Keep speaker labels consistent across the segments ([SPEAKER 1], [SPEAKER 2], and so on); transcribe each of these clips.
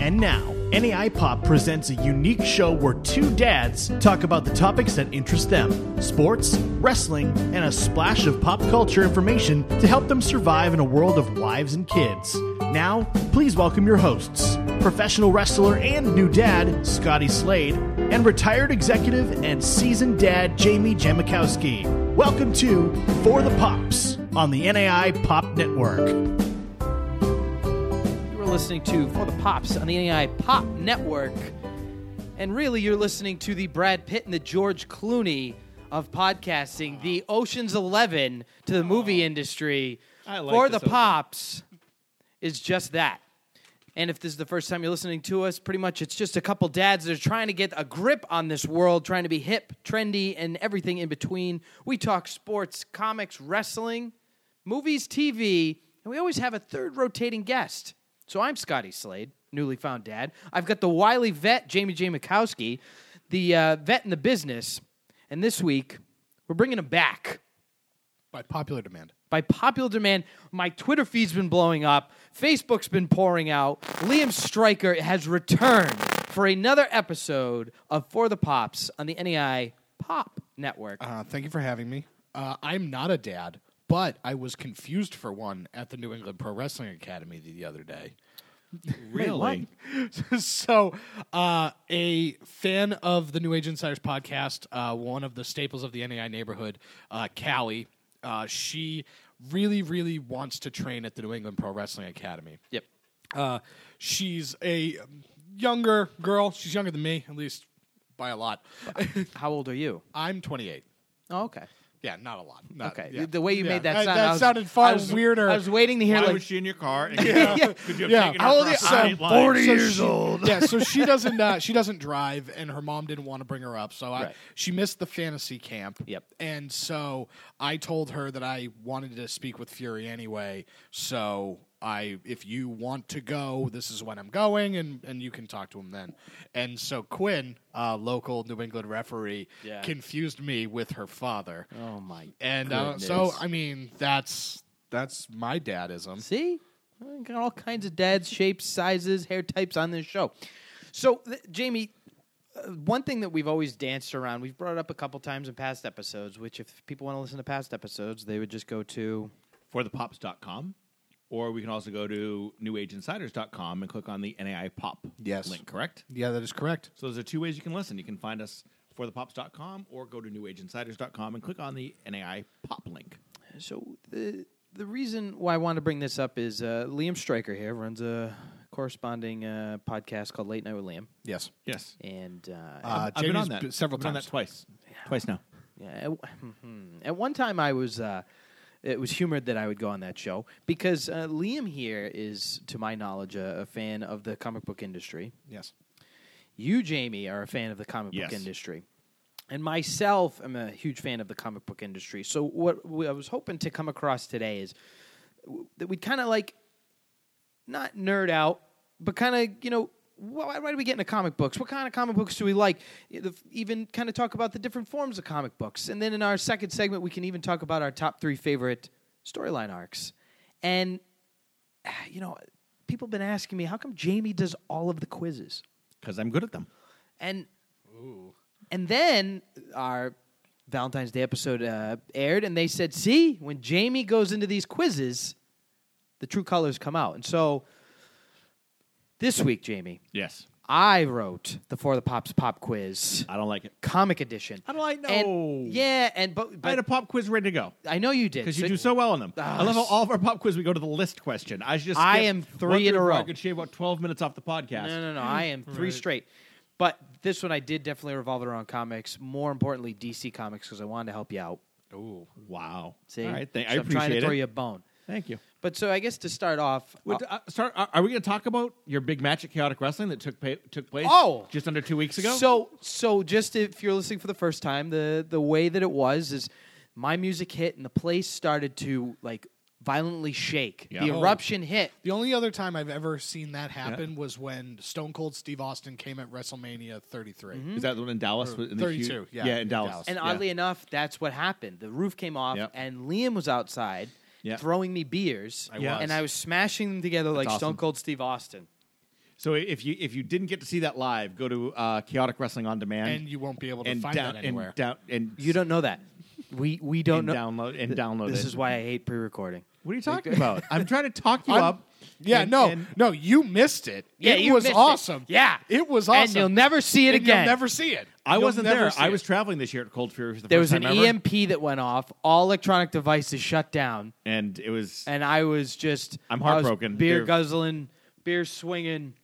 [SPEAKER 1] And now, NAI Pop presents a unique show where two dads talk about the topics that interest them sports, wrestling, and a splash of pop culture information to help them survive in a world of wives and kids. Now, please welcome your hosts professional wrestler and new dad, Scotty Slade, and retired executive and seasoned dad, Jamie Jamakowski. Welcome to For the Pops on the NAI Pop Network.
[SPEAKER 2] You're listening to For the Pops on the AI Pop Network. And really, you're listening to the Brad Pitt and the George Clooney of podcasting, the Ocean's Eleven to the movie industry.
[SPEAKER 3] Oh. I like
[SPEAKER 2] For
[SPEAKER 3] this
[SPEAKER 2] the
[SPEAKER 3] opening.
[SPEAKER 2] Pops is just that. And if this is the first time you're listening to us, pretty much it's just a couple dads that are trying to get a grip on this world, trying to be hip, trendy, and everything in between. We talk sports, comics, wrestling, movies, TV, and we always have a third rotating guest. So I'm Scotty Slade, newly found dad. I've got the wily vet, Jamie J. Mikowski, the uh, vet in the business. And this week, we're bringing him back
[SPEAKER 4] by popular demand.
[SPEAKER 2] by popular demand. My Twitter feed's been blowing up. Facebook's been pouring out. Liam Stryker has returned for another episode of For the Pops on the NEI Pop Network.
[SPEAKER 4] Uh, thank you for having me. Uh, I'm not a dad, but I was confused for one at the New England Pro Wrestling Academy the, the other day.
[SPEAKER 3] Really?
[SPEAKER 4] so, uh, a fan of the New Age Insiders podcast, uh, one of the staples of the NAI neighborhood, uh, Callie, uh, she really, really wants to train at the New England Pro Wrestling Academy.
[SPEAKER 2] Yep.
[SPEAKER 4] Uh, she's a younger girl. She's younger than me, at least by a lot.
[SPEAKER 2] How old are you?
[SPEAKER 4] I'm 28.
[SPEAKER 2] Oh, okay.
[SPEAKER 4] Yeah, not a lot. Not-
[SPEAKER 2] Okay.
[SPEAKER 4] Uh, yeah.
[SPEAKER 2] The way you
[SPEAKER 4] Yeah.
[SPEAKER 2] made that
[SPEAKER 4] I-
[SPEAKER 2] sound. I
[SPEAKER 4] that
[SPEAKER 2] was-
[SPEAKER 4] sounded far
[SPEAKER 2] I was-
[SPEAKER 4] weirder.
[SPEAKER 2] I was waiting to hear,
[SPEAKER 3] Why
[SPEAKER 2] like,
[SPEAKER 3] was she in your car? And yeah. Could you have
[SPEAKER 4] Yeah.
[SPEAKER 3] taken
[SPEAKER 4] How
[SPEAKER 3] her
[SPEAKER 4] old are
[SPEAKER 3] for a
[SPEAKER 4] you?
[SPEAKER 3] side
[SPEAKER 4] So,
[SPEAKER 3] line?
[SPEAKER 4] she, old. yeah, so she doesn't. Uh, she doesn't drive, and her mom didn't want to bring her up, so I,
[SPEAKER 2] Right.
[SPEAKER 4] she missed the fantasy camp.
[SPEAKER 2] Yep.
[SPEAKER 4] And so I told her that I wanted to speak with Fury anyway. So I, if you want to go, this is when I'm going, and and you can talk to him then. And so Quinn, uh, local New England referee,
[SPEAKER 2] Yeah.
[SPEAKER 4] confused me with her father.
[SPEAKER 2] Oh, my.
[SPEAKER 4] And uh, so
[SPEAKER 2] goodness.
[SPEAKER 4] I mean, that's that's my dadism.
[SPEAKER 2] See? I got all kinds of dads, shapes, sizes, hair types on this show. So, th- Jamie, uh, one thing that we've always danced around, we've brought it up a couple times in past episodes, which if people want to listen to past episodes, they would just go to.
[SPEAKER 3] forthepops.com or we can also go to newageinsiders.com and click on the NAI pop
[SPEAKER 4] Yes.
[SPEAKER 3] link, correct?
[SPEAKER 4] Yeah, that is correct.
[SPEAKER 3] So those are two ways you can listen. You can find us forthepops.com or go to newageinsiders.com and click on the NAI pop link.
[SPEAKER 2] So, the, the reason why I want to bring this up is uh, Liam Stryker here runs a corresponding uh, podcast called Late Night with Liam.
[SPEAKER 4] Yes.
[SPEAKER 3] Yes.
[SPEAKER 2] And uh,
[SPEAKER 4] Uh,
[SPEAKER 3] I've been on
[SPEAKER 4] Jamie's
[SPEAKER 3] that
[SPEAKER 4] b- several
[SPEAKER 3] I've been on
[SPEAKER 4] times.
[SPEAKER 3] that twice. Twice now.
[SPEAKER 2] Yeah. At, mhm. At one time, I was. Uh, it was humored that I would go on that show because uh, Liam here is, to my knowledge, a, a fan of the comic book industry.
[SPEAKER 4] Yes.
[SPEAKER 2] You, Jamie, are a fan of the comic
[SPEAKER 3] Yes.
[SPEAKER 2] book industry. And myself, I'm a huge fan of the comic book industry. So, what we, I was hoping to come across today is w- that we'd kind of like not nerd out, but kind of, you know, why, why do we get into comic books? What kind of comic books do we like? You know, Even kind of talk about the different forms of comic books. And then in our second segment, we can even talk about our top three favorite storyline arcs. And, you know, people have been asking me, how come Jamie does all of the quizzes?
[SPEAKER 3] Because I'm good at them.
[SPEAKER 2] And and then our Valentine's Day episode uh, aired, and they said, "See, when Jamie goes into these quizzes, the true colors come out." And so this week, Jamie,
[SPEAKER 3] Yes.
[SPEAKER 2] I wrote the For the Pops Pop Quiz,
[SPEAKER 3] I don't like it.
[SPEAKER 2] comic edition.
[SPEAKER 3] I don't like- no.
[SPEAKER 2] And, yeah, and but,
[SPEAKER 3] I had a
[SPEAKER 2] but
[SPEAKER 3] pop quiz ready to go. Ah,
[SPEAKER 2] I know you did
[SPEAKER 3] Because you do so well on them. I love how all of our pop quiz we go to the list question. I just
[SPEAKER 2] I
[SPEAKER 3] skipped
[SPEAKER 2] am three
[SPEAKER 3] one
[SPEAKER 2] in a
[SPEAKER 3] through four.
[SPEAKER 2] row.
[SPEAKER 3] I could shave about twelve minutes off the podcast.
[SPEAKER 2] No, no, no. I am three straight. But this one I did definitely revolve it around comics. More importantly, DC Comics because I wanted to help you out.
[SPEAKER 4] Ooh.
[SPEAKER 3] Wow.
[SPEAKER 2] See,
[SPEAKER 3] All right, thank,
[SPEAKER 2] so
[SPEAKER 3] I
[SPEAKER 2] am trying
[SPEAKER 3] appreciate
[SPEAKER 2] to
[SPEAKER 3] it.
[SPEAKER 2] throw you a bone.
[SPEAKER 3] Thank you.
[SPEAKER 2] But so I guess to start off,
[SPEAKER 3] Wait, uh, start, are, are we going to talk about your big match at Chaotic Wrestling that took pa- took place
[SPEAKER 2] Oh!
[SPEAKER 3] just under two weeks ago?
[SPEAKER 2] so so just if you're listening for the first time, the the way that it was is my music hit and the place started to like violently shake.
[SPEAKER 3] Yeah.
[SPEAKER 2] The
[SPEAKER 3] Oh.
[SPEAKER 2] eruption hit.
[SPEAKER 4] The only other time I've ever seen that happen was when Stone Cold Steve Austin came at WrestleMania 33.
[SPEAKER 3] is that the one in Dallas? with- in the
[SPEAKER 4] 32,
[SPEAKER 3] huge-
[SPEAKER 4] yeah,
[SPEAKER 3] yeah, in
[SPEAKER 4] in
[SPEAKER 3] Dallas.
[SPEAKER 4] Dallas.
[SPEAKER 2] And
[SPEAKER 3] yeah.
[SPEAKER 2] oddly enough, that's what happened. The roof came off
[SPEAKER 3] Yep.
[SPEAKER 2] and Liam was outside
[SPEAKER 3] Yep.
[SPEAKER 2] throwing me beers
[SPEAKER 3] was.
[SPEAKER 2] and I was smashing them together like
[SPEAKER 3] awesome.
[SPEAKER 2] Stone Cold Steve Austin.
[SPEAKER 3] So if you if you didn't get to see that live, go to uh, Chaotic Wrestling on Demand
[SPEAKER 4] And you won't be able to
[SPEAKER 3] and
[SPEAKER 4] find
[SPEAKER 3] down-
[SPEAKER 4] that anywhere.
[SPEAKER 3] And down, and
[SPEAKER 2] You don't know that. We we don't
[SPEAKER 3] And
[SPEAKER 2] know.
[SPEAKER 3] download- and download
[SPEAKER 2] This
[SPEAKER 3] it.
[SPEAKER 2] is why I hate pre-recording.
[SPEAKER 3] what are you talking about? I'm trying to talk you
[SPEAKER 4] I'm-
[SPEAKER 3] up.
[SPEAKER 4] Yeah,
[SPEAKER 3] and-
[SPEAKER 4] no,
[SPEAKER 3] and-
[SPEAKER 4] no, you missed it.
[SPEAKER 2] Yeah,
[SPEAKER 4] it
[SPEAKER 2] you
[SPEAKER 4] was
[SPEAKER 2] missed it.
[SPEAKER 4] awesome.
[SPEAKER 2] Yeah.
[SPEAKER 4] it was awesome.
[SPEAKER 2] And you'll never see it
[SPEAKER 4] And
[SPEAKER 2] again.
[SPEAKER 4] You'll never see it.
[SPEAKER 3] I
[SPEAKER 4] You'll
[SPEAKER 3] wasn't
[SPEAKER 4] never
[SPEAKER 3] there.
[SPEAKER 4] see
[SPEAKER 3] I
[SPEAKER 4] it.
[SPEAKER 3] was traveling this year at Cold Fury for the
[SPEAKER 2] There was
[SPEAKER 3] first
[SPEAKER 2] an E
[SPEAKER 3] time ever,
[SPEAKER 2] EMP that went off. All electronic devices shut down,
[SPEAKER 3] and it was
[SPEAKER 2] and I was just
[SPEAKER 3] I'm
[SPEAKER 2] I was
[SPEAKER 3] heartbroken.
[SPEAKER 2] beer
[SPEAKER 3] They're-
[SPEAKER 2] guzzling, beer swinging.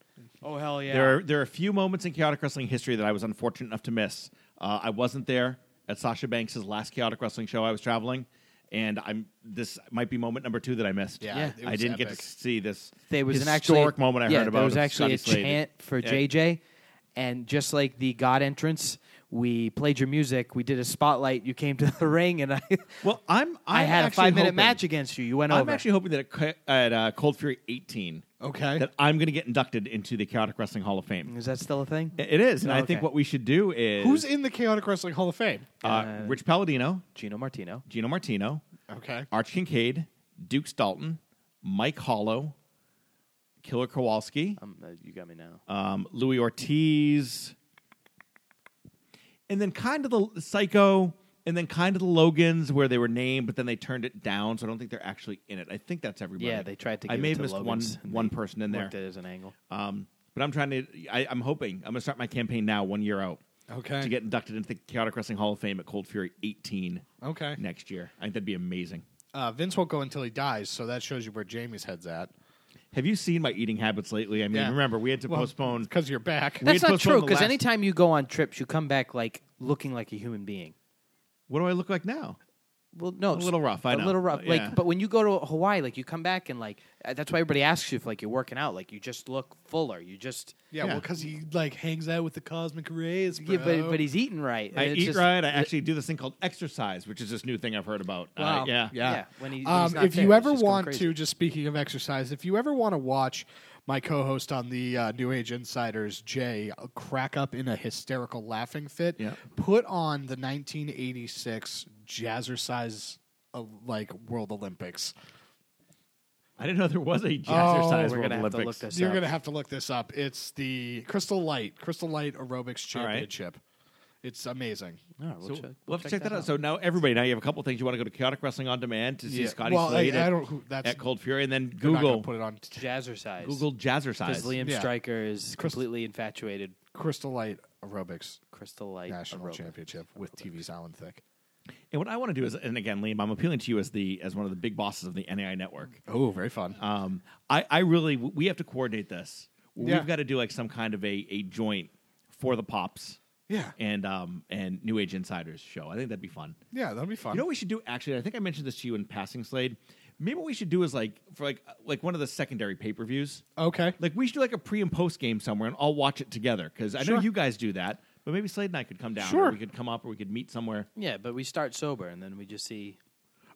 [SPEAKER 2] Oh hell yeah!
[SPEAKER 3] There are there are a few moments in chaotic wrestling history that I was unfortunate enough to miss. Uh, I wasn't there at Sasha Banks' last chaotic wrestling show. I was traveling, and I'm this might be moment number two that I missed.
[SPEAKER 4] Yeah,
[SPEAKER 2] Yeah. it
[SPEAKER 4] was
[SPEAKER 3] I didn't get
[SPEAKER 4] epic.
[SPEAKER 3] to see this.
[SPEAKER 2] there was an actually,
[SPEAKER 3] historic moment I
[SPEAKER 2] yeah,
[SPEAKER 3] heard about.
[SPEAKER 2] There was
[SPEAKER 3] of
[SPEAKER 2] actually a
[SPEAKER 3] Scotty Slade.
[SPEAKER 2] chant for
[SPEAKER 3] Yeah.
[SPEAKER 2] JJ, and just like the God entrance, we played your music. We did a spotlight. You came to the ring, and I
[SPEAKER 3] Well, I'm.
[SPEAKER 2] I
[SPEAKER 3] I'm
[SPEAKER 2] had a
[SPEAKER 3] actually
[SPEAKER 2] five minute
[SPEAKER 3] hoping-
[SPEAKER 2] match against you. You went
[SPEAKER 3] I'm
[SPEAKER 2] over.
[SPEAKER 3] actually hoping that at, Co- at uh, Cold Fury 18,
[SPEAKER 4] Okay.
[SPEAKER 3] that I'm going to get inducted into the Chaotic Wrestling Hall of Fame.
[SPEAKER 2] is that still a thing?
[SPEAKER 3] It is, and
[SPEAKER 2] Oh,
[SPEAKER 3] I think
[SPEAKER 2] Mm. okay.
[SPEAKER 3] what we should do is
[SPEAKER 4] Who's in the Chaotic Wrestling Hall of Fame?
[SPEAKER 3] uh, Rich Palladino,
[SPEAKER 2] Gino Martino.
[SPEAKER 3] Gino Martino,
[SPEAKER 4] Okay.
[SPEAKER 3] Arch Kincaid, Duke Dalton, Mike Hollow, Killer Kowalski,
[SPEAKER 2] Um, uh, you got me now.
[SPEAKER 3] um, Louis Ortiz, and then kind of the Psycho, and then kind of the Logans where they were named, but then they turned it down, so I don't think they're actually in it. I think that's everybody.
[SPEAKER 2] Yeah, they tried to.
[SPEAKER 3] I
[SPEAKER 2] give
[SPEAKER 3] may
[SPEAKER 2] it
[SPEAKER 3] have
[SPEAKER 2] to
[SPEAKER 3] missed
[SPEAKER 2] Logan's,
[SPEAKER 3] one
[SPEAKER 2] and
[SPEAKER 3] one
[SPEAKER 2] they
[SPEAKER 3] person in there,
[SPEAKER 2] worked it as an angle.
[SPEAKER 3] um, but I'm trying to. I, I'm hoping I'm going to start my campaign now, one year out.
[SPEAKER 4] Okay.
[SPEAKER 3] To get inducted into the Chaotic Wrestling Hall of Fame at Cold Fury 18
[SPEAKER 4] Okay.
[SPEAKER 3] next year. I think that'd be amazing.
[SPEAKER 4] Uh, Vince won't go until he dies, so that shows you where Jamie's head's at.
[SPEAKER 3] Have you seen my eating habits lately? I mean,
[SPEAKER 4] Yeah.
[SPEAKER 3] remember we had to postpone.
[SPEAKER 4] because you're back.
[SPEAKER 3] We
[SPEAKER 2] That's
[SPEAKER 3] had
[SPEAKER 2] not
[SPEAKER 3] postponed
[SPEAKER 2] true
[SPEAKER 3] the
[SPEAKER 2] because
[SPEAKER 3] last-
[SPEAKER 2] anytime you go on trips, you come back like looking like a human being.
[SPEAKER 3] What do I look like now?
[SPEAKER 2] Well, no,
[SPEAKER 3] A little rough, I
[SPEAKER 2] a
[SPEAKER 3] know.
[SPEAKER 2] little rough.
[SPEAKER 3] Uh, yeah.
[SPEAKER 2] Like, but when you go to Hawaii, like you come back and like uh, that's why everybody asks you if like you're working out. Like you just look fuller. You just
[SPEAKER 4] yeah, well,
[SPEAKER 3] Yeah.
[SPEAKER 4] because he like hangs out with the cosmic rays.
[SPEAKER 2] yeah, but
[SPEAKER 4] bro.
[SPEAKER 2] but he's eating right.
[SPEAKER 3] I
[SPEAKER 2] It's
[SPEAKER 3] eat
[SPEAKER 2] just-
[SPEAKER 3] right. I actually do this thing called exercise, which is this new thing I've heard about. Uh,
[SPEAKER 4] Wow.
[SPEAKER 3] yeah.
[SPEAKER 4] Yeah.
[SPEAKER 2] when he- when he's
[SPEAKER 4] Um,
[SPEAKER 2] not
[SPEAKER 4] if
[SPEAKER 2] there,
[SPEAKER 4] you
[SPEAKER 2] he's
[SPEAKER 4] ever
[SPEAKER 2] just going
[SPEAKER 4] want
[SPEAKER 2] crazy.
[SPEAKER 4] to, just speaking of exercise, if you ever want to watch my co-host on the uh, New Age Insiders, Jay, uh, crack up in a hysterical laughing fit,
[SPEAKER 3] Yeah.
[SPEAKER 4] put on the 1986 Jazzercise uh, like World Olympics.
[SPEAKER 3] I didn't know there was a
[SPEAKER 4] Oh,
[SPEAKER 3] jazzercise
[SPEAKER 2] we're gonna
[SPEAKER 3] World
[SPEAKER 2] have to
[SPEAKER 3] Olympics.
[SPEAKER 2] look this
[SPEAKER 4] You're
[SPEAKER 2] up.
[SPEAKER 4] gonna have to look this up. It's the Crystal Light Crystal Light Aerobics
[SPEAKER 3] All right.
[SPEAKER 4] Championship. It's amazing.
[SPEAKER 2] All right, we'll
[SPEAKER 3] so
[SPEAKER 2] check,
[SPEAKER 3] we'll,
[SPEAKER 2] we'll
[SPEAKER 3] have to check that out. So now everybody, now you have a couple things you want to go to Chaotic Wrestling on demand to see
[SPEAKER 4] Yeah.
[SPEAKER 3] Scotty
[SPEAKER 4] Well, I-
[SPEAKER 3] Slade
[SPEAKER 4] I
[SPEAKER 3] at-
[SPEAKER 4] don't- who- that's-
[SPEAKER 3] at Cold Fury, and then
[SPEAKER 4] They're not gonna
[SPEAKER 3] Google
[SPEAKER 4] put it on t-
[SPEAKER 2] Jazzercise.
[SPEAKER 3] Google
[SPEAKER 2] because
[SPEAKER 3] jazzercise.
[SPEAKER 2] Liam
[SPEAKER 4] Yeah.
[SPEAKER 2] Stryker is
[SPEAKER 4] Chris-
[SPEAKER 2] completely infatuated.
[SPEAKER 4] Crystal Light Aerobics
[SPEAKER 2] Crystal Light
[SPEAKER 4] National
[SPEAKER 2] aerobic.
[SPEAKER 4] Championship with TV's Alan Thick.
[SPEAKER 3] and what I want to do is, and again, Liam, I'm appealing to you as the as one of the big bosses of the NAI network.
[SPEAKER 4] Oh, very fun.
[SPEAKER 3] Um, I, I really we have to coordinate this.
[SPEAKER 4] Yeah.
[SPEAKER 3] We've got to do like some kind of a, a joint for the pops.
[SPEAKER 4] Yeah.
[SPEAKER 3] And um and New Age Insiders show. I think that'd be fun.
[SPEAKER 4] yeah, that'll be fun.
[SPEAKER 3] You know what we should do? Actually, I think I mentioned this to you in passing, Slade. Maybe what we should do is like for like uh, like one of the secondary pay per views.
[SPEAKER 4] okay.
[SPEAKER 3] Like we should do like a pre and post game somewhere, and I'll watch it together because I know
[SPEAKER 4] Sure.
[SPEAKER 3] you guys do that. But maybe Slade and I could come down. or
[SPEAKER 4] Sure.
[SPEAKER 3] we could come up, or we could meet somewhere.
[SPEAKER 2] Yeah, but we start sober and then we just see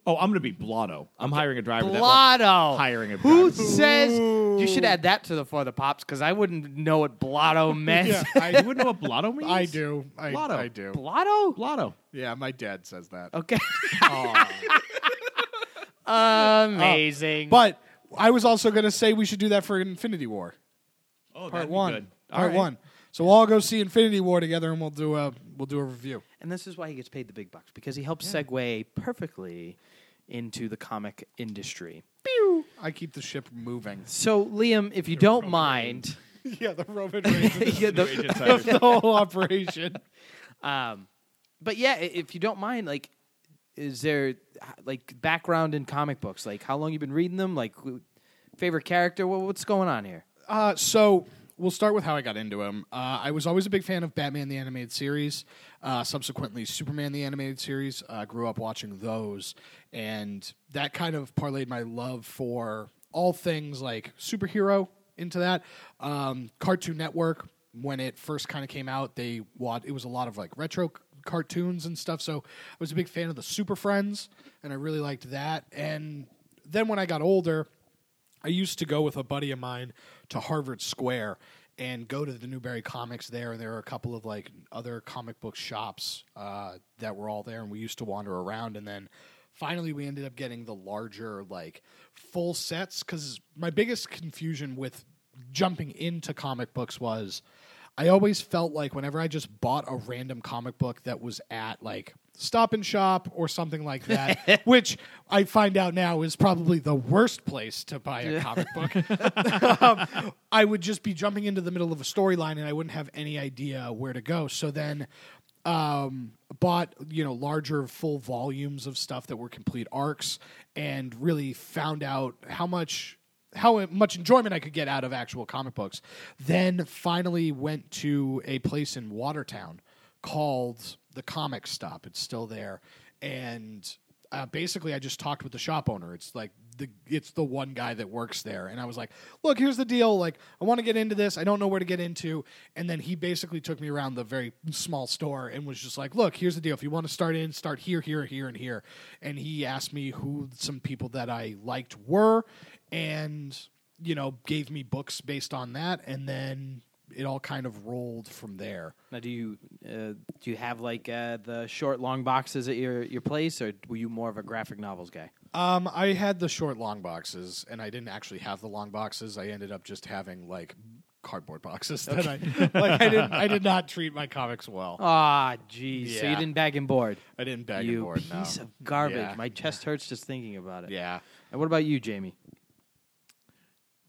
[SPEAKER 3] Oh, I'm gonna be Blotto. I'm hiring a driver. that-
[SPEAKER 2] Blotto.
[SPEAKER 3] hiring a
[SPEAKER 2] Who
[SPEAKER 3] driver.
[SPEAKER 2] says you should add that to the for the pops because I wouldn't know what blotto meant.
[SPEAKER 4] Yeah,
[SPEAKER 3] You
[SPEAKER 4] I,
[SPEAKER 3] wouldn't know what Blotto means.
[SPEAKER 4] I do. I,
[SPEAKER 3] Lotto.
[SPEAKER 4] I do.
[SPEAKER 2] Blotto?
[SPEAKER 3] Blotto.
[SPEAKER 4] Yeah, my dad says that.
[SPEAKER 2] Okay. Amazing.
[SPEAKER 4] But I was also going to say we should do that for Infinity War
[SPEAKER 3] Oh,
[SPEAKER 4] Part
[SPEAKER 3] that'd be
[SPEAKER 4] One.
[SPEAKER 3] good. All
[SPEAKER 4] Part
[SPEAKER 3] right.
[SPEAKER 4] One. So we'll all go see Infinity War together, and we'll do a we'll do a review.
[SPEAKER 2] and this is why he gets paid the big bucks because he helps segue perfectly into the comic industry.
[SPEAKER 4] I keep the ship moving.
[SPEAKER 2] So Liam, if you don't mind,
[SPEAKER 4] yeah, the Roman Reigns
[SPEAKER 2] yeah, the-
[SPEAKER 3] New Age Insiders.
[SPEAKER 4] the whole operation.
[SPEAKER 2] Um, but yeah, i- if you don't mind, like, is there like background in comic books? Like, how long you been reading them? Like, wh- favorite character? What, what's going on here?
[SPEAKER 4] Uh, so we'll start with how I got into him. Uh, I was always a big fan of Batman the animated series. Uh, subsequently, Superman the animated series. Uh, grew up watching those, and that kind of parlayed my love for all things like superhero into that. Um, Cartoon Network when it first kind of came out, they wa- it was a lot of like retro c- cartoons and stuff. So I was a big fan of the Super Friends, and I really liked that. And then when I got older, I used to go with a buddy of mine to Harvard Square and go to the Newberry Comics there, and there were a couple of like other comic book shops uh, that were all there, and we used to wander around, and then finally we ended up getting the larger like full sets because my biggest confusion with jumping into comic books was I always felt like whenever I just bought a random comic book that was at like Stop and Shop or something like that, which I find out now is probably the worst place to buy a comic book. um, I would just be jumping into the middle of a storyline and I wouldn't have any idea where to go. So then um, bought you know larger full volumes of stuff that were complete arcs and really found out how much how much enjoyment I could get out of actual comic books. Then finally went to a place in Watertown called the Comic Stop. It's still there, and uh, basically I just talked with the shop owner. It's like the it's the one guy that works there, and I was like, "Look, here's the deal. Like, I want to get into this. I don't know where to get into." And then he basically took me around the very small store and was just like, "Look, here's the deal. If you want to start in, start here, here, here, and here." And he asked me who some people that I liked were, and you know, gave me books based on that, and then it all kind of rolled from there.
[SPEAKER 2] Now, do you uh, do you have like uh, the short, long boxes at your, your place, or were you more of a graphic novels guy?
[SPEAKER 4] Um, I had the short long boxes, and I didn't actually have the long boxes. I ended up just having like cardboard boxes that I like. I didn't. I did not treat my comics well.
[SPEAKER 2] Ah, geez. So you
[SPEAKER 4] Yeah.
[SPEAKER 2] didn't bag and board.
[SPEAKER 4] I didn't bag
[SPEAKER 2] you
[SPEAKER 4] and board. no.
[SPEAKER 2] piece of garbage.
[SPEAKER 4] Yeah.
[SPEAKER 2] My chest hurts just thinking about it.
[SPEAKER 4] yeah.
[SPEAKER 2] And what about you, Jamie?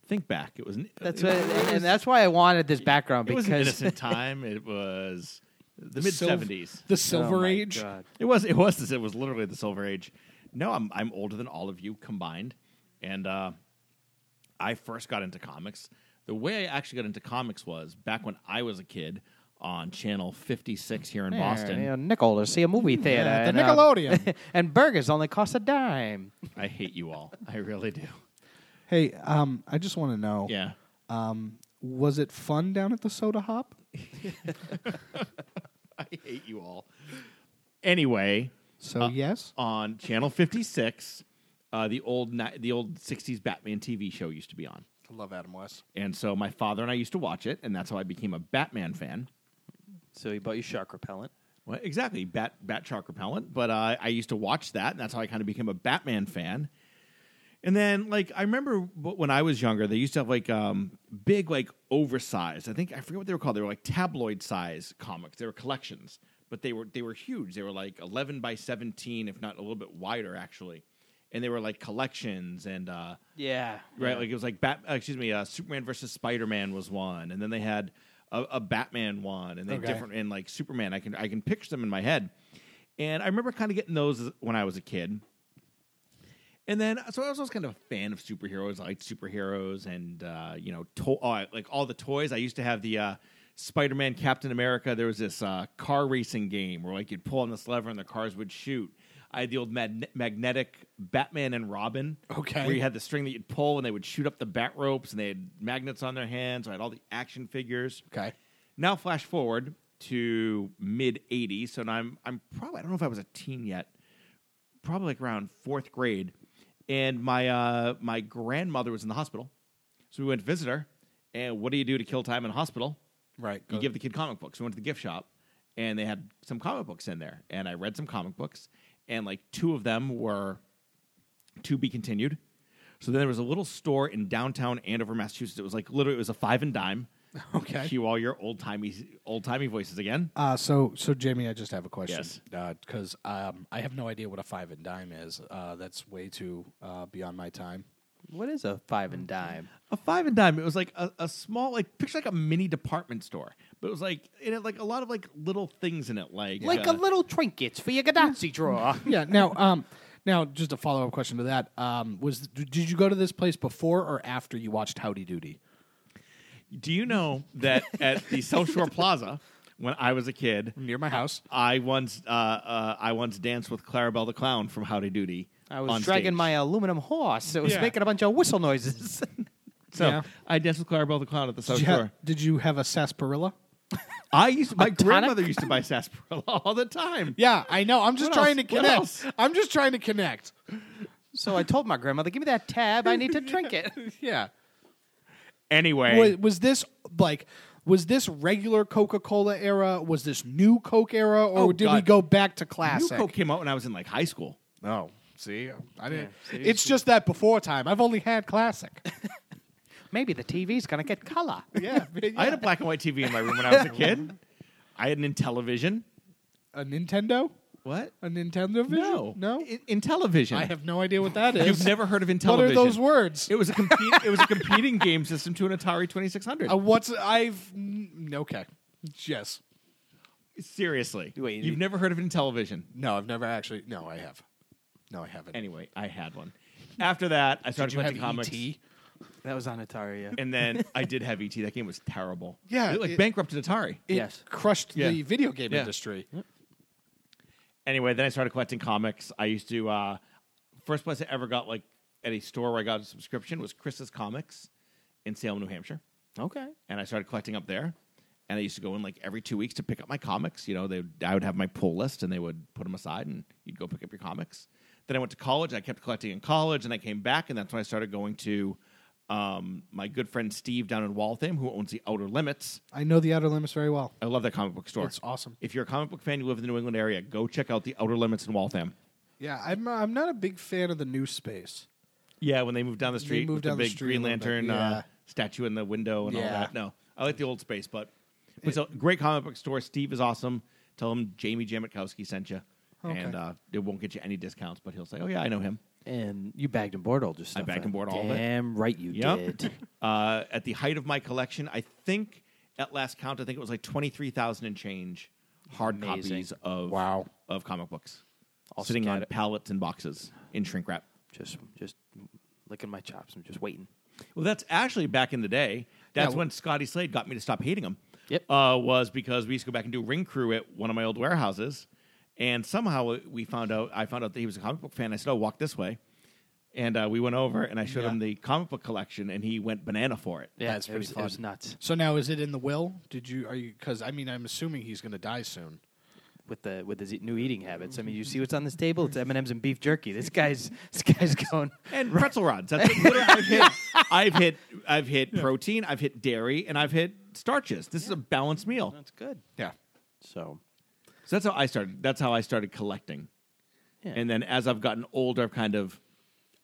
[SPEAKER 3] Think back. It was an-
[SPEAKER 2] That's
[SPEAKER 3] it,
[SPEAKER 2] what,
[SPEAKER 3] it
[SPEAKER 2] and
[SPEAKER 3] was-
[SPEAKER 2] that's why I wanted this background
[SPEAKER 3] it was an
[SPEAKER 2] because
[SPEAKER 3] innocent time. It was
[SPEAKER 4] The
[SPEAKER 3] the mid
[SPEAKER 4] sil-
[SPEAKER 3] seventies.
[SPEAKER 4] The Silver
[SPEAKER 2] Oh my
[SPEAKER 4] Age.
[SPEAKER 2] God.
[SPEAKER 3] It was. It was. It was literally the Silver Age. No, I'm I'm older than all of you combined, and uh, I first got into comics. The way I actually got into comics was back when I was a kid on Channel 56 here in
[SPEAKER 2] There,
[SPEAKER 3] Boston.
[SPEAKER 2] you know, nickel to see a movie theater.
[SPEAKER 4] the
[SPEAKER 2] and, uh,
[SPEAKER 4] Nickelodeon.
[SPEAKER 2] and burgers only cost a dime.
[SPEAKER 3] I hate you all. I really do.
[SPEAKER 4] Hey, um, I just want to know.
[SPEAKER 3] Yeah.
[SPEAKER 4] Um, was it fun down at the Soda Hop?
[SPEAKER 3] I hate you all. Anyway,
[SPEAKER 4] So yes.
[SPEAKER 3] on Channel 56, uh, the old ni- the old 60s Batman TV show used to be on.
[SPEAKER 4] I love Adam West.
[SPEAKER 3] And so my father and I used to watch it, and that's how I became a Batman fan.
[SPEAKER 2] So he bought you shark repellent.
[SPEAKER 3] Well, exactly, bat bat shark repellent. But uh, I used to watch that, and that's how I kind of became a Batman fan. And then, like, I remember wh- when I was younger, they used to have like um, big, like, oversized. I think I forget what they were called. They were like tabloid size comics. They were collections, but they were they were huge. They were like eleven by seventeen, if not a little bit wider, actually. And they were like collections, and uh,
[SPEAKER 2] Yeah.
[SPEAKER 3] right? Like it was like Bat. uh, excuse me, uh, Superman versus Spider Man was one, and then they had a, a Batman one, and they
[SPEAKER 4] Okay.
[SPEAKER 3] different and like Superman. I can I can picture them in my head, and I remember kind of getting those when I was a kid. And then, so I was always kind of a fan of superheroes. I liked superheroes and, uh, you know, to- oh, I- like all the toys. I used to have the uh, Spider Man Captain America. There was this uh, car racing game where, like, you'd pull on this lever and the cars would shoot. I had the old mag- magnetic Batman and Robin.
[SPEAKER 4] Okay.
[SPEAKER 3] Where you had the string that you'd pull and they would shoot up the bat ropes and they had magnets on their hands. I had all the action figures.
[SPEAKER 4] Okay.
[SPEAKER 3] Now flash forward to mid '80s, so now I'm I'm probably I don't know if I was a teen yet, probably like around fourth grade, and my uh, my grandmother was in the hospital, so we went to visit her. And what do you do to kill time in a hospital?
[SPEAKER 4] Right.
[SPEAKER 3] You give the kid comic books. We went to the gift shop, and they had some comic books in there, and I read some comic books, and like two of them were to be continued. So then there was a little store in downtown Andover, Massachusetts. It was like literally it was a five and dime.
[SPEAKER 4] Okay.
[SPEAKER 3] Cue all your old timey old timey voices again.
[SPEAKER 4] Uh, so, so Jamie, I just have a question
[SPEAKER 3] Yes.
[SPEAKER 4] because um, I have no idea what a five and dime is. Uh, that's way too uh, beyond my time.
[SPEAKER 2] What is a five and dime?
[SPEAKER 3] A five and dime. It was like a, a small like picture like a mini department store, but it was like it had like a lot of like little things in it, like
[SPEAKER 2] Like
[SPEAKER 3] uh,
[SPEAKER 2] a little trinkets for your Gadazzi drawer.
[SPEAKER 4] Yeah. Now, um, now, just a follow up question to that um, was: Did you go to this place before or after you watched Howdy Doody?
[SPEAKER 3] Do you know that at the South Shore Plaza when I was a kid,
[SPEAKER 4] Near my house.
[SPEAKER 3] I once uh, uh, I once danced with Clarabelle the clown from Howdy Doody.
[SPEAKER 2] I was
[SPEAKER 3] on
[SPEAKER 2] dragging
[SPEAKER 3] stage.
[SPEAKER 2] my aluminum horse. It was
[SPEAKER 4] Yeah.
[SPEAKER 2] making a bunch of whistle noises.
[SPEAKER 3] so
[SPEAKER 4] Yeah.
[SPEAKER 3] I danced with Clarabelle the clown at the South
[SPEAKER 4] Did you,
[SPEAKER 3] Shore.
[SPEAKER 4] ha- did you have a sarsaparilla?
[SPEAKER 3] I used my
[SPEAKER 2] tonic?
[SPEAKER 3] grandmother used to buy sarsaparilla all the time.
[SPEAKER 4] Yeah, I know. I'm just
[SPEAKER 3] What
[SPEAKER 4] trying
[SPEAKER 3] else?
[SPEAKER 4] to
[SPEAKER 3] What
[SPEAKER 4] connect.
[SPEAKER 3] else?
[SPEAKER 4] I'm just trying to connect.
[SPEAKER 2] so I told my grandmother, "Give me that tab. I need to drink it."
[SPEAKER 4] Yeah.
[SPEAKER 3] Anyway,
[SPEAKER 4] Was, was this like? Was this regular Coca Cola era? Was this new Coke era, or
[SPEAKER 3] Oh,
[SPEAKER 4] did we
[SPEAKER 3] God.
[SPEAKER 4] go back to
[SPEAKER 3] New
[SPEAKER 4] classic?
[SPEAKER 3] Coke came out when I was in like high school.
[SPEAKER 4] No. See, I didn't. it's just that before time. I've only had classic.
[SPEAKER 2] Maybe the TV's gonna get color.
[SPEAKER 4] Yeah,
[SPEAKER 3] I had a black and white TV in my room when I was a kid. I had an Intellivision.
[SPEAKER 4] a Nintendo,
[SPEAKER 3] What?
[SPEAKER 4] a Nintendo Vision.
[SPEAKER 3] No,
[SPEAKER 4] no,
[SPEAKER 3] In- Intellivision.
[SPEAKER 4] I have no idea what that is.
[SPEAKER 3] You've never heard of Intellivision?
[SPEAKER 4] What are those words?
[SPEAKER 3] It was a compete, it was a competing game system to an Atari Twenty Six Hundred.
[SPEAKER 4] Uh, what's I've n- okay. Yes.
[SPEAKER 3] Seriously,
[SPEAKER 2] Wait,
[SPEAKER 3] you've
[SPEAKER 2] you-
[SPEAKER 3] never heard of Intellivision?
[SPEAKER 4] No, I've never actually. No, I have. No, I haven't.
[SPEAKER 3] Anyway, I had one. After that, I started
[SPEAKER 4] Did you have E
[SPEAKER 3] collecting comics.
[SPEAKER 4] ET?
[SPEAKER 2] That was on Atari. Yeah.
[SPEAKER 3] And then I did have ET. That game was terrible.
[SPEAKER 4] Yeah,
[SPEAKER 3] it, like
[SPEAKER 4] it-
[SPEAKER 3] bankrupted Atari.
[SPEAKER 4] It
[SPEAKER 2] Yes.
[SPEAKER 4] crushed the
[SPEAKER 3] Yeah.
[SPEAKER 4] video game
[SPEAKER 3] Yeah.
[SPEAKER 4] industry.
[SPEAKER 3] anyway, then I started collecting comics. I used to uh, first place I ever got like at a store where I got a subscription was Chris's Comics in Salem, New Hampshire,
[SPEAKER 2] Okay.
[SPEAKER 3] and I started collecting up there. And I used to go in like every two weeks to pick up my comics. You know, they would- I would have my pull list, and they would put them aside, and you'd go pick up your comics. Then I went to college. I kept collecting in college, and I came back, and that's when I started going to um, my good friend Steve down in Waltham, who owns the Outer Limits.
[SPEAKER 4] I know the Outer Limits very well.
[SPEAKER 3] I love that comic book store.
[SPEAKER 4] It's awesome.
[SPEAKER 3] If you're a comic book fan, you live in the New England area, go check out the Outer Limits in Waltham.
[SPEAKER 4] Yeah, I'm. uh, I'm not a big fan of the new space.
[SPEAKER 3] Yeah, when they moved down the street
[SPEAKER 4] moved
[SPEAKER 3] with the
[SPEAKER 4] down the
[SPEAKER 3] big
[SPEAKER 4] street
[SPEAKER 3] Green
[SPEAKER 4] a little bit,
[SPEAKER 3] Lantern
[SPEAKER 4] yeah.
[SPEAKER 3] uh, statue in the window and all
[SPEAKER 4] Yeah.
[SPEAKER 3] that. No, I like the old space, but it's a great comic book store. Steve is awesome. Tell him Jamie Jamitkowski sent you, and uh, it won't get you any discounts, but he'll say, "Oh yeah, I know him."
[SPEAKER 2] And you bagged and board all just stuff.
[SPEAKER 3] bagged
[SPEAKER 2] up.
[SPEAKER 3] and board all of it.
[SPEAKER 2] Damn right you
[SPEAKER 3] Yep.
[SPEAKER 2] did.
[SPEAKER 3] uh, at the height of my collection, I think at last count, I think it was like twenty three thousand and change hard
[SPEAKER 2] Amazing.
[SPEAKER 3] copies of
[SPEAKER 4] Wow.
[SPEAKER 3] of comic books,
[SPEAKER 2] I'll
[SPEAKER 3] sitting
[SPEAKER 2] scan
[SPEAKER 3] on
[SPEAKER 2] it.
[SPEAKER 3] pallets and boxes in shrink wrap.
[SPEAKER 2] Just, just licking my chops. I'm just waiting.
[SPEAKER 3] Well, that's actually back in the day. That's
[SPEAKER 4] Yeah.
[SPEAKER 3] when Scotty Slade got me to stop hating him.
[SPEAKER 2] Yep.
[SPEAKER 3] Uh, was because we used to go back and do ring crew at one of my old warehouses, and somehow we found out. I found out that he was a comic book fan. I said, "Oh, walk this way," and uh, we went over and I showed
[SPEAKER 4] Yeah.
[SPEAKER 3] him the comic book collection, and he went banana for it.
[SPEAKER 2] Yeah,
[SPEAKER 4] That's
[SPEAKER 2] it
[SPEAKER 4] pretty
[SPEAKER 2] was, It was
[SPEAKER 4] fun.
[SPEAKER 2] nuts
[SPEAKER 4] So now, is it in the will? Did you? Are you? Because I mean, I'm assuming he's going to die soon.
[SPEAKER 2] with the with his new eating habits. I mean, you see what's on this table? It's M and M's and beef jerky. This guy's this guy's going.
[SPEAKER 3] And pretzel rods. That's literally- I've hit. I've hit. I've hit protein. I've hit dairy, and I've hit starches. This is a balanced meal.
[SPEAKER 2] That's good.
[SPEAKER 4] Yeah.
[SPEAKER 2] So
[SPEAKER 3] So that's how I started. That's how I started collecting.
[SPEAKER 2] Yeah.
[SPEAKER 3] And then as I've gotten older, I've kind of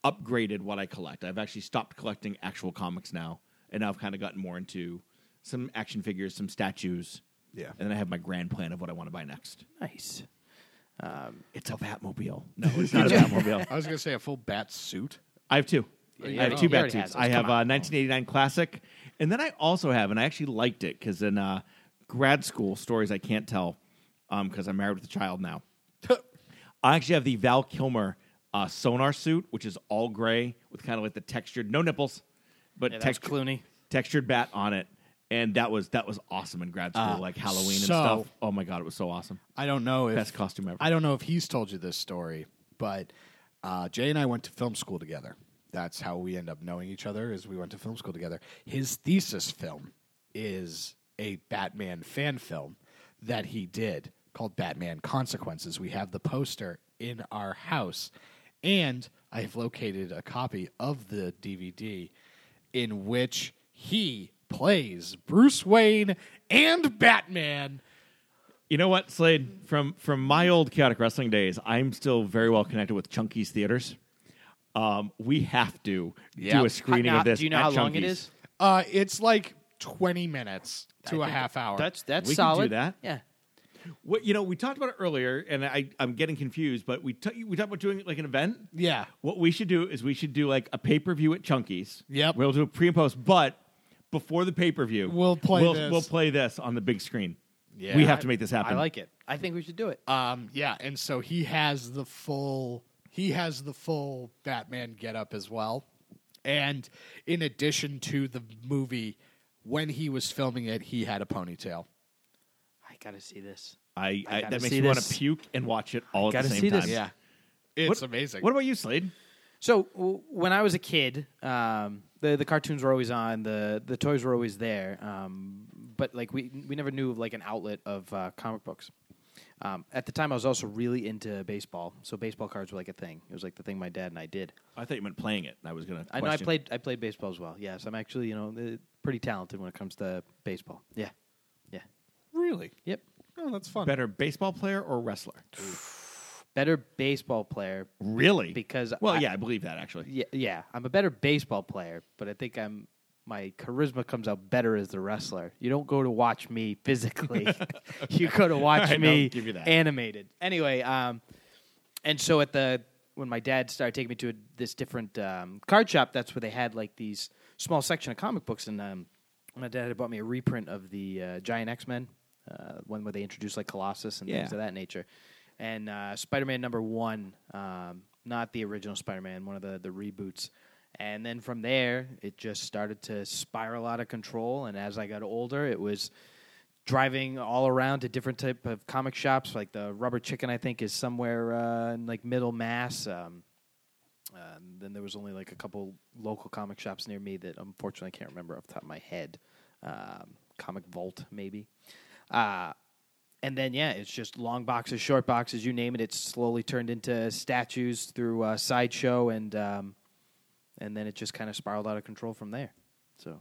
[SPEAKER 3] upgraded what I collect. I've actually stopped collecting actual comics now, and I've kind of gotten more into some action figures, some statues.
[SPEAKER 4] Yeah.
[SPEAKER 3] And then I have my grand plan of what I want to buy next.
[SPEAKER 2] nice. Um,
[SPEAKER 3] It's a Batmobile. No, it's not a Batmobile.
[SPEAKER 4] I was going to say a full bat suit.
[SPEAKER 3] I have two.
[SPEAKER 2] you
[SPEAKER 3] I have
[SPEAKER 2] already-
[SPEAKER 3] two
[SPEAKER 2] you already had
[SPEAKER 3] Batsuits.
[SPEAKER 2] those.
[SPEAKER 3] I have
[SPEAKER 2] Come
[SPEAKER 3] a
[SPEAKER 2] on.
[SPEAKER 3] 1989 classic, and then I also have, and I actually liked it because in uh, grad school stories I can't tell because I'm married with a child now. I actually have the Val Kilmer uh, sonar suit, which is all gray with kind of like the textured, no nipples, but
[SPEAKER 2] yeah, that's
[SPEAKER 3] textu-
[SPEAKER 2] Clooney.
[SPEAKER 3] textured bat on it. And that was that was awesome in grad school,
[SPEAKER 2] Ah,
[SPEAKER 3] like Halloween
[SPEAKER 4] so-
[SPEAKER 3] and stuff. Oh my god, it was so awesome!
[SPEAKER 4] I don't know if
[SPEAKER 3] Best costume ever.
[SPEAKER 4] I don't know if he's told you this story, but uh, Jay and I went to film school together. That's how we end up knowing each other. Is we went to film school together. His thesis film is a Batman fan film that he did called Batman Consequences. We have the poster in our house, and I have located a copy of the DVD in which he plays Bruce Wayne and Batman.
[SPEAKER 3] You know what, Slade? From from my old chaotic wrestling days, I'm still very well connected with Chunky's theaters. Um, we have to
[SPEAKER 4] Yep.
[SPEAKER 3] do a screening
[SPEAKER 2] Now,
[SPEAKER 3] of this.
[SPEAKER 2] do you know
[SPEAKER 3] at
[SPEAKER 2] how long it
[SPEAKER 3] Chunky's.
[SPEAKER 2] is?
[SPEAKER 4] Uh, it's like 20 minutes to a half hour.
[SPEAKER 2] That's that's
[SPEAKER 3] We can do
[SPEAKER 2] solid.
[SPEAKER 3] that.
[SPEAKER 2] Yeah.
[SPEAKER 3] What you know, we talked about it earlier, and I I'm getting confused. But we t- we talked about doing like an event.
[SPEAKER 4] yeah.
[SPEAKER 3] What we should do is we should do like a pay per view at Chunky's.
[SPEAKER 4] Yep.
[SPEAKER 3] We'll do a pre and post, but before the pay per view,
[SPEAKER 4] We'll play
[SPEAKER 3] We'll,
[SPEAKER 4] this.
[SPEAKER 3] we'll play this on the big screen.
[SPEAKER 4] Yeah.
[SPEAKER 3] We have to make this happen.
[SPEAKER 2] I like it. I think we should do it.
[SPEAKER 4] Um, yeah, and so he has the full he has the full Batman getup as well. And in addition to the movie when he was filming it, he had a ponytail.
[SPEAKER 2] I gotta see this. I
[SPEAKER 3] I, I,
[SPEAKER 2] gotta
[SPEAKER 3] that makes
[SPEAKER 2] see
[SPEAKER 3] me want
[SPEAKER 2] this.
[SPEAKER 3] to puke and watch it all at
[SPEAKER 2] Gotta
[SPEAKER 3] the same
[SPEAKER 2] see
[SPEAKER 3] time.
[SPEAKER 2] this. Yeah.
[SPEAKER 4] It's
[SPEAKER 3] What-
[SPEAKER 4] amazing.
[SPEAKER 3] What about you, Slade?
[SPEAKER 2] So w- when I was a kid, um, the the cartoons were always on. the The toys were always there. Um, but like we we never knew of like an outlet of uh, comic books. Um, at the time, I was also really into baseball, so baseball cards were like a thing. It was like the thing my dad and I did.
[SPEAKER 3] I thought you meant playing it. and I was gonna.
[SPEAKER 2] I know I
[SPEAKER 3] question.
[SPEAKER 2] played I played baseball as well. Yes, I'm actually you know uh, pretty talented when it comes to baseball. Yeah, yeah,
[SPEAKER 4] really?
[SPEAKER 2] yep.
[SPEAKER 4] Oh, that's fun.
[SPEAKER 3] better baseball player or wrestler.
[SPEAKER 2] Better baseball player.
[SPEAKER 3] Really?
[SPEAKER 2] Because
[SPEAKER 3] well,
[SPEAKER 2] I-
[SPEAKER 3] yeah, I believe that actually.
[SPEAKER 2] Yeah, yeah. I'm a better baseball player, but I think I'm my charisma comes out better as the wrestler. You don't go to watch me physically. you go to watch
[SPEAKER 3] All right,
[SPEAKER 2] me
[SPEAKER 3] I'll give you that.
[SPEAKER 2] animated. Anyway, um, and so at the when my dad started taking me to a, this different um, card shop, that's where they had like these small section of comic books. And um, my dad had bought me a reprint of the uh, Giant X Men, uh, one where they introduced like Colossus and things
[SPEAKER 3] Yeah.
[SPEAKER 2] of that nature, and uh, Spider Man number one, um, not the original Spider Man, one of the the reboots. And then from there, it just started to spiral out of control. And as I got older, it was driving all around to different type of comic shops. Like the Rubber Chicken, I think, is somewhere uh, in like Middle Mass. Um, uh, then there was only like a couple local comic shops near me that unfortunately I can't remember off the top of my head. Um, comic Vault, maybe. Uh, and then yeah, it's just long boxes, short boxes, you name it. It's slowly turned into statues through uh, sideshow, and um, and then it just kind of spiraled out of control from there. So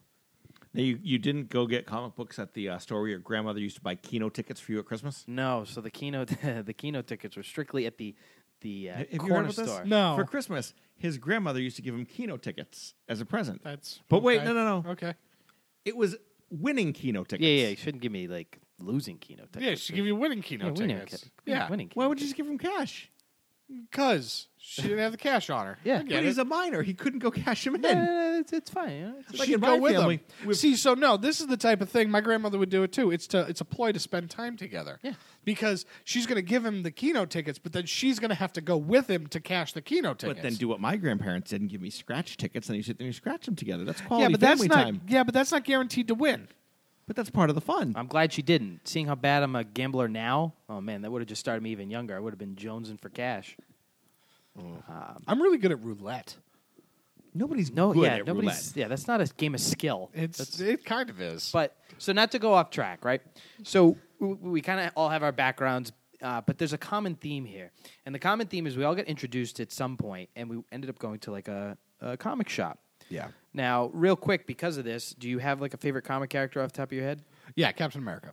[SPEAKER 3] Now, you, you didn't go get comic books at the uh, store where your grandmother used to buy kino tickets for you at Christmas?
[SPEAKER 2] No, so the keynote the keynote tickets were strictly at the the uh,
[SPEAKER 3] Have you heard
[SPEAKER 2] corner
[SPEAKER 3] about this?
[SPEAKER 2] store.
[SPEAKER 4] No.
[SPEAKER 3] For Christmas, his grandmother used to give him kino tickets as a present.
[SPEAKER 4] That's
[SPEAKER 3] But wait,
[SPEAKER 4] okay.
[SPEAKER 3] no, no, no.
[SPEAKER 4] Okay.
[SPEAKER 3] It was winning kino tickets.
[SPEAKER 2] Yeah, yeah, you shouldn't give me like losing keynote tickets.
[SPEAKER 4] Yeah, she give you winning keynote
[SPEAKER 2] winning
[SPEAKER 4] tickets.
[SPEAKER 2] key-
[SPEAKER 4] yeah,
[SPEAKER 2] winning
[SPEAKER 3] Why would you just give him cash?
[SPEAKER 4] because she didn't have the cash on her.
[SPEAKER 2] Yeah.
[SPEAKER 4] I get
[SPEAKER 3] But
[SPEAKER 4] it.
[SPEAKER 3] he's a minor. He couldn't go cash him in.
[SPEAKER 2] No, no, no, it's, it's fine. you know, it's-
[SPEAKER 3] Like
[SPEAKER 4] She'd
[SPEAKER 3] in
[SPEAKER 4] go
[SPEAKER 3] my
[SPEAKER 4] with
[SPEAKER 3] family,
[SPEAKER 4] them.
[SPEAKER 3] we've-
[SPEAKER 4] See, so no, this is the type of thing my grandmother would do it too. It's to it's a ploy to spend time together.
[SPEAKER 2] Yeah.
[SPEAKER 4] Because she's going to give him the keynote tickets, but then she's going to have to go with him to cash the keynote tickets.
[SPEAKER 3] But then do what my grandparents did and give me scratch tickets, and you sit there and you scratch them together. That's quality
[SPEAKER 4] yeah, but that's
[SPEAKER 3] family
[SPEAKER 4] not
[SPEAKER 3] time.
[SPEAKER 4] yeah, but that's not guaranteed to win.
[SPEAKER 3] But that's part of the fun.
[SPEAKER 2] I'm glad she didn't. Seeing how bad I'm a gambler now, oh man, that would have just started me even younger. I would have been jonesing for cash.
[SPEAKER 4] I'm really good at roulette.
[SPEAKER 3] nobody's
[SPEAKER 2] No,
[SPEAKER 3] good
[SPEAKER 2] yeah,
[SPEAKER 3] at
[SPEAKER 2] nobody's.
[SPEAKER 3] roulette.
[SPEAKER 2] Yeah, that's not a game of skill.
[SPEAKER 4] It's
[SPEAKER 2] That's-
[SPEAKER 4] it kind of is.
[SPEAKER 2] But so not to go off track, right? So we, we kind of all have our backgrounds, uh, but there's a common theme here, and the common theme is we all get introduced at some point, and we ended up going to like a, a comic shop.
[SPEAKER 4] yeah.
[SPEAKER 2] Now, real quick, because of this, do you have like a favorite comic character off the top of your head?
[SPEAKER 4] Yeah, Captain America.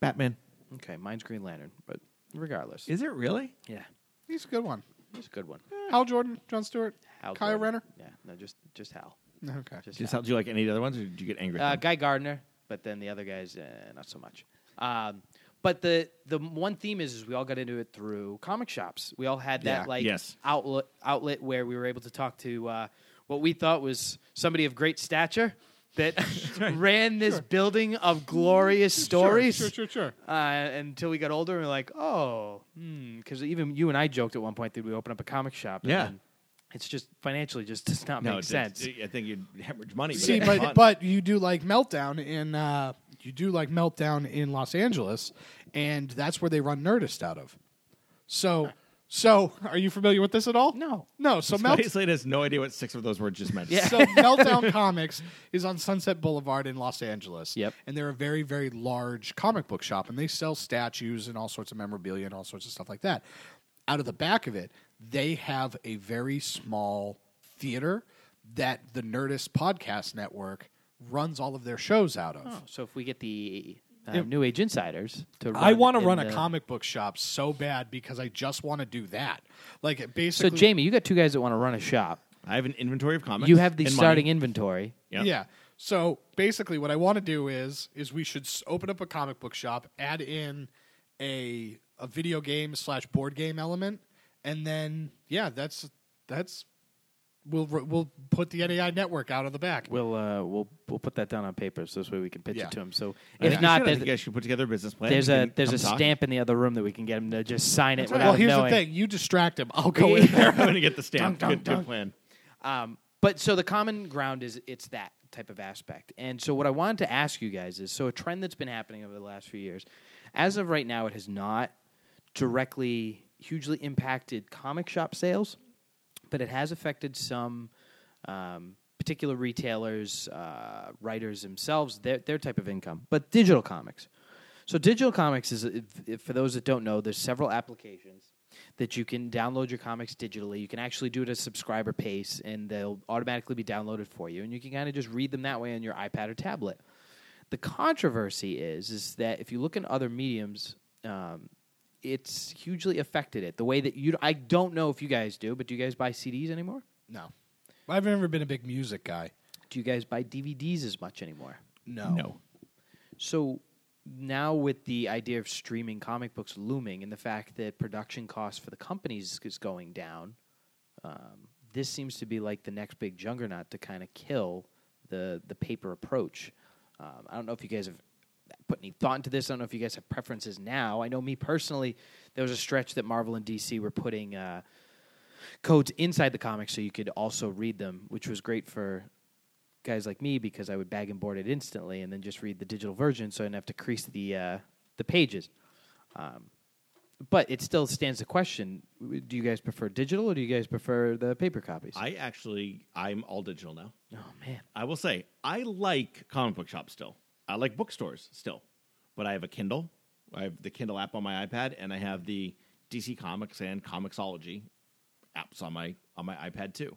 [SPEAKER 3] Batman.
[SPEAKER 2] Okay, mine's Green Lantern, but regardless,
[SPEAKER 3] Is it really?
[SPEAKER 2] yeah,
[SPEAKER 4] He's a good one.
[SPEAKER 2] it's a good one.
[SPEAKER 4] Hal Jordan, John Stewart,
[SPEAKER 2] Hal
[SPEAKER 4] Kyle
[SPEAKER 2] Jordan.
[SPEAKER 4] Renner.
[SPEAKER 2] yeah, no, just just Hal,
[SPEAKER 4] Okay.
[SPEAKER 2] just,
[SPEAKER 3] Just
[SPEAKER 2] Hal.
[SPEAKER 3] how, do you like any of the other ones, or did you get angry? at
[SPEAKER 2] Uh,
[SPEAKER 3] them?
[SPEAKER 2] Guy Gardner, but then the other guys, uh, not so much. Um, but the the one theme is, is we all got into it through comic shops. We all had that
[SPEAKER 4] Yeah,
[SPEAKER 2] like
[SPEAKER 3] yes.
[SPEAKER 2] outlet outlet where we were able to talk to uh, what we thought was somebody of great stature that ran this building of glorious stories.
[SPEAKER 4] Sure, sure, sure. sure.
[SPEAKER 2] Uh, until we got older, and we are like, oh, because even you and I joked at one point that we open up a comic shop. and
[SPEAKER 3] Yeah.
[SPEAKER 2] then it's just financially just does not
[SPEAKER 3] no,
[SPEAKER 2] make
[SPEAKER 3] it-
[SPEAKER 2] sense.
[SPEAKER 3] it- I think you'd hemorrhage money.
[SPEAKER 4] See,
[SPEAKER 3] it'd be fun.
[SPEAKER 4] but but you do like meltdown in uh, you do like meltdown in Los Angeles, and that's where they run Nerdist out of. So so are you familiar with this at all?
[SPEAKER 2] No.
[SPEAKER 4] no. So
[SPEAKER 3] Scott
[SPEAKER 4] melt.
[SPEAKER 3] Slade has no idea what six of those words just meant.
[SPEAKER 2] Yeah.
[SPEAKER 4] So Meltdown Comics is on Sunset Boulevard in Los Angeles.
[SPEAKER 2] Yep.
[SPEAKER 4] And they're a very, very large comic book shop and they sell statues and all sorts of memorabilia and all sorts of stuff like that. Out of the back of it, they have a very small theater that the Nerdist Podcast Network runs all of their shows out of.
[SPEAKER 2] Oh, So if we get the uh, New Age Insiders to,
[SPEAKER 4] I
[SPEAKER 2] run
[SPEAKER 4] want to
[SPEAKER 2] in
[SPEAKER 4] run a
[SPEAKER 2] the-
[SPEAKER 4] comic book shop so bad because I just want to do that. Like it
[SPEAKER 2] So
[SPEAKER 4] basically
[SPEAKER 2] Jamie, you got two guys that want to run a shop.
[SPEAKER 3] I have an inventory of comics.
[SPEAKER 2] You have the
[SPEAKER 3] and
[SPEAKER 2] starting
[SPEAKER 3] money.
[SPEAKER 2] inventory.
[SPEAKER 3] Yep.
[SPEAKER 4] Yeah. So basically, what I want to do is is we should s- open up a comic book shop, add in a a video game slash board game element, and then yeah, that's that's we'll r- we'll put the NAI network out of the back.
[SPEAKER 2] We'll uh, we'll we'll put that down on paper, so this way we can pitch
[SPEAKER 4] Yeah.
[SPEAKER 2] it to him. So
[SPEAKER 3] I think
[SPEAKER 2] if
[SPEAKER 3] you
[SPEAKER 2] not,
[SPEAKER 3] should. I think you
[SPEAKER 2] there's,
[SPEAKER 3] guys should put together a business plan.
[SPEAKER 2] there's
[SPEAKER 3] We
[SPEAKER 2] a
[SPEAKER 3] can
[SPEAKER 2] there's
[SPEAKER 3] come
[SPEAKER 2] a
[SPEAKER 3] talk.
[SPEAKER 2] stamp in the other room that we can get him to just sign it without
[SPEAKER 4] well, here's
[SPEAKER 2] knowing.
[SPEAKER 4] the thing: you distract him, I'll go in there.
[SPEAKER 3] I'm going to get the stamp.
[SPEAKER 2] Dun, dun,
[SPEAKER 3] good, good
[SPEAKER 2] dun.
[SPEAKER 3] plan.
[SPEAKER 2] Um, but so the common ground is it's that type of aspect. And so what I wanted to ask you guys is so a trend that's been happening over the last few years, as of right now, it has not directly hugely impacted comic shop sales, but it has affected some um, particular retailers, uh, writers themselves, their their type of income. But digital comics. So digital comics is if, if, for those that don't know, there's several applications that you can download your comics digitally. You can actually do it at subscriber pace, and they'll automatically be downloaded for you, and you can kind of just read them that way on your iPad or tablet. The controversy is is that if you look in other mediums, um, it's hugely affected it the way that you. I don't know if you guys do, but do you guys buy CDs anymore?
[SPEAKER 4] No, I've never been a big music guy.
[SPEAKER 2] do you guys buy DVDs as much anymore?
[SPEAKER 4] No.
[SPEAKER 3] No.
[SPEAKER 2] So now with the idea of streaming comic books looming and the fact that production costs for the companies is going down, um, this seems to be like the next big juggernaut to kind of kill the the paper approach. Um, I don't know if you guys have put any thought into this. I don't know if you guys have preferences now. I know me personally, there was a stretch that Marvel and DC were putting. Uh, codes inside the comics so you could also read them, which was great for guys like me because I would bag and board it instantly and then just read the digital version so I didn't have to crease the uh, the pages. Um, but it still stands the question: w- Do you guys prefer digital or do you guys prefer the paper copies?
[SPEAKER 3] I actually, I'm all digital now.
[SPEAKER 2] oh man,
[SPEAKER 3] I will say, I like comic book shops still. I like bookstores still, but I have a Kindle. I have the Kindle app on my iPad, and I have the DC Comics and Comixology apps on my on my iPad too.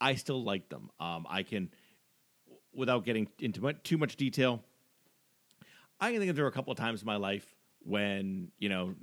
[SPEAKER 3] I still like them. Um, I can, without getting into mu- too much detail, I can think of there were a couple of times in my life when you know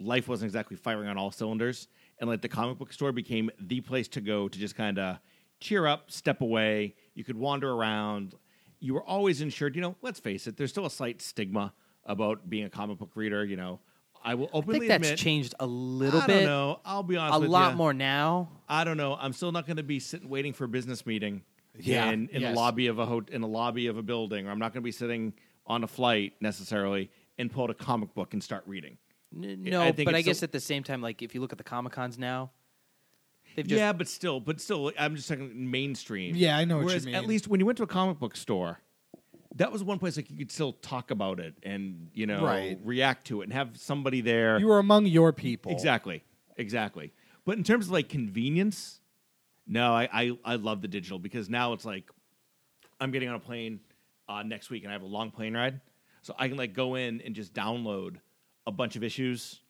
[SPEAKER 3] life wasn't exactly firing on all cylinders, and like the comic book store became the place to go to just kind of cheer up, step away. You could wander around. You were always insured. You know, let's face it, there's still a slight stigma about being a comic book reader. You know, I will
[SPEAKER 2] I
[SPEAKER 3] openly
[SPEAKER 2] think that's
[SPEAKER 3] admit,
[SPEAKER 2] changed a little
[SPEAKER 3] I
[SPEAKER 2] bit.
[SPEAKER 3] don't know. I'll be honest.
[SPEAKER 2] A
[SPEAKER 3] with
[SPEAKER 2] lot
[SPEAKER 3] ya.
[SPEAKER 2] more now.
[SPEAKER 3] I don't know. I'm still not going to be sitting waiting for a business meeting
[SPEAKER 4] Yeah,
[SPEAKER 3] in, in
[SPEAKER 4] yes.
[SPEAKER 3] the lobby of a ho- in the lobby of a building, or I'm not going to be sitting on a flight necessarily and pull out a comic book and start reading.
[SPEAKER 2] N-
[SPEAKER 3] I
[SPEAKER 2] No,
[SPEAKER 3] think
[SPEAKER 2] but I
[SPEAKER 3] it's
[SPEAKER 2] guess
[SPEAKER 3] still-
[SPEAKER 2] at the same time, like if you look at the comic cons now, they've just
[SPEAKER 3] yeah, but still, but still, I'm just talking mainstream.
[SPEAKER 4] Yeah, I know what you
[SPEAKER 3] Whereas At
[SPEAKER 4] mean.
[SPEAKER 3] least when you went to a comic book store, that was one place like you could still talk about it and you know
[SPEAKER 4] Right.
[SPEAKER 3] react to it and have somebody there.
[SPEAKER 4] You were among your people.
[SPEAKER 3] Exactly. Exactly. But in terms of like convenience, no, I, I, I love the digital because now it's like I'm getting on a plane uh, next week and I have a long plane ride. So I can like go in and just download a bunch of issues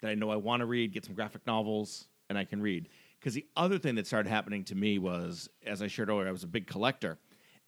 [SPEAKER 3] that I know I want to read, get some graphic novels, and I can read. Because the other thing that started happening to me was, as I shared earlier, I was a big collector.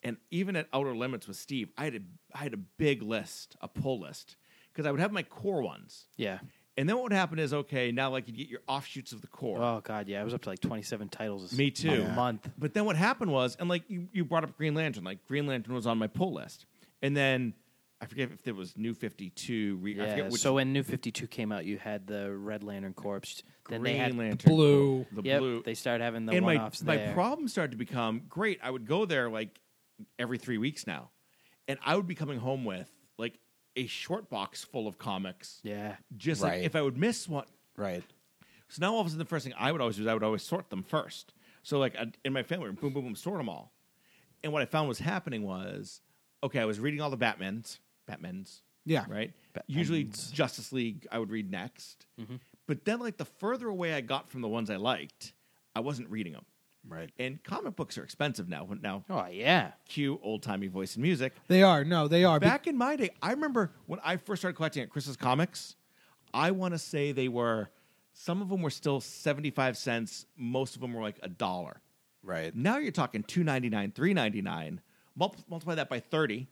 [SPEAKER 3] And even at Outer Limits with Steve, I had a, I had a big list, a pull list, because I would have my core ones.
[SPEAKER 2] yeah.
[SPEAKER 3] And then what would happen is okay, now like you get your offshoots of the core.
[SPEAKER 2] Oh god, yeah, I was up to like twenty-seven titles. this
[SPEAKER 3] Me too.
[SPEAKER 2] Month.
[SPEAKER 3] But then what happened was, and like you, you brought up Green Lantern, like Green Lantern was on my pull list. And then I forget if there was New 52, re- I
[SPEAKER 2] Yeah.
[SPEAKER 3] forget which
[SPEAKER 2] So when New Fifty Two came out, you had the Red Lantern Corps. Then
[SPEAKER 3] Green
[SPEAKER 2] they had
[SPEAKER 3] Lantern.
[SPEAKER 4] blue.
[SPEAKER 3] The
[SPEAKER 2] yep,
[SPEAKER 3] blue.
[SPEAKER 2] They started having the
[SPEAKER 3] and my,
[SPEAKER 2] one-offs
[SPEAKER 3] my
[SPEAKER 2] there.
[SPEAKER 3] problem started to become great. I would go there like every three weeks now. And I would be coming home with like a short box full of comics.
[SPEAKER 2] yeah.
[SPEAKER 3] Just
[SPEAKER 4] Right.
[SPEAKER 3] like if I would miss one,
[SPEAKER 4] Right.
[SPEAKER 3] So now all of a sudden, the first thing I would always do is I would always sort them first. So like I'd- in my family, room, boom, boom, boom, sort them all. And what I found was happening was, okay, I was reading all the Batmans, Batmans,
[SPEAKER 4] Yeah.
[SPEAKER 3] right. Usually Justice League I would read next, but then like the further away I got from the ones I liked, I wasn't reading them.
[SPEAKER 4] Right.
[SPEAKER 3] And comic books are expensive now. Now,
[SPEAKER 2] Oh yeah.
[SPEAKER 3] cue old timey voice and music.
[SPEAKER 4] They are. No, they are. Be-
[SPEAKER 3] Back in my day, I remember when I first started collecting at Chris's Comics, I want to say they were, some of them were still 75 cents, most of them were like a dollar.
[SPEAKER 4] right.
[SPEAKER 3] Now you're talking 2.99, 3.99, mul- multiply that by 30.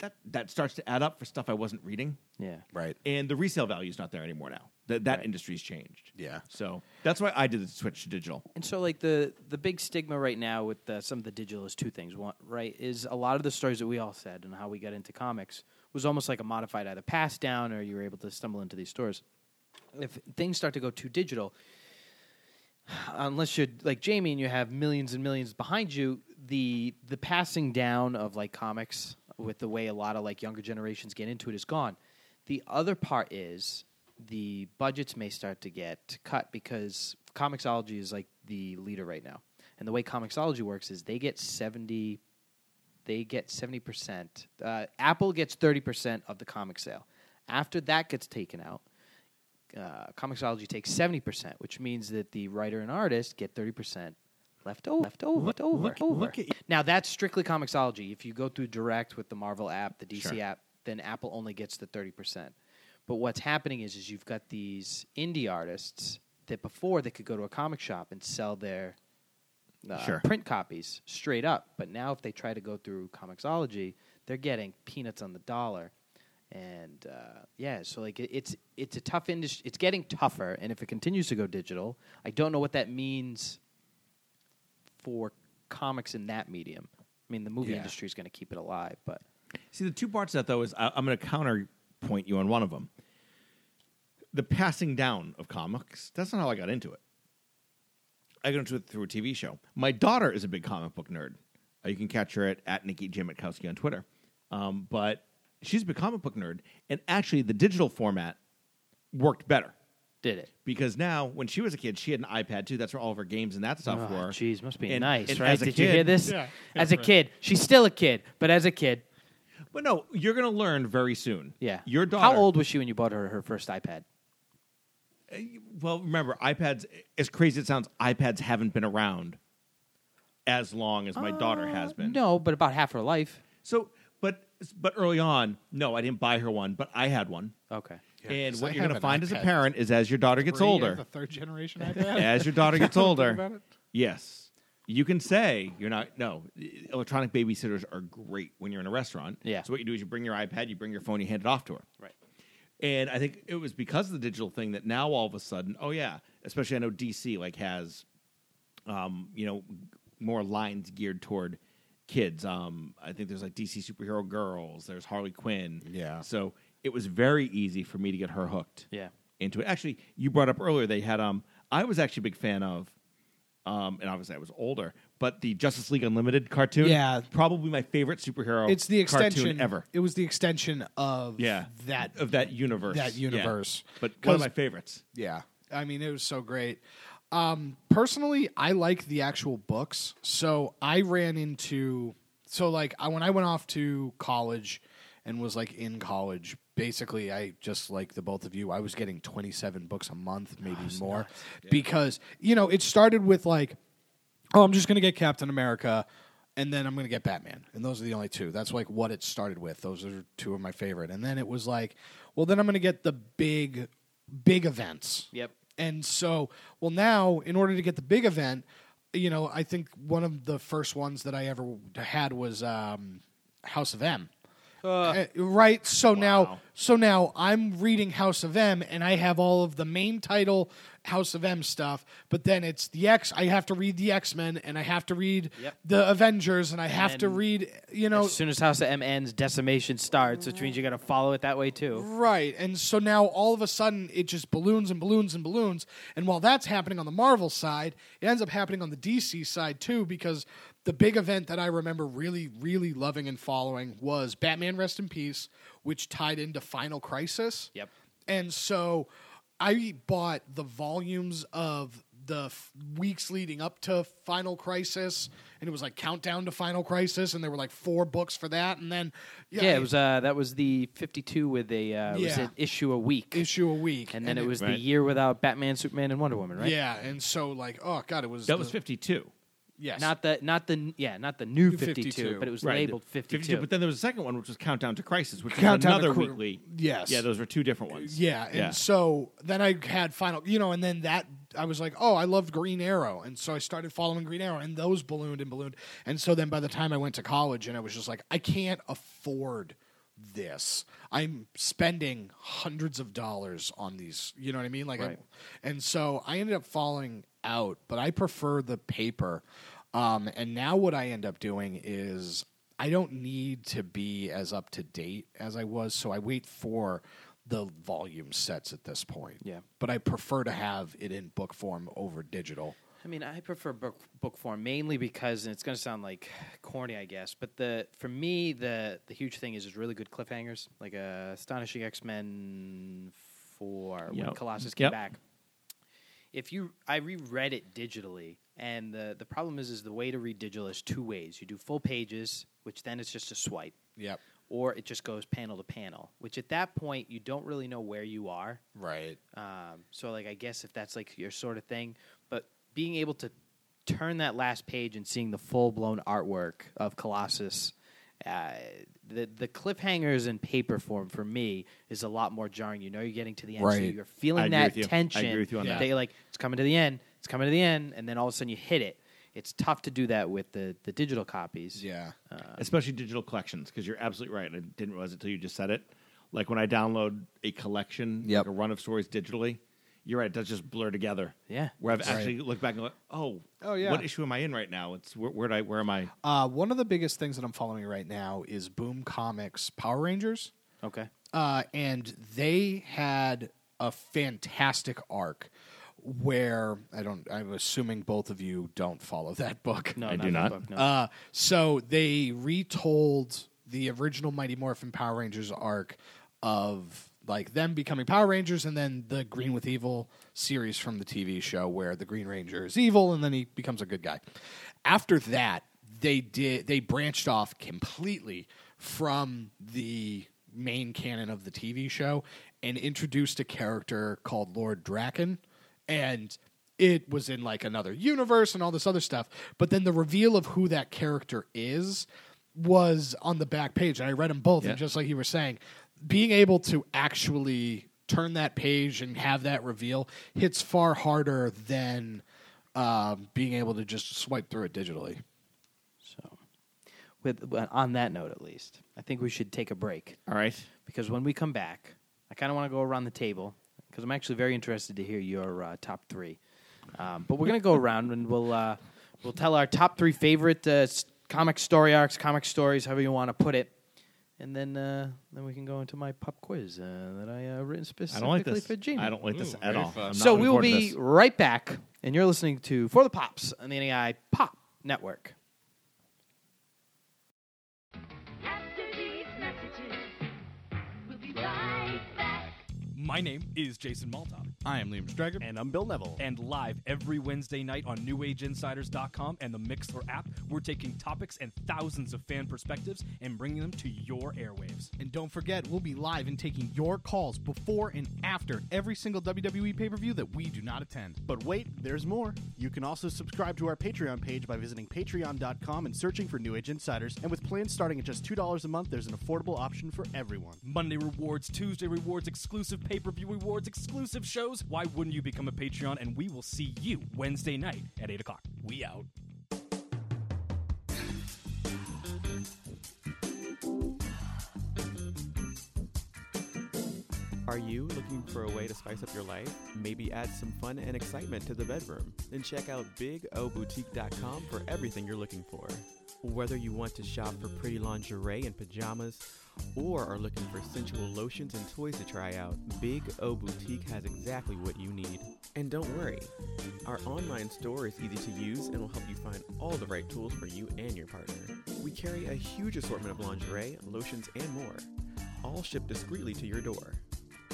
[SPEAKER 3] That that starts to add up for stuff I wasn't reading.
[SPEAKER 2] Yeah.
[SPEAKER 4] Right.
[SPEAKER 3] And the resale value is not there anymore now. That that industry's changed.
[SPEAKER 4] Yeah.
[SPEAKER 3] So that's why I did the switch to digital.
[SPEAKER 2] And so, like the the big stigma right now with uh some of the digital is two things. One, right, is a lot of the stories that we all said and how we got into comics was almost like a modified either pass down or you were able to stumble into these stores. If things start to go too digital, unless you're like Jamie and you have millions and millions behind you, the the passing down of like comics with the way a lot of like younger generations get into it is gone. The other part is the budgets may start to get cut because Comixology is like the leader right now. And the way Comixology works is they get 70 they get 70%. Uh, Apple gets 30% of the comic sale. After that gets taken out, uh, Comixology takes 70%, which means that the writer and artist get 30% left over. Left over. Left over. over. now, that's strictly Comixology. If you go through direct with the Marvel app, the DC
[SPEAKER 3] Sure.
[SPEAKER 2] app, then Apple only gets the 30%. But what's happening is, is you've got these indie artists that before they could go to a comic shop and sell their uh,
[SPEAKER 3] Sure.
[SPEAKER 2] print copies straight up. But now, if they try to go through Comixology, they're getting peanuts on the dollar. And uh, yeah, so like it, it's it's a tough industry. It's getting tougher, and if it continues to go digital, I don't know what that means for comics in that medium. I mean, the movie
[SPEAKER 4] Yeah.
[SPEAKER 2] industry is going to keep it alive, but
[SPEAKER 3] See, the two parts of that though is I, I'm going to counterpoint you on one of them. The passing down of comics. That's not how I got into it. I got into it through a TV show. My daughter is a big comic book nerd. Uh, you can catch her at, at Nikki J. Mitkowski on Twitter. Um, but she's a big comic book nerd, and actually, the digital format worked better
[SPEAKER 2] did it?
[SPEAKER 3] because now when she was a kid, she had an iPad too. That's where all of her games and that stuff
[SPEAKER 2] Oh,
[SPEAKER 3] were.
[SPEAKER 2] Jeez, must be
[SPEAKER 3] And-
[SPEAKER 2] nice,
[SPEAKER 3] and
[SPEAKER 2] right?
[SPEAKER 3] as a
[SPEAKER 2] Did you hear
[SPEAKER 3] kid-
[SPEAKER 2] this?
[SPEAKER 4] Yeah,
[SPEAKER 2] as a
[SPEAKER 4] right.
[SPEAKER 2] kid, she's still a kid, but as a kid,
[SPEAKER 3] But no, you're going to learn very soon.
[SPEAKER 2] yeah.
[SPEAKER 3] your daughter.
[SPEAKER 2] How old was she when you bought her her first iPad?
[SPEAKER 3] Well, remember, iPads, as crazy as it sounds, iPads haven't been around as long as my daughter has been.
[SPEAKER 2] Uh, No, but about half her life.
[SPEAKER 3] So, but but early on, no, I didn't buy her one, but I had one.
[SPEAKER 2] Okay.
[SPEAKER 4] Uh, Yeah,
[SPEAKER 3] and
[SPEAKER 4] 'cause
[SPEAKER 3] what
[SPEAKER 4] I
[SPEAKER 3] you're going
[SPEAKER 4] have
[SPEAKER 3] to
[SPEAKER 4] an
[SPEAKER 3] find as a
[SPEAKER 4] iPad
[SPEAKER 3] parent is as your daughter gets
[SPEAKER 4] Three of
[SPEAKER 3] older,
[SPEAKER 4] The third generation iPad.
[SPEAKER 3] as your daughter gets
[SPEAKER 4] about
[SPEAKER 3] older,
[SPEAKER 4] it.
[SPEAKER 3] yes, you can say you're not. No, electronic babysitters are great when you're in a restaurant.
[SPEAKER 2] Yeah.
[SPEAKER 3] So what you do is you bring your iPad, you bring your phone, you hand it off to her.
[SPEAKER 2] Right.
[SPEAKER 3] And I think it was because of the digital thing that now all of a sudden, oh yeah, especially I know DC like has, um, you know, more lines geared toward kids. Um, I think there's like DC superhero girls. There's Harley Quinn.
[SPEAKER 4] Yeah.
[SPEAKER 3] So it was very easy for me to get her hooked.
[SPEAKER 2] Yeah.
[SPEAKER 3] Into it. Actually, you brought up earlier they had. Um, I was actually a big fan of. Um, and obviously I was older, but the Justice League Unlimited cartoon,
[SPEAKER 4] Yeah.
[SPEAKER 3] probably my favorite superhero.
[SPEAKER 4] It's the
[SPEAKER 3] cartoon
[SPEAKER 4] extension
[SPEAKER 3] ever.
[SPEAKER 4] It was the extension of
[SPEAKER 3] Yeah,
[SPEAKER 4] that
[SPEAKER 3] of that universe.
[SPEAKER 4] that
[SPEAKER 3] Yeah.
[SPEAKER 4] universe.
[SPEAKER 3] But one
[SPEAKER 4] 'Cause-
[SPEAKER 3] of my favorites.
[SPEAKER 4] Yeah. I mean, it was so great. Um, personally, I like the actual books. So I ran into, so like I, when I went off to college and was like in college, basically, I just like the both of you, I was getting 27 books a month, maybe more. Because, you know, it started with like, oh, I'm just going to get Captain America and then I'm going to get Batman. And those are the only two. That's like what it started with. Those are two of my favorite. And then it was like, well, then I'm going to get the big, big events.
[SPEAKER 2] Yep.
[SPEAKER 4] And so, well, now in order to get the big event, you know, I think one of the first ones that I ever had was um, House of M. Uh, right. So now, so now I'm reading House of M, and I have all of the main title House of M stuff. But then it's the X. I have to read the X Men, and I have to read
[SPEAKER 2] Yep.
[SPEAKER 4] the Avengers, and I have to
[SPEAKER 2] then-
[SPEAKER 4] read. You know,
[SPEAKER 2] As soon as House of M ends, decimation starts, which means you got to follow it that way too.
[SPEAKER 4] Right. And so now all of a sudden it just balloons and balloons and balloons. And while that's happening on the Marvel side, it ends up happening on the DC side too because the big event that I remember really, really loving and following was Batman Rest in Peace, which tied into Final Crisis.
[SPEAKER 2] Yep.
[SPEAKER 4] And so I bought the volumes of the f- weeks leading up to Final Crisis, and it was like Countdown to Final Crisis, and there were like four books for that. And then,
[SPEAKER 2] Yeah, it was uh, that was the 52 with a uh, was
[SPEAKER 4] Yeah.
[SPEAKER 2] an issue a week,
[SPEAKER 4] issue a week.
[SPEAKER 2] and then it was the
[SPEAKER 3] Right.
[SPEAKER 2] year without Batman, Superman, and Wonder Woman, right?
[SPEAKER 4] Yeah, and so like, oh god, it was
[SPEAKER 3] That
[SPEAKER 4] the-
[SPEAKER 3] was 52.
[SPEAKER 4] yes,
[SPEAKER 2] Not the not the yeah not the new 52,
[SPEAKER 4] 52,
[SPEAKER 2] but it was
[SPEAKER 3] Right.
[SPEAKER 2] labeled 52.
[SPEAKER 3] But then there was a second one, which was Countdown to Crisis, which was
[SPEAKER 4] Countdown to
[SPEAKER 3] another
[SPEAKER 4] Cri-
[SPEAKER 3] weekly.
[SPEAKER 4] Yes.
[SPEAKER 3] Yeah, those were two different ones.
[SPEAKER 4] yeah, and
[SPEAKER 3] yeah.
[SPEAKER 4] so then I had final, you know, and then that I was like, oh, I loved Green Arrow, and so I started following Green Arrow, and those ballooned and ballooned, and so then by the time I went to college, and I was just like, I can't afford this. I'm spending hundreds of dollars on these, you know what I mean? Like,
[SPEAKER 2] Right.
[SPEAKER 4] I, and so I ended up falling out, but I prefer the paper. Um, and now what I end up doing is I don't need to be as up to date as I was, so I wait for the volume sets at this point.
[SPEAKER 2] Yeah.
[SPEAKER 4] But I prefer to have it in book form over digital.
[SPEAKER 2] I mean, I prefer book book form mainly because, and it's going to sound like corny, I guess, but the for me the the huge thing is just really good cliffhangers, like uh, astonishing X Men four when
[SPEAKER 3] Yep.
[SPEAKER 2] Colossus came
[SPEAKER 3] Yep.
[SPEAKER 2] back. If you, I reread it digitally, and the the problem is, is the way to read digital is two ways. You do full pages, which then it's just a swipe,
[SPEAKER 4] Yep.
[SPEAKER 2] or it just goes panel to panel, which at that point you don't really know where you are.
[SPEAKER 4] Right.
[SPEAKER 2] Um, so like I guess if that's like your sort of thing, but being able to turn that last page and seeing the full blown artwork of Colossus, uh, the the cliffhangers in paper form for me is a lot more jarring. You know, you're getting to the end, so
[SPEAKER 4] Right.
[SPEAKER 2] you're
[SPEAKER 3] I
[SPEAKER 2] feeling
[SPEAKER 3] agree
[SPEAKER 2] that
[SPEAKER 3] with you. I
[SPEAKER 2] tension.
[SPEAKER 3] agree with you on
[SPEAKER 4] Yeah. that.
[SPEAKER 2] That you're like, it's coming to the end, it's coming to the end, and then all of a sudden you hit it. It's tough to do that with the the digital copies.
[SPEAKER 4] Yeah.
[SPEAKER 3] Uh. Especially digital collections, because you're absolutely right. I didn't realize it until you just said it. Like when I download a collection,
[SPEAKER 4] Yep.
[SPEAKER 3] like a run of stories digitally, You're right. It does just blur together.
[SPEAKER 2] Yeah.
[SPEAKER 3] Where I've actually looked back and go, oh,
[SPEAKER 4] Oh, yeah.
[SPEAKER 3] What issue am I in right now? It's where, where, do I, where am I?
[SPEAKER 4] Uh, one of the biggest things that I'm following right now is Boom Comics Power Rangers.
[SPEAKER 2] Okay.
[SPEAKER 4] uh, and they had a fantastic arc where I don't. I'm assuming both of you don't follow that book.
[SPEAKER 2] No,
[SPEAKER 3] I
[SPEAKER 2] not
[SPEAKER 3] do
[SPEAKER 2] that
[SPEAKER 3] not.
[SPEAKER 2] book, no.
[SPEAKER 4] Uh, so they retold the original Mighty Morphin Power Rangers arc of like them becoming Power Rangers, and then the Green with Evil series from the TV show where the Green Ranger is evil and then he becomes a good guy. After that, they did they branched off completely from the main canon of the TV show and introduced a character called Lord Draken and it was in like another universe and all this other stuff. But then the reveal of who that character is was on the back page. And I read them both.
[SPEAKER 3] Yeah.
[SPEAKER 4] And just like you were saying, being able to actually turn that page and have that reveal hits far harder than um, being able to just swipe through it digitally.
[SPEAKER 2] So, with but on that note, at least, I think we should take a break
[SPEAKER 3] All right.
[SPEAKER 2] because when we come back, I kind of want to go around the table because I'm actually very interested to hear your uh, top three. Um, but we're gonna go around and we'll uh, we'll tell our top three favorite uh, s- comic story arcs, comic stories, however you want to put it, and then uh, then we can go into my pop quiz uh, that I uh, written
[SPEAKER 3] I
[SPEAKER 2] specifically
[SPEAKER 3] don't like this.
[SPEAKER 2] for Gene.
[SPEAKER 3] I don't like this
[SPEAKER 4] Ooh,
[SPEAKER 3] at
[SPEAKER 4] very
[SPEAKER 3] all.
[SPEAKER 4] fun.
[SPEAKER 3] I'm not
[SPEAKER 2] So
[SPEAKER 3] looking
[SPEAKER 2] we will
[SPEAKER 3] forward to
[SPEAKER 2] be
[SPEAKER 3] this.
[SPEAKER 2] right back, and you're listening to For the Pops on the NEI Pop Network.
[SPEAKER 5] After these messages, we'll be right back.
[SPEAKER 6] My name is Jason Maltop,
[SPEAKER 4] I am Liam Strager.
[SPEAKER 1] And I'm Bill Neville.
[SPEAKER 6] and live every Wednesday night on NewAgeInsiders.com and the Mixler app, we're taking topics and thousands of fan perspectives and bringing them to your airwaves.
[SPEAKER 4] And don't forget, we'll be live and taking your calls before and after every single WWE pay per view that we do not attend.
[SPEAKER 1] But wait, there's more. You can also subscribe to our Patreon page by visiting patreon.com and searching for New Age Insiders. And with plans starting at just $2 a month, there's an affordable option for everyone.
[SPEAKER 6] Monday rewards, Tuesday rewards, exclusive pay per view rewards, exclusive shows. Why wouldn't you become a Patreon? And we will see you Wednesday night at 8 o'clock. We out.
[SPEAKER 7] Are you looking for a way to spice up your life? Maybe add some fun and excitement to the bedroom? Then check out BigOBoutique.com for everything you're looking for. Whether you want to shop for pretty lingerie and pajamas, or are looking for sensual lotions and toys to try out, Big O Boutique has exactly what you need. And don't worry, our online store is easy to use and will help you find all the right tools for you and your partner. We carry a huge assortment of lingerie, lotions, and more, all shipped discreetly to your door.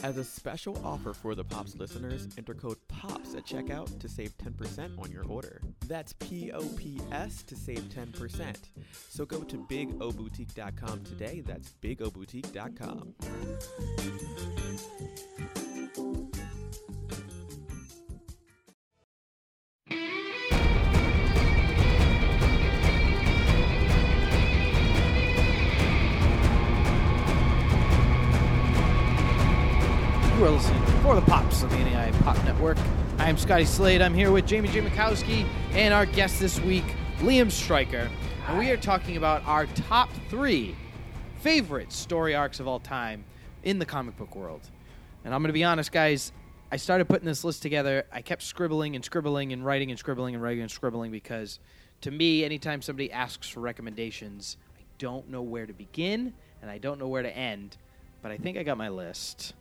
[SPEAKER 7] As a special offer for the Pops listeners, enter code POPS at checkout to save 10% on your order. That's P O P S to save 10%. So go to bigoboutique.com today. That's bigoboutique.com.
[SPEAKER 2] You are listening to For the Pops on the NAI Pop Network. I am Scotty Slade. I'm here with Jamie J. Mikowski and our guest this week, Liam Stryker. And we are talking about our top three favorite story arcs of all time in the comic book world. And I'm going to be honest, guys, I started putting this list together. I kept scribbling and scribbling and writing and scribbling and writing and scribbling because to me, anytime somebody asks for recommendations, I don't know where to begin and I don't know where to end. But I think I got my list.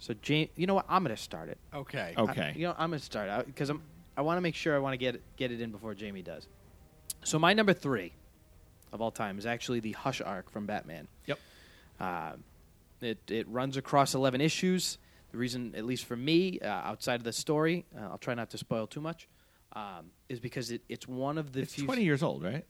[SPEAKER 2] So, James, you know what? I'm going to start it.
[SPEAKER 4] Okay.
[SPEAKER 3] Oh.
[SPEAKER 2] I-
[SPEAKER 3] Okay.
[SPEAKER 2] you know, I'm going to start out because I'm. I want to make sure I want to get it, get it in before Jamie does. So my number three of all time is actually the Hush arc from Batman.
[SPEAKER 3] Yep.
[SPEAKER 2] Uh, it it runs across eleven issues. The reason, at least for me, uh, outside of the story, uh, I'll try not to spoil too much, um, is because it, it's one of the
[SPEAKER 3] It's
[SPEAKER 2] few.
[SPEAKER 3] 20 years old, right?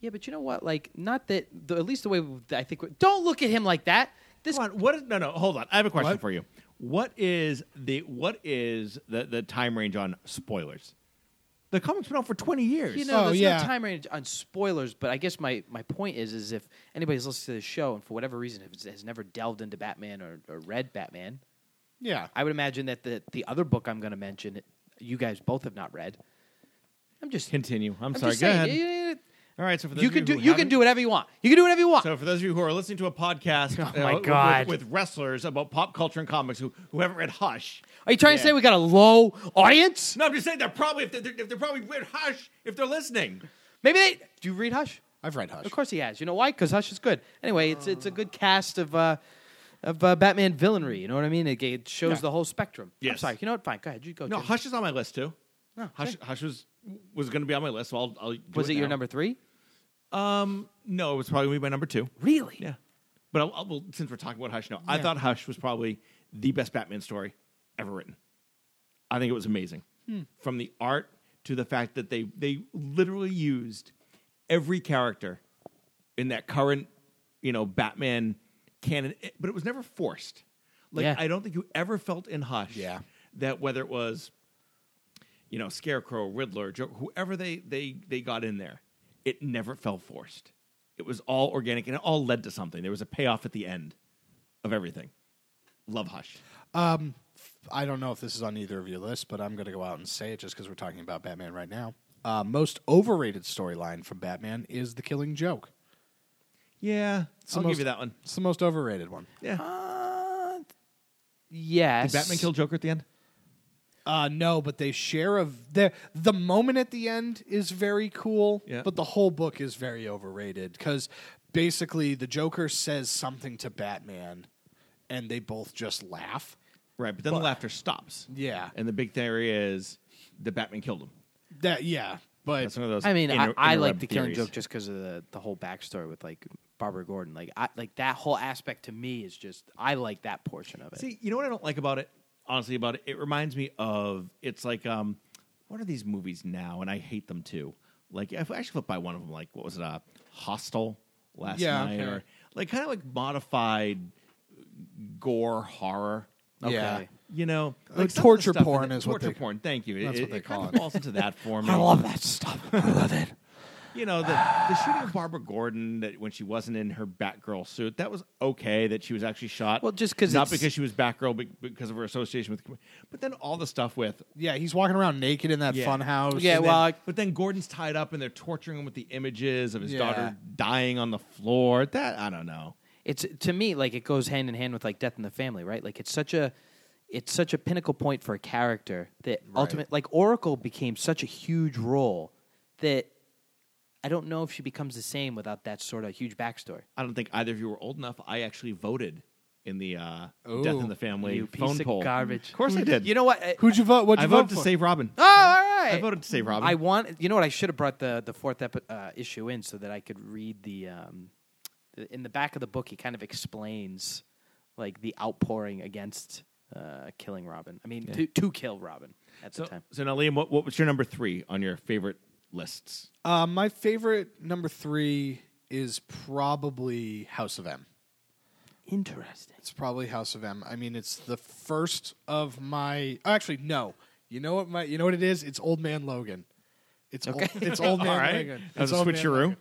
[SPEAKER 2] Yeah, but you know what? Like, not that the, at least the way that I think. we- Don't look at him like that. This
[SPEAKER 3] Come on, what is, no, no, hold on. I have a question
[SPEAKER 4] What?
[SPEAKER 3] for you. What is the what is the, the time range on spoilers? The comic's been out for 20 years.
[SPEAKER 2] You know,
[SPEAKER 4] Oh,
[SPEAKER 2] there's
[SPEAKER 4] yeah.
[SPEAKER 2] no time range on spoilers, but I guess my, my point is is if anybody's listening to the show and for whatever reason has, has never delved into Batman or, or read Batman,
[SPEAKER 4] Yeah.
[SPEAKER 2] I would imagine that the, the other book I'm going to mention, you guys both have not read. I'm just
[SPEAKER 3] Continue. I'm,
[SPEAKER 2] I'm
[SPEAKER 3] sorry.
[SPEAKER 2] just
[SPEAKER 3] Go
[SPEAKER 2] saying,
[SPEAKER 3] ahead.
[SPEAKER 2] yeah, yeah, yeah.
[SPEAKER 3] All right, so for those
[SPEAKER 2] You
[SPEAKER 3] of
[SPEAKER 2] can do
[SPEAKER 3] who
[SPEAKER 2] you can
[SPEAKER 3] haven't-
[SPEAKER 2] do whatever you want. You can do whatever you want.
[SPEAKER 3] So for those of you who are listening to a podcast uh,
[SPEAKER 2] Oh, my
[SPEAKER 3] with-
[SPEAKER 2] God.
[SPEAKER 3] With, wrestlers about pop culture and comics who, who haven't read Hush,
[SPEAKER 2] Are you trying to say we got a low audience?
[SPEAKER 3] no, I'm just saying they're probably if they're, if they're probably read Hush if they're listening.
[SPEAKER 2] Maybe they do. You read Hush?
[SPEAKER 4] I've read Hush.
[SPEAKER 2] Of course he has. You know why? Because Hush is good. Anyway, it's it's a good cast of uh, of uh, Batman villainry. You know what I mean? It, it shows the whole spectrum. I'm
[SPEAKER 3] Yes.
[SPEAKER 2] sorry. You know what? Fine. Go ahead. You go.
[SPEAKER 3] No,
[SPEAKER 2] Jim.
[SPEAKER 3] Hush is on my list too.
[SPEAKER 2] Oh, okay.
[SPEAKER 3] Hush Hush was was going to be on my list. So I'll, I'll do
[SPEAKER 2] Was it your
[SPEAKER 3] now.
[SPEAKER 2] number three?
[SPEAKER 3] Um, no, it was probably gonna be my number two.
[SPEAKER 2] Really?
[SPEAKER 3] Yeah, but I'll, I'll, well, since we're talking about Hush now, I thought Hush was probably the best Batman story ever written. I think it was amazing, from the art to the fact that they they literally used every character in that current you know Batman canon, eh, but it was never forced. Like
[SPEAKER 2] Yeah.
[SPEAKER 3] I don't think you ever felt in Hush
[SPEAKER 4] Yeah.
[SPEAKER 3] that whether it was you know, Scarecrow, Riddler, Joker, whoever they they they got in there, it never felt forced. It was all organic and it all led to something. There was a payoff at the end of everything. Love Hush.
[SPEAKER 4] I don't know if this is on either of your lists, but I'm going to go out and say it just because we're talking about Batman right now. Uh, most overrated storyline from Batman is the Killing Joke.
[SPEAKER 3] Yeah,
[SPEAKER 4] It's the
[SPEAKER 3] I'll
[SPEAKER 4] most-
[SPEAKER 3] give you that one.
[SPEAKER 4] It's the most overrated one.
[SPEAKER 2] Uh, yes.
[SPEAKER 3] Did Batman kill Joker at the end?
[SPEAKER 4] Uh, no, but they share a the the moment at the end is very cool,
[SPEAKER 3] Yeah.
[SPEAKER 4] but the whole book is very overrated because basically the Joker says something to Batman, and they both just laugh.
[SPEAKER 3] Right, but then the laughter stops.
[SPEAKER 4] Yeah.
[SPEAKER 3] and the big theory is that Batman killed him.
[SPEAKER 4] That yeah, but
[SPEAKER 3] That's one of those.
[SPEAKER 2] I mean,
[SPEAKER 3] inter-
[SPEAKER 2] I, I like
[SPEAKER 3] interweb
[SPEAKER 2] the Killing
[SPEAKER 3] theories.
[SPEAKER 2] Joke just because of the, the whole backstory with like Barbara Gordon. Like, I, like that whole aspect to me is just I like that portion of it.
[SPEAKER 3] See, you know what I don't like about it? Honestly, about it, it reminds me of it's like, um, what are these movies now? And I hate them too. Like, if I actually flipped by one of them, like, what was it, uh, Hostel last
[SPEAKER 4] Yeah,
[SPEAKER 3] night?
[SPEAKER 4] okay.
[SPEAKER 3] Or like kind of like modified gore horror.
[SPEAKER 4] yeah,
[SPEAKER 2] Okay.
[SPEAKER 3] You know, like, some of the
[SPEAKER 4] torture
[SPEAKER 3] stuff in
[SPEAKER 4] porn
[SPEAKER 3] it-
[SPEAKER 4] is what
[SPEAKER 3] torture
[SPEAKER 4] they-
[SPEAKER 3] porn. Thank you.
[SPEAKER 4] that's
[SPEAKER 3] it,
[SPEAKER 4] what they
[SPEAKER 3] it
[SPEAKER 4] call it.
[SPEAKER 3] kind of falls into that for me.
[SPEAKER 4] that stuff. I love it.
[SPEAKER 3] You know, the, the shooting of Barbara Gordon that when she wasn't in her Batgirl suit, that was okay that she was actually shot.
[SPEAKER 2] Well, just 'cause
[SPEAKER 3] not
[SPEAKER 2] it's-
[SPEAKER 3] because she was Batgirl, but because of her association with. But then all the stuff with
[SPEAKER 4] Yeah, he's walking around naked in that
[SPEAKER 3] Yeah.
[SPEAKER 4] fun house.
[SPEAKER 2] Yeah,
[SPEAKER 3] And
[SPEAKER 2] well,
[SPEAKER 3] then-
[SPEAKER 2] I-
[SPEAKER 3] but then Gordon's tied up and they're torturing him with the images of his
[SPEAKER 4] Yeah.
[SPEAKER 3] daughter dying on the floor. That I don't know.
[SPEAKER 2] it's to me like it goes hand in hand with like death in the family right like it's such a it's such a pinnacle point for a character that ultimate like oracle became such a huge role that i don't know if she becomes the same without that sort of huge backstory
[SPEAKER 3] I don't think either of you were old enough. I actually voted in the uh,
[SPEAKER 4] Ooh.
[SPEAKER 3] Death in the Family
[SPEAKER 2] you
[SPEAKER 3] phone
[SPEAKER 2] piece of
[SPEAKER 3] poll.
[SPEAKER 2] garbage
[SPEAKER 3] Of course I did.
[SPEAKER 2] you know what I-
[SPEAKER 4] Who'd you vote? What'd
[SPEAKER 3] I
[SPEAKER 4] you
[SPEAKER 3] voted
[SPEAKER 4] vote
[SPEAKER 3] to
[SPEAKER 4] for?
[SPEAKER 3] save Robin.
[SPEAKER 2] oh all right
[SPEAKER 3] I voted to save Robin.
[SPEAKER 2] i want you know what i should have brought the the fourth epi- uh, issue in so that i could read the um in the back of the book he kind of explains like the outpouring against uh, killing robin i mean to, to kill robin at
[SPEAKER 3] so,
[SPEAKER 2] the time
[SPEAKER 3] so now, Liam, what, what was your number three on your favorite lists?
[SPEAKER 4] Uh, my favorite number three is probably House of M.
[SPEAKER 2] Interesting.
[SPEAKER 4] It's probably House of M. I mean, it's the first of my. Actually, no. You know what? My you know what it is? It's Old Man Logan. It's old, it's Old Man
[SPEAKER 3] All right.
[SPEAKER 4] Logan.
[SPEAKER 3] That was
[SPEAKER 4] It's
[SPEAKER 3] a
[SPEAKER 4] Old Man
[SPEAKER 3] switcheroo.
[SPEAKER 4] Logan.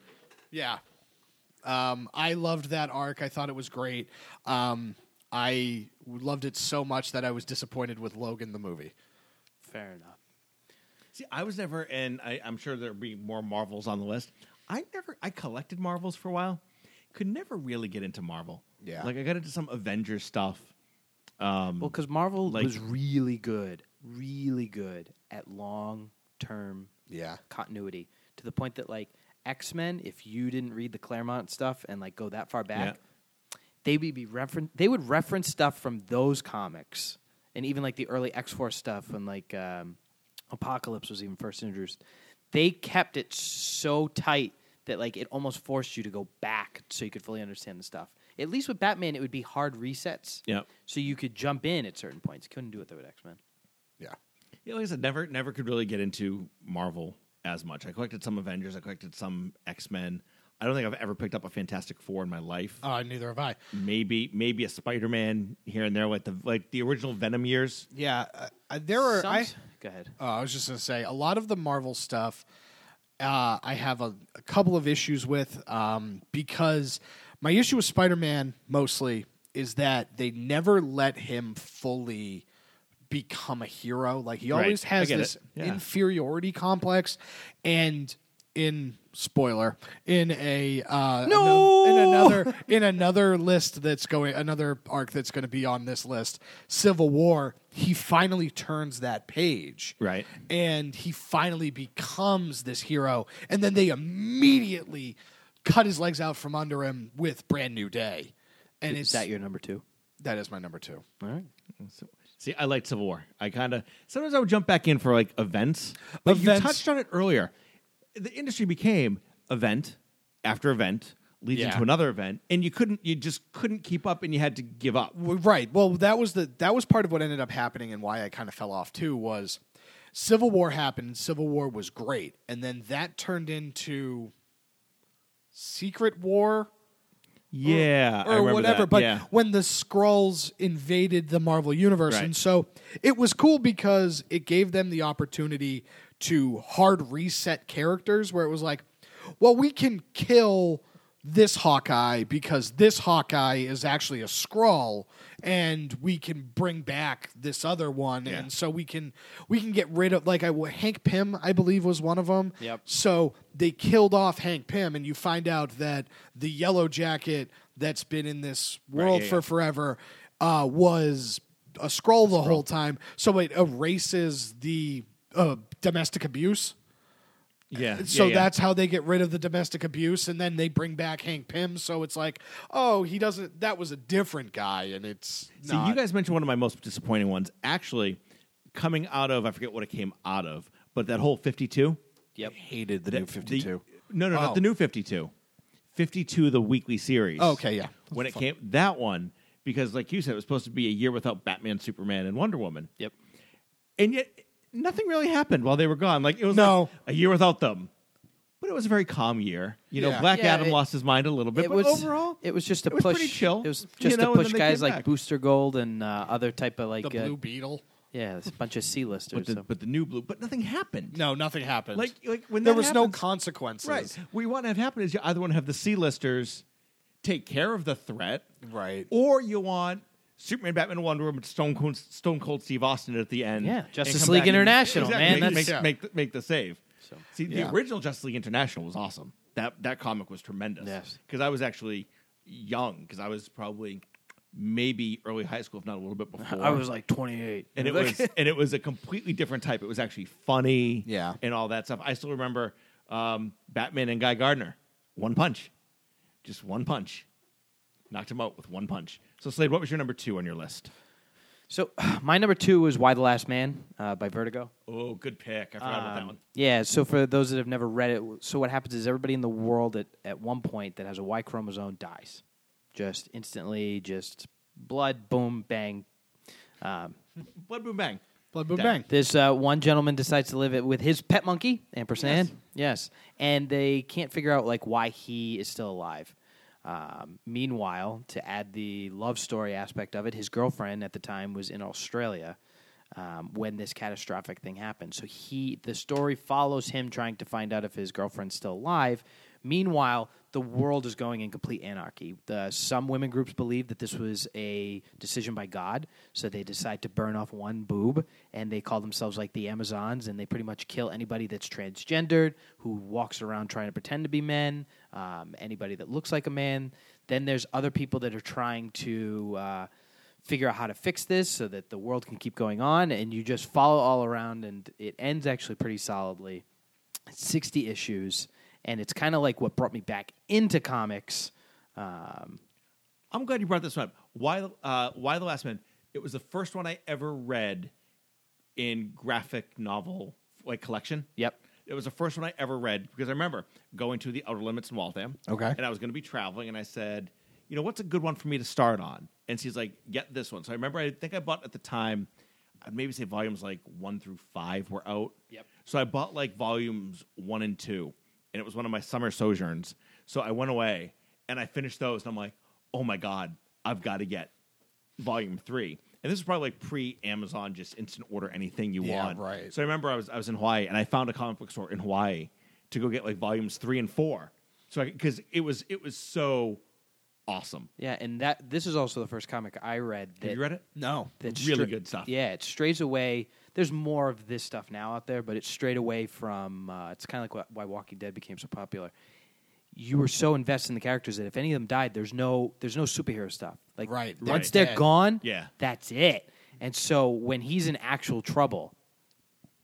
[SPEAKER 4] Yeah. Um, I loved that arc. I thought it was great. Um, I loved it so much that I was disappointed with Logan the movie.
[SPEAKER 2] Fair enough.
[SPEAKER 3] See, I was never, and I, I'm sure there'll be more Marvels on the list. I never, I collected Marvels for a while. Could never really get into Marvel.
[SPEAKER 4] Yeah.
[SPEAKER 3] like I got into some Avengers stuff.
[SPEAKER 2] Well, because Marvel
[SPEAKER 3] Like-
[SPEAKER 2] was really good, really good at long term
[SPEAKER 4] Yeah.
[SPEAKER 2] continuity to the point that, like, X Men, if you didn't read the Claremont stuff and, like, go that far back, they would be referen- they would reference stuff from those comics and even like the early X Force stuff when like um, Apocalypse was even first introduced. They kept it so tight that like it almost forced you to go back so you could fully understand the stuff. At least with Batman, it would be hard resets.
[SPEAKER 3] Yep.
[SPEAKER 2] So you could jump in at certain points. Couldn't do it though with X Men.
[SPEAKER 4] Yeah.
[SPEAKER 3] Yeah, like I said, never, never could really get into Marvel as much. I collected some Avengers. I collected some X Men. I don't think I've ever picked up a Fantastic Four in my life.
[SPEAKER 4] Uh, neither have I.
[SPEAKER 3] maybe, maybe a Spider Man here and there, like the like the original Venom years.
[SPEAKER 4] Yeah. Uh, uh, there are. I,
[SPEAKER 2] go ahead.
[SPEAKER 4] Oh, I was just gonna say a lot of the Marvel stuff. Uh, I have a, a couple of issues with um, because my issue with Spider Man mostly is that they never let him fully become a hero. Like he
[SPEAKER 3] Right.
[SPEAKER 4] always
[SPEAKER 3] I
[SPEAKER 4] has
[SPEAKER 3] get
[SPEAKER 4] this
[SPEAKER 3] it. Yeah.
[SPEAKER 4] inferiority complex, and in spoiler in a uh,
[SPEAKER 2] No!
[SPEAKER 4] ano- in another in another list that's going another arc that's going to be on this list, Civil War. He finally turns that page,
[SPEAKER 3] Right.
[SPEAKER 4] and he finally becomes this hero. And then they immediately cut his legs out from under him with Brand New Day, and
[SPEAKER 2] Is
[SPEAKER 4] it's
[SPEAKER 2] that your number two?
[SPEAKER 4] that is my number two.
[SPEAKER 2] All right.
[SPEAKER 3] See, I like Civil War. I kind of sometimes I would jump back in for like events. But
[SPEAKER 4] Events.
[SPEAKER 3] you touched on it earlier. The industry became event after event leads
[SPEAKER 4] Yeah.
[SPEAKER 3] into another event, and you couldn't, you just couldn't keep up, and you had to give up.
[SPEAKER 4] Well, right. Well, that was the that was part of what ended up happening and why I kind of fell off too was Civil War happened. Civil War was great, and then that turned into Secret War
[SPEAKER 3] Yeah, I
[SPEAKER 4] or
[SPEAKER 3] remember
[SPEAKER 4] whatever.
[SPEAKER 3] that.
[SPEAKER 4] But
[SPEAKER 3] yeah.
[SPEAKER 4] when the Skrulls invaded the Marvel universe,
[SPEAKER 3] Right.
[SPEAKER 4] and so it was cool because it gave them the opportunity to hard reset characters, where it was like, well, we can kill this Hawkeye because this Hawkeye is actually a Skrull, and we can bring back this other one,
[SPEAKER 3] Yeah.
[SPEAKER 4] and so we can we can get rid of like I Hank Pym, I believe, was one of them.
[SPEAKER 2] Yep.
[SPEAKER 4] So they killed off Hank Pym, and you find out that the Yellow Jacket that's been in this world
[SPEAKER 3] yeah,
[SPEAKER 4] for
[SPEAKER 3] yeah.
[SPEAKER 4] forever uh, was a scroll the whole time. So it erases the uh, domestic abuse.
[SPEAKER 3] yeah, yeah,
[SPEAKER 4] So
[SPEAKER 3] yeah.
[SPEAKER 4] that's how they get rid of the domestic abuse, and then they bring back Hank Pym. So it's like, oh, he doesn't. That was a different guy, and it's
[SPEAKER 3] See, you
[SPEAKER 4] not-
[SPEAKER 3] guys mentioned one of my most disappointing ones. Actually, coming out of I forget what it came out of, but that whole fifty-two.
[SPEAKER 2] Yep.
[SPEAKER 4] hated the
[SPEAKER 3] that-
[SPEAKER 4] new Fifty Two.
[SPEAKER 3] the- no, no,
[SPEAKER 4] Oh.
[SPEAKER 3] not the new fifty-two. Fifty-two, the weekly series.
[SPEAKER 4] Oh, okay, yeah.
[SPEAKER 3] When it came that one, because like you said, it was supposed to be a year without Batman, Superman, and Wonder Woman,
[SPEAKER 2] Yep.
[SPEAKER 3] and yet nothing really happened while they were gone. Like it was
[SPEAKER 4] No.
[SPEAKER 3] like, a year without them. But it was a very calm year. You know,
[SPEAKER 4] Yeah.
[SPEAKER 3] Black
[SPEAKER 2] Yeah,
[SPEAKER 3] Adam
[SPEAKER 2] it-
[SPEAKER 3] lost his mind a little bit,
[SPEAKER 2] it
[SPEAKER 3] but
[SPEAKER 2] was
[SPEAKER 3] overall,
[SPEAKER 2] It was just to
[SPEAKER 3] it was
[SPEAKER 2] push.
[SPEAKER 3] pretty chill,
[SPEAKER 2] It was
[SPEAKER 3] you
[SPEAKER 2] just
[SPEAKER 3] know,
[SPEAKER 2] to
[SPEAKER 3] and
[SPEAKER 2] push
[SPEAKER 3] then they
[SPEAKER 2] guys
[SPEAKER 3] came
[SPEAKER 2] like
[SPEAKER 3] back.
[SPEAKER 2] Booster Gold and uh, other type of like
[SPEAKER 4] The
[SPEAKER 2] uh,
[SPEAKER 4] Blue Beetle.
[SPEAKER 2] yeah, it's a bunch of C listers.
[SPEAKER 3] but the,
[SPEAKER 2] so.
[SPEAKER 3] but the new blue, but nothing happened.
[SPEAKER 4] No, nothing happened.
[SPEAKER 3] Like, like when
[SPEAKER 4] there
[SPEAKER 3] that
[SPEAKER 4] was no
[SPEAKER 3] happens-
[SPEAKER 4] consequences.
[SPEAKER 3] Right. What you want to have happen is you either want to have the C-listers take care of the threat,
[SPEAKER 4] Right.
[SPEAKER 3] or you want Superman, Batman, Wonder Woman, Stone Cold, Stone Cold Steve Austin at the end.
[SPEAKER 2] Yeah,
[SPEAKER 3] and
[SPEAKER 2] Justice
[SPEAKER 3] come
[SPEAKER 2] League
[SPEAKER 3] back and-
[SPEAKER 2] International,
[SPEAKER 3] exactly,
[SPEAKER 2] man,
[SPEAKER 3] Make,
[SPEAKER 2] that's-
[SPEAKER 3] make,
[SPEAKER 4] Yeah.
[SPEAKER 3] make the, make the save.
[SPEAKER 2] So-
[SPEAKER 3] See,
[SPEAKER 4] Yeah.
[SPEAKER 3] the original Justice League International was awesome. That that comic was tremendous.
[SPEAKER 2] Yes.
[SPEAKER 3] Because I was actually young. Because I was probably maybe early high school, if not a little bit before.
[SPEAKER 2] I was like 28.
[SPEAKER 3] and it was and it was a completely different type. It was actually funny,
[SPEAKER 4] Yeah.
[SPEAKER 3] and all that stuff. I still remember um, Batman and Guy Gardner, one punch, just one punch, knocked him out with one punch. So Slade, what was your number two on your list?
[SPEAKER 2] So my number two is Why the Last Man uh, by Vertigo.
[SPEAKER 3] Oh, good pick. I forgot about that
[SPEAKER 2] Um,
[SPEAKER 3] one.
[SPEAKER 2] Yeah, so for those that have never read it, so what happens is everybody in the world at, at one point that has a Y chromosome dies. Just instantly, just blood, boom, bang. Um,
[SPEAKER 3] Blood Boom Bang.
[SPEAKER 4] Blood Boom
[SPEAKER 3] That-
[SPEAKER 4] Bang.
[SPEAKER 2] this uh, one gentleman decides to live it with his pet monkey, ampersand. Yes. And they can't figure out like why he is still alive. Um, meanwhile, to add the love story aspect of it, his girlfriend at the time was in Australia um, when this catastrophic thing happened. So he, the story follows him trying to find out if his girlfriend's still alive. Meanwhile, the world is going in complete anarchy. The, some women groups believe that this was a decision by God, so they decide to burn off one boob, and they call themselves like the Amazons, and they pretty much kill anybody that's transgendered, who walks around trying to pretend to be men, um, anybody that looks like a man. Then there's other people that are trying to. Uh, figure out how to fix this so that the world can keep going on and you just follow all around and it ends actually pretty solidly 60 issues and it's kind of like what brought me back into comics um,
[SPEAKER 3] I'm glad you brought this one up. Why, uh, Why the Last Man? It was the first one I ever read in graphic novel like collection.
[SPEAKER 2] Yep.
[SPEAKER 3] It was the first one I ever read because I remember going to the Outer Limits in Waltham.
[SPEAKER 4] Okay.
[SPEAKER 3] And I was going to be traveling, and I said, you know, what's a good one for me to start on? And she's like, get this one. So I remember, I think I bought at the time, I'd maybe say volumes like one through five were out.
[SPEAKER 2] Yep.
[SPEAKER 3] So I bought like volumes one and two, and it was one of my summer sojourns. So I went away and I finished those, and I'm like, oh my God, I've got to get volume three. And this is probably like pre Amazon, just instant order anything you
[SPEAKER 4] Yeah,
[SPEAKER 3] want.
[SPEAKER 4] right.
[SPEAKER 3] So I remember I was I was in Hawaii and I found a comic book store in Hawaii to go get like volumes three and four. So because it was it was so awesome.
[SPEAKER 2] Yeah, and that this is also the first comic I read. That,
[SPEAKER 3] Have you read it? No.
[SPEAKER 2] That
[SPEAKER 3] really
[SPEAKER 2] stra-
[SPEAKER 3] good stuff.
[SPEAKER 2] Yeah, it strays away. There's more of this stuff now out there, but it's straight away from. Uh, it's kind of like what, why Walking Dead became so popular. You were so invested in the characters that if any of them died, there's no there's no superhero stuff. Like
[SPEAKER 4] Right, they're
[SPEAKER 2] once they're
[SPEAKER 4] dead.
[SPEAKER 2] gone,
[SPEAKER 3] Yeah.
[SPEAKER 2] that's it. And so when he's in actual trouble,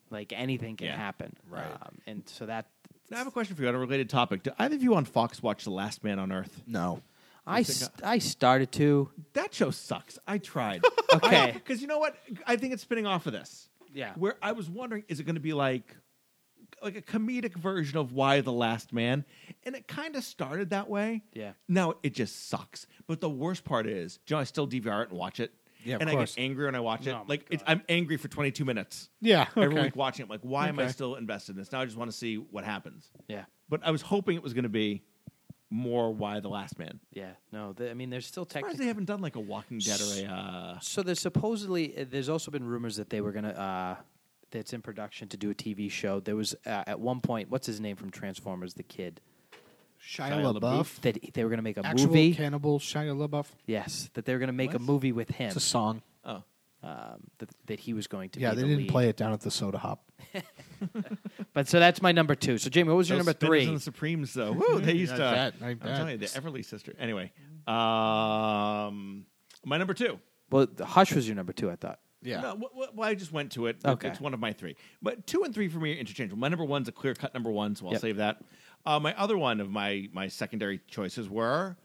[SPEAKER 2] like anything can
[SPEAKER 3] Yeah,
[SPEAKER 2] happen.
[SPEAKER 4] right.
[SPEAKER 2] Um, and so that
[SPEAKER 3] Now, I have a question for you on a related topic. Do either of you on Fox watch The Last Man on Earth?
[SPEAKER 4] No.
[SPEAKER 2] I st- I started to
[SPEAKER 3] That show sucks. I tried.
[SPEAKER 2] Okay.
[SPEAKER 3] Because you know what? I think it's spinning off of this.
[SPEAKER 2] Yeah.
[SPEAKER 3] Where I was wondering, is it going to be like like a comedic version of Why the Last Man? And it kind of started that way.
[SPEAKER 2] Yeah.
[SPEAKER 3] Now it just sucks. But the worst part is, you know, I still DVR it and watch it.
[SPEAKER 4] Yeah, of
[SPEAKER 3] and
[SPEAKER 4] course.
[SPEAKER 3] I get angry when I watch it.
[SPEAKER 2] Oh my
[SPEAKER 3] like it's, I'm angry for 22 minutes.
[SPEAKER 4] Yeah,
[SPEAKER 3] Every
[SPEAKER 4] okay.
[SPEAKER 3] week watching it. I'm like, why am I
[SPEAKER 4] Okay.
[SPEAKER 3] still invested in this? Now I just want to see what happens.
[SPEAKER 2] yeah.
[SPEAKER 3] But I was hoping it was going to be more Why the Last Man.
[SPEAKER 2] Yeah, no. th I mean, there's still
[SPEAKER 3] As far as
[SPEAKER 2] technically.
[SPEAKER 3] they haven't done like a Walking Dead or a uh,
[SPEAKER 2] so there's supposedly uh, there's also been rumors that they were gonna uh, that's in production to do a TV show. There was uh, at one point, what's his name from Transformers, the kid
[SPEAKER 4] Shia,
[SPEAKER 3] Shia
[SPEAKER 4] LaBeouf.
[SPEAKER 2] that he- they were gonna make a
[SPEAKER 4] Actual
[SPEAKER 2] movie.
[SPEAKER 4] cannibal Shia LaBeouf.
[SPEAKER 2] yes, that they were gonna make a movie with him.
[SPEAKER 4] It's a song.
[SPEAKER 3] oh.
[SPEAKER 2] Um, that, that he was going to.
[SPEAKER 4] Yeah,
[SPEAKER 2] be
[SPEAKER 4] they
[SPEAKER 2] the
[SPEAKER 4] didn't
[SPEAKER 2] lead.
[SPEAKER 4] play it down at the soda hop.
[SPEAKER 2] But so that's my number two. So Jamie, what was your
[SPEAKER 3] Those
[SPEAKER 2] number
[SPEAKER 3] spinners
[SPEAKER 2] three?
[SPEAKER 3] and the Supremes, though. Woo, they used
[SPEAKER 4] I
[SPEAKER 3] to.
[SPEAKER 4] bet, I
[SPEAKER 3] I'm
[SPEAKER 4] bet.
[SPEAKER 3] telling you, the Everly sister. Anyway, um, my number two.
[SPEAKER 2] well, the Hush was your number two, I thought.
[SPEAKER 4] Yeah.
[SPEAKER 3] No, wh- wh- well, I just went to it.
[SPEAKER 2] Okay.
[SPEAKER 3] It's one of my three. But two and three for me are interchangeable. My number one's a clear cut number one, so I'll
[SPEAKER 2] Yep.
[SPEAKER 3] save that. Uh, my other one of my my secondary choices were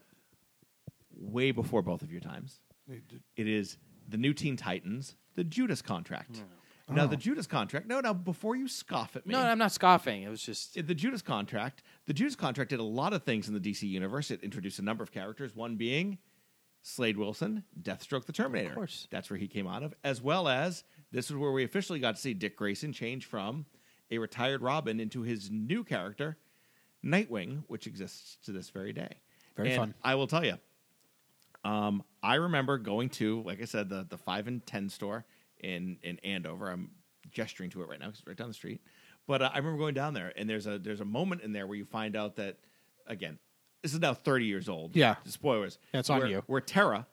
[SPEAKER 3] way before both of your times. It is the new Teen Titans, the Judas Contract. Now the Judas Contract. No, now before you scoff at me.
[SPEAKER 2] Hmm. Oh. No, I'm not scoffing. It was just
[SPEAKER 3] the Judas Contract. The Judas Contract did a lot of things in the DC universe. It introduced a number of characters. One being Slade Wilson, Deathstroke, the Terminator. Of
[SPEAKER 2] course.
[SPEAKER 3] that's where he came out of. As well as this is where we officially got to see Dick Grayson change from a retired Robin into his new character, Nightwing, which exists to this very day.
[SPEAKER 4] Very
[SPEAKER 3] And
[SPEAKER 4] fun.
[SPEAKER 3] I will tell you. Um, I remember going to, like I said, the the five and ten store in in Andover. I'm gesturing to it right now because it's right down the street. But uh, I remember going down there, and there's a there's a moment in there where you find out that again, this is now 30 years old.
[SPEAKER 4] Yeah.
[SPEAKER 3] spoilers.
[SPEAKER 4] That's on
[SPEAKER 3] where-
[SPEAKER 4] you.
[SPEAKER 3] Where Terra,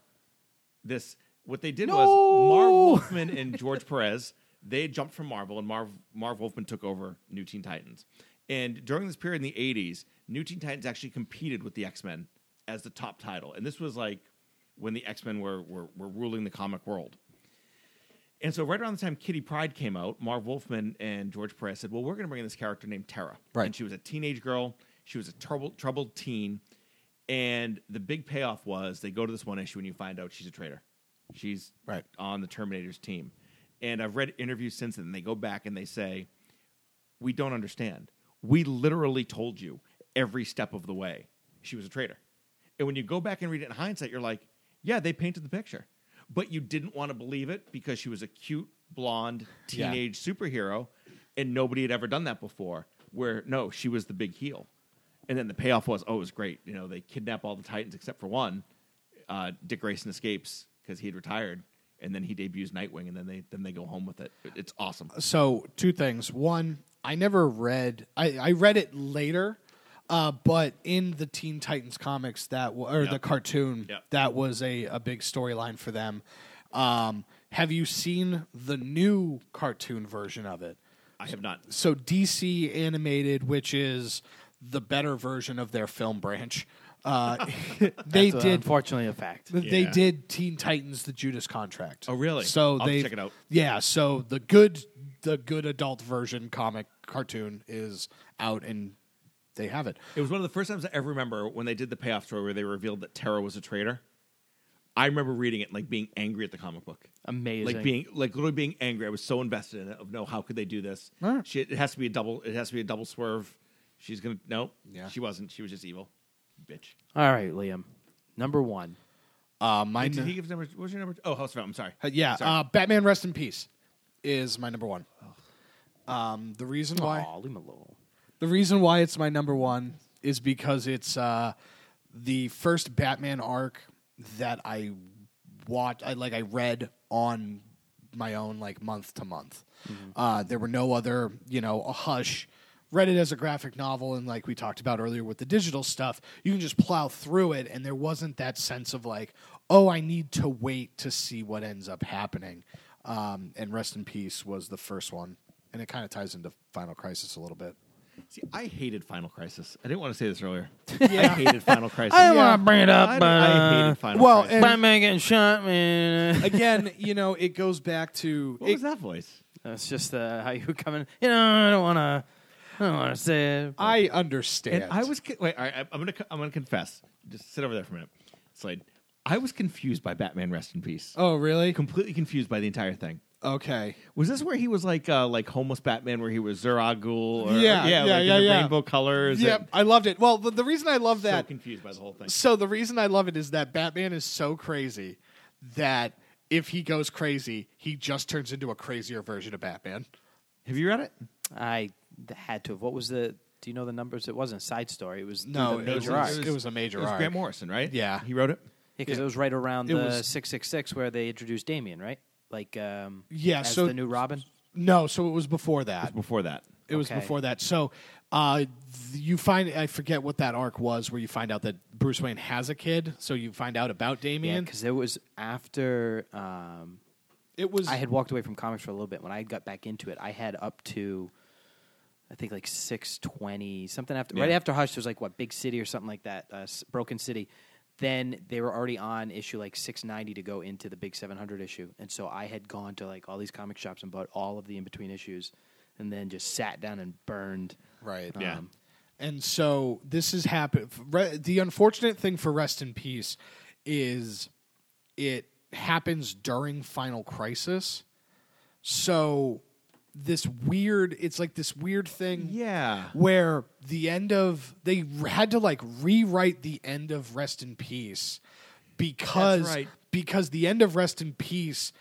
[SPEAKER 3] this what they did
[SPEAKER 2] No!
[SPEAKER 3] was Marv Wolfman and George Perez they jumped from Marvel, and Marv Marv Wolfman took over New Teen Titans. And during this period in the 80s, New Teen Titans actually competed with the X Men as the top title, and this was like when the X Men were, were were ruling the comic world. And so, right around the time Kitty Pride came out, Marv Wolfman and George Perez said, "Well, we're going to bring in this character named Tara."
[SPEAKER 4] Right.
[SPEAKER 3] And she was a teenage girl. She was a troubled, troubled teen. And the big payoff was they go to this one issue and you find out she's a traitor. She's
[SPEAKER 4] Right.
[SPEAKER 3] on the Terminator's team. And I've read interviews since then. They go back and they say, "We don't understand. We literally told you every step of the way she was a traitor." And when you go back and read it in hindsight, you're like, "Yeah, they painted the picture." But you didn't want to believe it because she was a cute blonde
[SPEAKER 4] Yeah.
[SPEAKER 3] teenage superhero and nobody had ever done that before. Where no, she was the big heel. And then the payoff was, "Oh, it was great. You know, they kidnap all the Titans except for one." uh, Dick Grayson escapes because he had retired, and then he debuts Nightwing, and then they then they go home with it. It- It's awesome.
[SPEAKER 4] so two things. One, I never read. I, I read it later, uh, but in the Teen Titans comics that w- or the cartoon
[SPEAKER 3] Yep.
[SPEAKER 4] that was a a big storyline for them. Um, have you seen the new cartoon version of it?
[SPEAKER 3] I have not.
[SPEAKER 4] so DC animated, which is the better version of their film branch. Uh, they
[SPEAKER 2] That's, uh,
[SPEAKER 4] did
[SPEAKER 2] unfortunately a fact.
[SPEAKER 4] Th- They
[SPEAKER 3] Yeah.
[SPEAKER 4] did Teen Titans: The Judas Contract.
[SPEAKER 3] Oh, really? I'll
[SPEAKER 4] So
[SPEAKER 3] have to
[SPEAKER 4] they
[SPEAKER 3] check it out.
[SPEAKER 4] Yeah, so the good the good adult version comic cartoon is out and they have it.
[SPEAKER 3] It was one of the first times I ever remember when they did the payoff story where they revealed that Tara was a traitor. I remember reading it and, like being angry at the comic book.
[SPEAKER 2] Amazing.
[SPEAKER 3] Like being like literally being angry. I was so invested in it of no, how could they do this?
[SPEAKER 4] Huh.
[SPEAKER 3] She, it has to be a double. It has to be a double swerve. She's gonna no.
[SPEAKER 4] Yeah.
[SPEAKER 3] She wasn't. She was just evil, bitch.
[SPEAKER 2] All right, Liam. Number one.
[SPEAKER 4] Uh, my
[SPEAKER 3] Did
[SPEAKER 4] n-
[SPEAKER 3] he give number? What was your number? Oh, House of M. I'm sorry.
[SPEAKER 4] uh, yeah,
[SPEAKER 3] Sorry.
[SPEAKER 4] uh, Batman: Rest in Peace is my number one.
[SPEAKER 3] Oh.
[SPEAKER 4] Um, the reason why
[SPEAKER 2] Aw, leave him alone.
[SPEAKER 4] The reason why it's my number one is because it's uh, the first Batman arc that I watched, I, like I read on my own, like month to month. Uh, there were no other, you know, a Hush read it as a graphic novel and like we talked about earlier with the digital stuff, you can just plow through it and there wasn't that sense of like, oh, I need to wait to see what ends up happening. Um, and Rest in Peace was the first one. And it kind of ties into Final Crisis a little bit.
[SPEAKER 3] See, I hated Final Crisis. I didn't want to say this earlier. I hated Final Crisis.
[SPEAKER 2] didn't wanna bring it up,
[SPEAKER 3] I,
[SPEAKER 2] but,
[SPEAKER 3] I
[SPEAKER 2] uh,
[SPEAKER 3] hated Final
[SPEAKER 4] well,
[SPEAKER 3] Crisis.
[SPEAKER 4] and-
[SPEAKER 2] Batman getting shot, man.
[SPEAKER 4] Again, you know, it goes back to
[SPEAKER 3] what
[SPEAKER 4] it-
[SPEAKER 3] was that voice?
[SPEAKER 2] That's just uh, how you were coming. You know, I don't want to. I don't want to say it.
[SPEAKER 4] I understand.
[SPEAKER 3] And I was con- wait. All right, I- I'm gonna co- I'm gonna confess. Just sit over there for a minute, Slade. I was confused by Batman Rest in Peace.
[SPEAKER 4] Oh, really?
[SPEAKER 3] Completely confused by the entire thing.
[SPEAKER 4] Okay.
[SPEAKER 3] Was this where he was like uh, like homeless Batman, where he was Zuragul? Or,
[SPEAKER 4] Yeah,
[SPEAKER 3] yeah,
[SPEAKER 4] yeah,
[SPEAKER 3] like in
[SPEAKER 4] yeah,
[SPEAKER 3] the
[SPEAKER 4] yeah.
[SPEAKER 3] Rainbow colors.
[SPEAKER 4] Yep,
[SPEAKER 3] and-
[SPEAKER 4] I loved it. Well, the, the reason I love
[SPEAKER 3] so
[SPEAKER 4] that
[SPEAKER 3] confused by the whole thing.
[SPEAKER 4] So the reason I love it is that Batman is so crazy that if he goes crazy, he just turns into a crazier version of Batman.
[SPEAKER 3] Have you read it?
[SPEAKER 2] I had to. have. What was the? Do you know the numbers? It wasn't side story. It was
[SPEAKER 4] No,
[SPEAKER 2] the
[SPEAKER 4] it was,
[SPEAKER 2] major arc.
[SPEAKER 4] it was a major
[SPEAKER 3] It was
[SPEAKER 4] arc.
[SPEAKER 3] Grant Morrison, right?
[SPEAKER 4] Yeah.
[SPEAKER 3] he wrote it.
[SPEAKER 2] because it was right around
[SPEAKER 4] It
[SPEAKER 2] the
[SPEAKER 4] was-
[SPEAKER 2] six six six where they introduced Damien, right? Like, um,
[SPEAKER 4] Yeah,
[SPEAKER 2] as
[SPEAKER 4] so-
[SPEAKER 2] the new Robin.
[SPEAKER 4] No, so it was before that.
[SPEAKER 3] Before that,
[SPEAKER 4] It was
[SPEAKER 2] Okay.
[SPEAKER 4] before that. So uh, th- you find I forget what that arc was where you find out that Bruce Wayne has a kid. So you find out about
[SPEAKER 2] Yeah,
[SPEAKER 4] Damien.
[SPEAKER 2] because it was after um,
[SPEAKER 4] it was
[SPEAKER 2] I had walked away from comics for a little bit. When I got back into it, I had up to I think like six twenty something after right
[SPEAKER 3] Yeah.
[SPEAKER 2] after Hush. There was like what Big City or something like that, uh, S- Broken City. Then they were already on issue like six ninety to go into the big seven hundred issue, and so I had gone to like all these comic shops and bought all of the in between issues, and then just sat down and burned. Um,
[SPEAKER 4] right. Um,
[SPEAKER 3] Yeah.
[SPEAKER 4] And so this has happened. Re- The unfortunate thing for Rest in Peace is it happens during Final Crisis. So this weird, it's like this weird thing.
[SPEAKER 3] Yeah.
[SPEAKER 4] Where the end of, they had to like rewrite the end of Rest in Peace because,
[SPEAKER 3] right.
[SPEAKER 4] because the end of Rest in Peace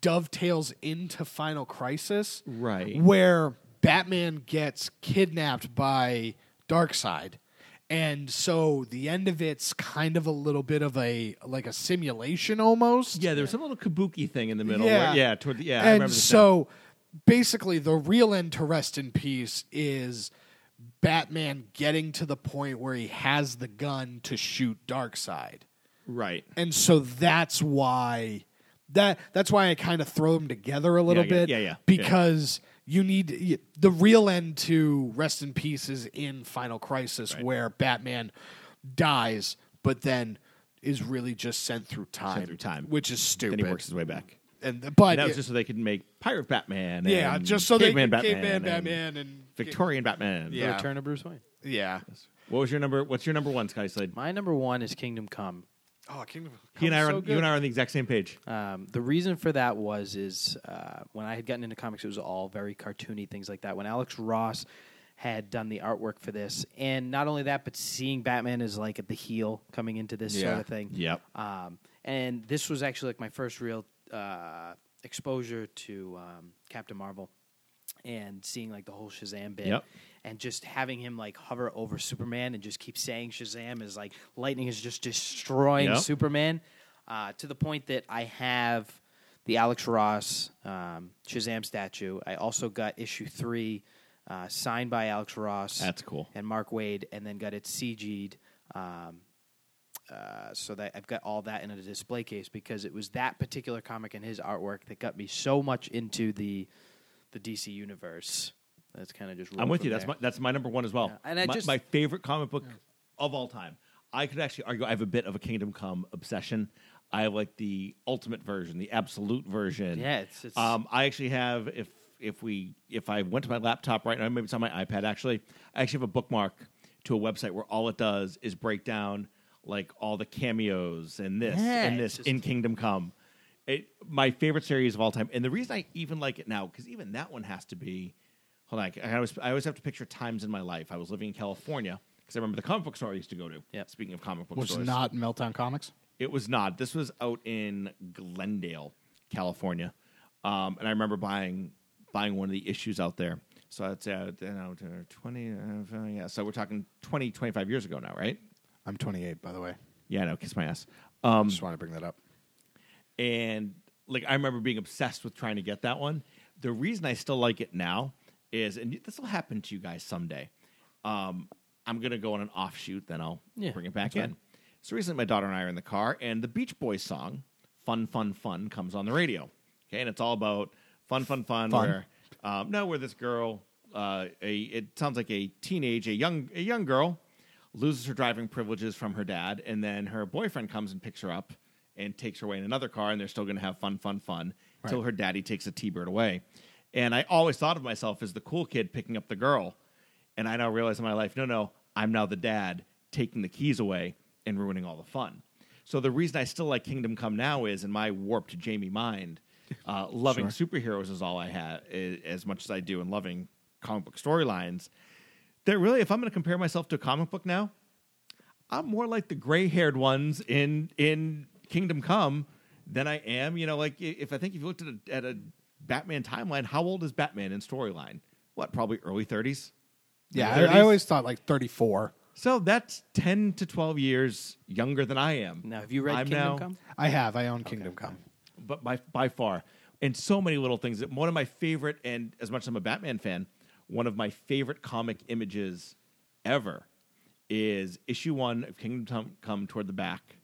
[SPEAKER 4] dovetails into Final Crisis
[SPEAKER 3] Right.
[SPEAKER 4] where Batman gets kidnapped by Darkseid. And so the end of it's kind of a little bit of a like a simulation almost.
[SPEAKER 3] Yeah, there was some little kabuki thing in the middle.
[SPEAKER 4] Yeah.
[SPEAKER 3] where, yeah, toward the, yeah. I
[SPEAKER 4] And
[SPEAKER 3] remember this now.
[SPEAKER 4] so basically the real end to rest in peace is Batman getting to the point where he has the gun to shoot Darkseid.
[SPEAKER 3] right,
[SPEAKER 4] and so that's why that that's why I kind of throw them together a little
[SPEAKER 3] Yeah, yeah,
[SPEAKER 4] bit.
[SPEAKER 3] yeah, yeah, yeah.
[SPEAKER 4] Because you need y- the real end to Rest in Peace is in Final Crisis,
[SPEAKER 3] Right.
[SPEAKER 4] where Batman dies, but then is really just sent through time,
[SPEAKER 3] through time.
[SPEAKER 4] which is stupid.
[SPEAKER 3] then he works his way back.
[SPEAKER 4] and but
[SPEAKER 3] And that was
[SPEAKER 4] it-
[SPEAKER 3] just so they could make Pirate Batman.
[SPEAKER 4] yeah,
[SPEAKER 3] and
[SPEAKER 4] just so they
[SPEAKER 3] Caveman
[SPEAKER 4] could
[SPEAKER 3] Batman,
[SPEAKER 4] caveman
[SPEAKER 3] and
[SPEAKER 4] Batman and
[SPEAKER 3] Victorian Batman.
[SPEAKER 4] Yeah.
[SPEAKER 2] The Return of Bruce Wayne.
[SPEAKER 4] yeah.
[SPEAKER 3] What was your number? What's your number one, Sky Slade?
[SPEAKER 2] My number one is Kingdom Come.
[SPEAKER 4] Oh, Kingdom
[SPEAKER 3] He and I
[SPEAKER 4] Come's
[SPEAKER 3] are
[SPEAKER 4] so
[SPEAKER 3] on,
[SPEAKER 4] good. Uh,
[SPEAKER 3] you and I are on the exact same page.
[SPEAKER 2] Um, the reason for that was is uh, when I had gotten into comics, it was all very cartoony things like that. When Alex Ross had done the artwork for this, and not only that, but seeing Batman as like at the heel coming into this
[SPEAKER 4] Yeah.
[SPEAKER 2] sort of thing.
[SPEAKER 3] Yep.
[SPEAKER 2] Um, and this was actually like my first real uh, exposure to um, Captain Marvel, and seeing like the whole Shazam bit,
[SPEAKER 3] Yep.
[SPEAKER 2] and just having him like hover over Superman and just keep saying Shazam is like lightning is just destroying
[SPEAKER 3] Yep.
[SPEAKER 2] Superman, uh, to the point that I have the Alex Ross um, Shazam statue. I also got issue three. Uh, signed by Alex Ross.
[SPEAKER 3] That's cool.
[SPEAKER 2] And Mark Wade, and then got it CG'd um, uh, so that I've got all that in a display case because it was that particular comic and his artwork that got me so much into the the DC universe. That's kind of just.
[SPEAKER 3] I'm
[SPEAKER 2] rolled
[SPEAKER 3] with
[SPEAKER 2] from
[SPEAKER 3] you. That's my
[SPEAKER 2] there.
[SPEAKER 3] that's my number one as well.
[SPEAKER 2] Yeah, and I
[SPEAKER 3] my,
[SPEAKER 2] just-
[SPEAKER 3] my favorite comic book of all time. I could actually argue I have a bit of a Kingdom Come obsession. I have like the ultimate version, the absolute version.
[SPEAKER 2] Yeah, it's- it's-
[SPEAKER 3] Um, I actually have if if we if I went to my laptop right now, maybe it's on my iPad. Actually, I actually have a bookmark to a website where all it does is break down like all the cameos and this
[SPEAKER 2] Yeah,
[SPEAKER 3] and
[SPEAKER 2] it's
[SPEAKER 3] this
[SPEAKER 2] just-
[SPEAKER 3] in Kingdom Come. It, my favorite series of all time, and the reason I even like it now because even that one has to be. Hold on, I always I always have to picture times in my life. I was living in California because I remember the comic book store I used to go to.
[SPEAKER 2] Yep.
[SPEAKER 3] Speaking of comic book
[SPEAKER 4] which is
[SPEAKER 3] stores,
[SPEAKER 4] not Meltdown Comics.
[SPEAKER 3] it was not. This was out in Glendale, California, um, and I remember buying buying one of the issues out there. So that's uh, you know, twenty, uh, yeah. So we're talking 20, 25 years ago now, right?
[SPEAKER 4] I'm 28, by the way.
[SPEAKER 3] Yeah, I know. Kiss my ass. Um,
[SPEAKER 4] Just want to bring that up.
[SPEAKER 3] and like I remember being obsessed with trying to get that one. The reason I still like it now is, and this will happen to you guys someday. Um, I'm gonna go on an offshoot, then I'll
[SPEAKER 2] Yeah,
[SPEAKER 3] bring it back
[SPEAKER 2] that's
[SPEAKER 3] in.
[SPEAKER 2] fine.
[SPEAKER 3] So recently, my daughter and I are in the car, and the Beach Boys song "Fun, Fun, Fun" comes on the radio. Okay, and it's all about fun, fun, fun. Where um, no, where this girl, uh, a it sounds like a teenage, a young, a young girl, loses her driving privileges from her dad, and then her boyfriend comes and picks her up and takes her away in another car, and they're still going to have fun, fun, fun until her daddy takes a T-bird away. And I always thought of myself as the cool kid picking up the girl, and I now realize in my life, no, no, I'm now the dad taking the keys away and ruining all the fun. So the reason I still like Kingdom Come Now is in my warped Jamie mind, uh, loving superheroes is all I have, as much as I do, and loving comic book storylines. That really, if I'm going to compare myself to a comic book now, I'm more like the gray-haired ones in in Kingdom Come than I am. You know, like i- if I think if you looked at a, at a Batman timeline, how old is Batman in storyline? What, probably early 30s.
[SPEAKER 4] Yeah,
[SPEAKER 3] Mid-
[SPEAKER 4] I, I
[SPEAKER 3] 30s?
[SPEAKER 4] always thought like 34.
[SPEAKER 3] So that's 10 to 12 years younger than I am.
[SPEAKER 2] Now, have you read
[SPEAKER 3] I'm
[SPEAKER 2] Kingdom
[SPEAKER 3] now-
[SPEAKER 2] Come?
[SPEAKER 4] I have. I own Kingdom Come.
[SPEAKER 3] But by, by far. And so many little things. That One of my favorite, and as much as I'm a Batman fan, one of my favorite comic images ever is issue one of Kingdom Tom- Come toward the back.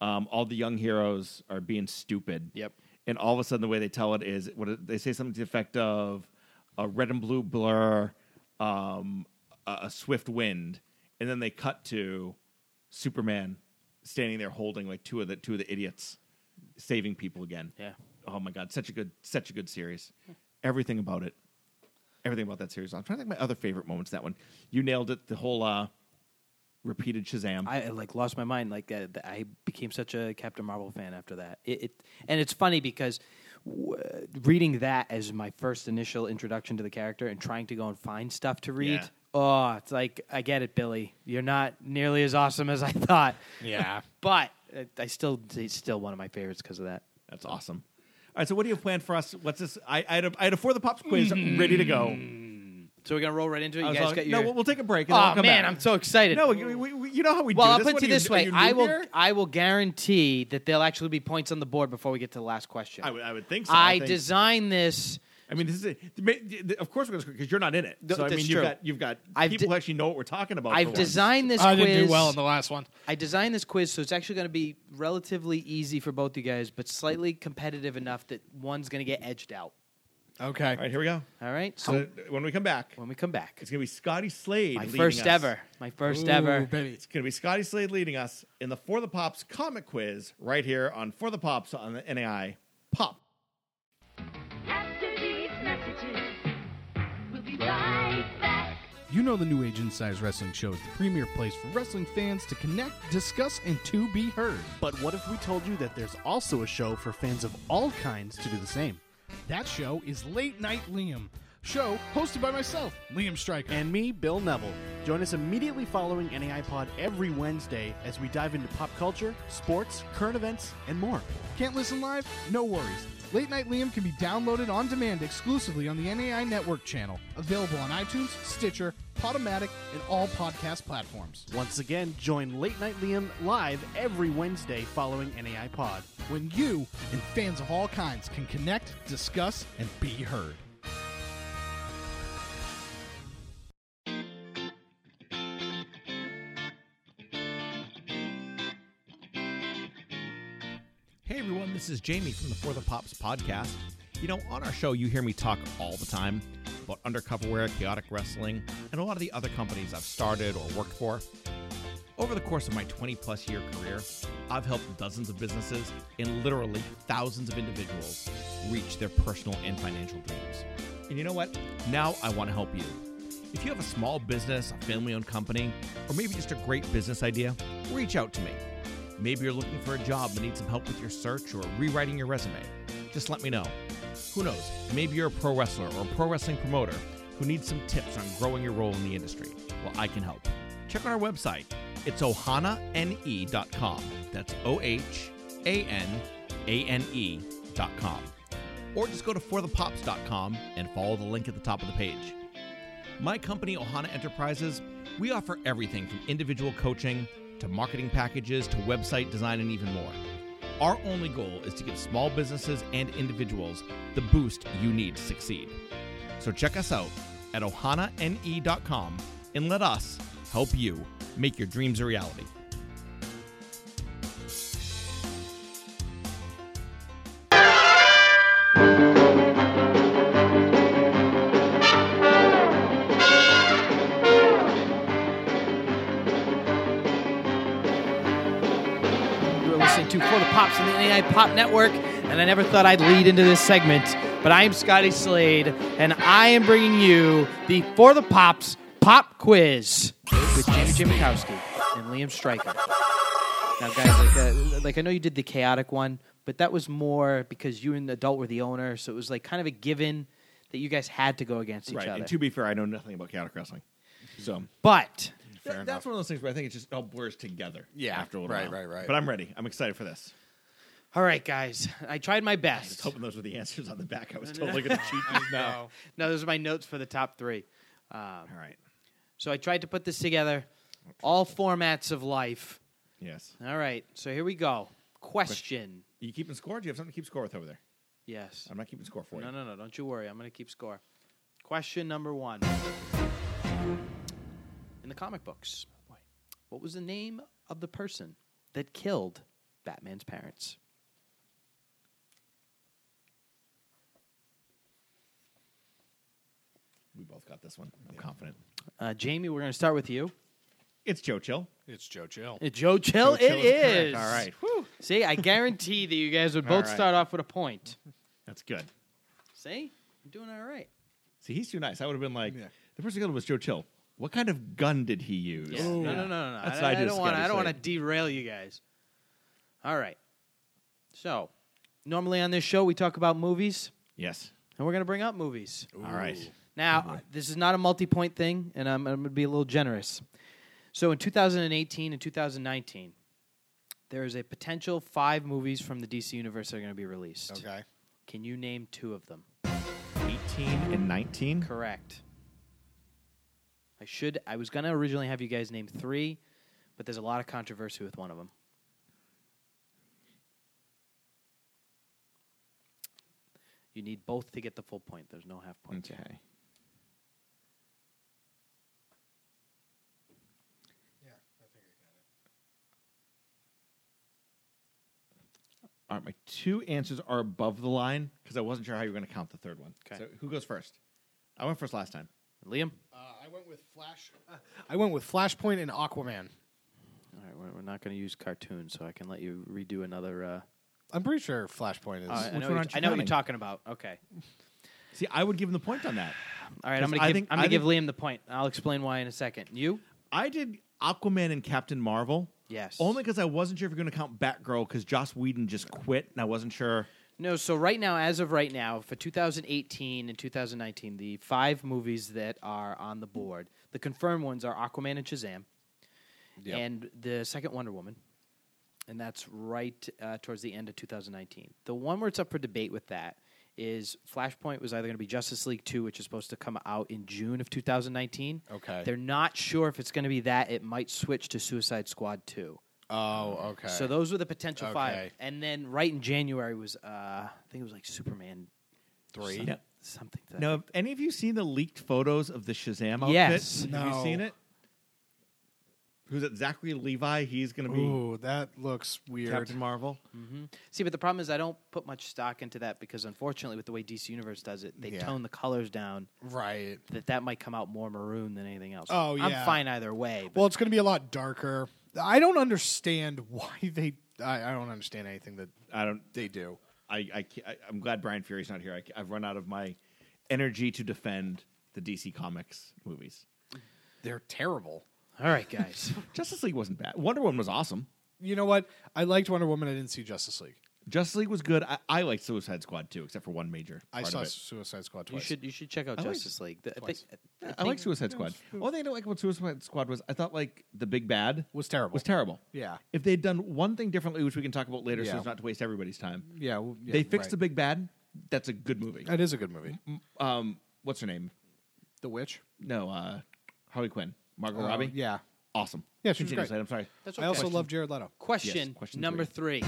[SPEAKER 3] Um, all the young heroes are being stupid.
[SPEAKER 2] Yep.
[SPEAKER 3] And all of a sudden, the way they tell it is what it- they say something to the effect of a red and blue blur, um, a, a swift wind, and then they cut to Superman standing there holding like two of the two of the idiots saving people again.
[SPEAKER 2] Yeah.
[SPEAKER 3] Oh my god, such a good such a good series. Everything about it. Everything about that series. I'm trying to think of my other favorite moments. in That one, you nailed it. The whole uh, repeated Shazam.
[SPEAKER 2] I I, like lost my mind. Like uh, th- I became such a Captain Marvel fan after that. It, it and it's funny because w- reading that as my first initial introduction to the character and trying to go and find stuff to read.
[SPEAKER 3] Yeah.
[SPEAKER 2] Oh, it's like I get it, Billy. You're not nearly as awesome as I thought.
[SPEAKER 4] Yeah.
[SPEAKER 2] but uh, I still it's still one of my favorites because of that.
[SPEAKER 3] That's awesome. All right, so what do you have planned for us? What's this? I, I, had, a, I had a for the pops quiz ready to go.
[SPEAKER 2] So we're gonna roll right into it.
[SPEAKER 3] I
[SPEAKER 2] You
[SPEAKER 3] was
[SPEAKER 2] guys
[SPEAKER 3] all-
[SPEAKER 2] got your.
[SPEAKER 3] No, we'll, we'll take a break. And then
[SPEAKER 2] oh
[SPEAKER 3] I'll come
[SPEAKER 2] man,
[SPEAKER 3] back.
[SPEAKER 2] I'm so excited.
[SPEAKER 3] No, we, we, we, you know how we
[SPEAKER 2] well,
[SPEAKER 3] do
[SPEAKER 2] I'll
[SPEAKER 3] this.
[SPEAKER 2] put
[SPEAKER 3] What
[SPEAKER 2] it to
[SPEAKER 3] are you-
[SPEAKER 2] this
[SPEAKER 3] are
[SPEAKER 2] way:
[SPEAKER 3] you new
[SPEAKER 2] I will,
[SPEAKER 3] here?
[SPEAKER 2] I will guarantee that there'll actually be points on the board before we get to the last question.
[SPEAKER 3] I would- I would think so. I
[SPEAKER 2] I,
[SPEAKER 3] think-
[SPEAKER 2] designed this.
[SPEAKER 3] I mean, this is a, of course we're going to because you're not in it.
[SPEAKER 2] No,
[SPEAKER 3] so I
[SPEAKER 2] that's
[SPEAKER 3] mean, you've
[SPEAKER 2] true.
[SPEAKER 3] got you've got
[SPEAKER 2] I've
[SPEAKER 3] people
[SPEAKER 2] de-
[SPEAKER 3] who actually know what we're talking about. for
[SPEAKER 2] I've
[SPEAKER 3] once.
[SPEAKER 2] designed this
[SPEAKER 4] I
[SPEAKER 2] quiz.
[SPEAKER 4] didn't do well in the last one.
[SPEAKER 2] I designed this quiz, so it's actually going to be relatively easy for both you guys, but slightly competitive enough that one's going to get edged out.
[SPEAKER 4] Okay.
[SPEAKER 3] All right, here we go.
[SPEAKER 2] All right. So
[SPEAKER 3] So when we come back,
[SPEAKER 2] when we come back,
[SPEAKER 3] it's going to be Scotty Slade.
[SPEAKER 2] Oh. my
[SPEAKER 3] leading
[SPEAKER 2] first
[SPEAKER 3] us.
[SPEAKER 2] ever, my first ever.
[SPEAKER 4] baby.
[SPEAKER 3] It's going to be Scotty Slade leading us in the For the Pops comic quiz right here on For the Pops on the NAI Pop.
[SPEAKER 5] After these messages, we'll be right back.
[SPEAKER 8] You know the New Age Insiders Wrestling Show is the premier place for wrestling fans to connect, discuss, and to be heard.
[SPEAKER 1] But what if we told you that there's also a show for fans of all kinds to do the same?
[SPEAKER 8] That show is Late Night Liam, show hosted by myself, Liam Stryker.
[SPEAKER 1] And me, Bill Neville. Join us immediately following NAI Pod every Wednesday as we dive into pop culture, sports, current events, and more.
[SPEAKER 8] Can't listen live? No worries. Late Night Liam can be downloaded on demand exclusively on the NAI Network channel, available on iTunes, Stitcher, Podomatic, and all podcast platforms.
[SPEAKER 1] Once again, join Late Night Liam live every Wednesday following NAI Pod.
[SPEAKER 8] When you and fans of all kinds can connect, discuss, and be heard.
[SPEAKER 3] Hey everyone, this is Jamie from the For the Pops podcast. You know, on our show, you hear me talk all the time about undercoverware, chaotic wrestling, and a lot of the other companies I've started or worked for. Over the course of my 20 plus year career, I've helped dozens of businesses and literally thousands of individuals reach their personal and financial dreams. And you know what? Now I want to help you. If you have a small business, a family owned company, or maybe just a great business idea, reach out to me. Maybe you're looking for a job and need some help with your search or rewriting your resume. Just let me know. Who knows? Maybe you're a pro wrestler or a pro wrestling promoter who needs some tips on growing your role in the industry. Well, I can help. Check out our website. It's ohanane.com. That's O H A N A N E.com. Or just go to forthepops.com and follow the link at the top of the page. My company, Ohana Enterprises, we offer everything from individual coaching to marketing packages to website design and even more. Our only goal is to give small businesses and individuals the boost you need to succeed. So check us out at ohanane.com and let us help you make your dreams a reality.
[SPEAKER 2] You're listening to For the Pops on the NAI Pop Network, and I never thought I'd lead into this segment, but I am Scotty Slade, and I am bringing you the For the Pops Pop Quiz with Jamie J. Mikowski and Liam Stryker. Now, guys, like, uh, like I know you did the chaotic one, but that was more because you and the adult were the owner, so it was like kind of a given that you guys had to go against each
[SPEAKER 3] right.
[SPEAKER 2] other.
[SPEAKER 3] And to be fair, I know nothing about chaotic wrestling. So
[SPEAKER 2] but
[SPEAKER 3] Th- that's one of those things where I think it just all blurs together.
[SPEAKER 4] Yeah.
[SPEAKER 3] After a little
[SPEAKER 4] Right,
[SPEAKER 3] while.
[SPEAKER 4] right, right.
[SPEAKER 3] But I'm ready. I'm excited for this.
[SPEAKER 2] all right, guys, I tried my
[SPEAKER 3] I was
[SPEAKER 2] best.
[SPEAKER 3] hoping those were the answers on the back. I was totally going to cheat just now.
[SPEAKER 2] No, those are my notes for the top three. Um,
[SPEAKER 3] All right.
[SPEAKER 2] So I tried to put this together. All formats of life.
[SPEAKER 3] Yes.
[SPEAKER 2] All right. So here we go. Question.
[SPEAKER 3] You keeping score? Do you have something to keep score with over there?
[SPEAKER 2] Yes.
[SPEAKER 3] I'm not keeping score for you.
[SPEAKER 2] No, no, no. Don't you worry. I'm going to keep score. Question number one. In the comic books, what was the name of the person that killed Batman's parents?
[SPEAKER 3] We both got this one. I'm confident.
[SPEAKER 2] Uh, Jamie, we're going to start with you.
[SPEAKER 3] It's Joe Chill.
[SPEAKER 4] It's Joe Chill.
[SPEAKER 2] Uh, Joe Chill,
[SPEAKER 3] Joe Chill
[SPEAKER 2] it
[SPEAKER 3] is correct.
[SPEAKER 2] is.
[SPEAKER 3] All right.
[SPEAKER 2] See, I guarantee that you guys would both
[SPEAKER 3] right.
[SPEAKER 2] start off with a point.
[SPEAKER 3] That's good.
[SPEAKER 2] See? I'm doing all right.
[SPEAKER 3] See, he's too nice. I would have been like,
[SPEAKER 4] Yeah.
[SPEAKER 3] the person killed was Joe Chill. What kind of gun did he use?
[SPEAKER 2] Yeah. No, no, no, no, no.
[SPEAKER 3] That's what
[SPEAKER 2] I,
[SPEAKER 3] I
[SPEAKER 2] I
[SPEAKER 3] do,
[SPEAKER 2] don't want. I
[SPEAKER 3] Scotty,
[SPEAKER 2] don't
[SPEAKER 3] so-
[SPEAKER 2] want to derail you guys. All right. So, normally on this show we talk about movies,
[SPEAKER 3] Yes.
[SPEAKER 2] and we're going to bring up movies.
[SPEAKER 3] All right.
[SPEAKER 2] Now, this is not a multi-point thing, and I'm, I'm going to be a little generous. So, in 2018 and 2019, there is a potential five movies from the DC universe that are going to be released.
[SPEAKER 4] Okay.
[SPEAKER 2] Can you name two of them?
[SPEAKER 3] 18 and 19.
[SPEAKER 2] Correct. I should. I was going to originally have you guys name three, but there's a lot of controversy with one of them. You need both to get the full point. There's no half points.
[SPEAKER 3] Okay. All right, my two answers are above the line because I wasn't sure how you were going to count the third one.
[SPEAKER 2] 'Kay.
[SPEAKER 3] So who goes first? I went first last time.
[SPEAKER 2] Liam.
[SPEAKER 4] Uh, I went with Flash. uh, I went with Flashpoint and Aquaman.
[SPEAKER 2] All right, we're, we're not going to use cartoons, so I can let you redo another. Uh,
[SPEAKER 4] I'm pretty sure Flashpoint is.
[SPEAKER 2] I- I,
[SPEAKER 3] which
[SPEAKER 2] know,
[SPEAKER 3] one
[SPEAKER 2] what
[SPEAKER 3] aren't
[SPEAKER 2] you- I
[SPEAKER 3] you
[SPEAKER 2] know what you're
[SPEAKER 3] counting?
[SPEAKER 2] talking about. Okay.
[SPEAKER 3] See, I would give him the point on that.
[SPEAKER 2] All right, I'm
[SPEAKER 3] 'Cause
[SPEAKER 2] going
[SPEAKER 3] I
[SPEAKER 2] to give,
[SPEAKER 3] think-
[SPEAKER 2] I'm
[SPEAKER 3] I
[SPEAKER 2] gonna give
[SPEAKER 3] think-
[SPEAKER 2] Liam the point. I'll explain why in a second. You?
[SPEAKER 3] I did Aquaman and Captain Marvel.
[SPEAKER 2] Yes.
[SPEAKER 3] Only because I wasn't sure if you're going to count Batgirl because Joss Whedon just quit and I wasn't sure.
[SPEAKER 2] No, so right now, as of right now, for 2018 and 2019, the five movies that are on the board, the confirmed ones are Aquaman and Shazam,
[SPEAKER 4] Yep.
[SPEAKER 2] and the second Wonder Woman, and that's right uh, towards the end of 2019. The one where it's up for debate with that is Flashpoint was either going to be Justice League 2, which is supposed to come out in June of 2019.
[SPEAKER 4] Okay.
[SPEAKER 2] They're not sure if it's going to be that. It might switch to Suicide Squad 2.
[SPEAKER 4] oh, okay.
[SPEAKER 2] So those were the potential five.
[SPEAKER 4] Okay.
[SPEAKER 2] And then right in January was uh, I think it was like Superman
[SPEAKER 4] three.
[SPEAKER 2] some- something. to that.
[SPEAKER 3] Now, have any of you seen the leaked photos of the Shazam outfit?
[SPEAKER 2] Yes.
[SPEAKER 3] Have
[SPEAKER 4] No.
[SPEAKER 3] you seen it? Who's it? Zachary Levi. He's going to be
[SPEAKER 4] Ooh, that looks weird.
[SPEAKER 3] Captain Marvel.
[SPEAKER 2] See, but the problem is I don't put much stock into that because unfortunately with the way DC Universe does it, they
[SPEAKER 4] Yeah.
[SPEAKER 2] tone the colors down
[SPEAKER 4] right.
[SPEAKER 2] that that might come out more maroon than anything else.
[SPEAKER 4] Oh,
[SPEAKER 2] I'm
[SPEAKER 4] yeah.
[SPEAKER 2] fine either way. But
[SPEAKER 4] Well, it's going to be a lot darker. I don't understand why they. I, I don't understand anything that
[SPEAKER 3] I don't.
[SPEAKER 4] they do.
[SPEAKER 3] I, I, ca- I I'm glad Brian Fury's not here. I, ca- I've run out of my energy to defend the DC Comics movies.
[SPEAKER 4] They're terrible.
[SPEAKER 2] all right, guys.
[SPEAKER 3] Justice League wasn't bad. Wonder Woman was awesome.
[SPEAKER 4] You know what? I liked Wonder Woman. I didn't see Justice League.
[SPEAKER 3] Justice League was good. I, I liked Suicide Squad too, except for one major.
[SPEAKER 4] I
[SPEAKER 3] part
[SPEAKER 4] saw
[SPEAKER 3] of it.
[SPEAKER 4] Suicide Squad
[SPEAKER 2] you
[SPEAKER 4] twice.
[SPEAKER 2] should you should check out
[SPEAKER 3] I like-
[SPEAKER 2] Justice League. The- uh, I
[SPEAKER 4] Twice.
[SPEAKER 2] think-
[SPEAKER 3] Yeah,
[SPEAKER 2] I
[SPEAKER 3] I like
[SPEAKER 2] think-
[SPEAKER 3] Suicide Squad. Only thing I don't like about Suicide Squad was I thought like the big bad
[SPEAKER 4] Was terrible.
[SPEAKER 3] Was terrible.
[SPEAKER 4] Yeah.
[SPEAKER 3] If they'd done one thing differently, which we can talk about later,
[SPEAKER 4] Yeah.
[SPEAKER 3] so as not to waste everybody's time.
[SPEAKER 4] Yeah, well, yeah,
[SPEAKER 3] they fixed
[SPEAKER 4] right.
[SPEAKER 3] the big bad. That's a good movie.
[SPEAKER 4] That is a good movie.
[SPEAKER 3] Um, what's her name?
[SPEAKER 4] The Witch.
[SPEAKER 3] No, uh, Harley Quinn, Margot
[SPEAKER 4] Uh,
[SPEAKER 3] Robbie.
[SPEAKER 4] Yeah.
[SPEAKER 3] awesome.
[SPEAKER 4] Yeah, she was
[SPEAKER 3] Continue,
[SPEAKER 4] great.
[SPEAKER 3] Slade, I'm sorry.
[SPEAKER 2] That's
[SPEAKER 4] I also
[SPEAKER 2] okay.
[SPEAKER 4] love Jared Leto.
[SPEAKER 2] Question,
[SPEAKER 3] Yes, question
[SPEAKER 2] number three.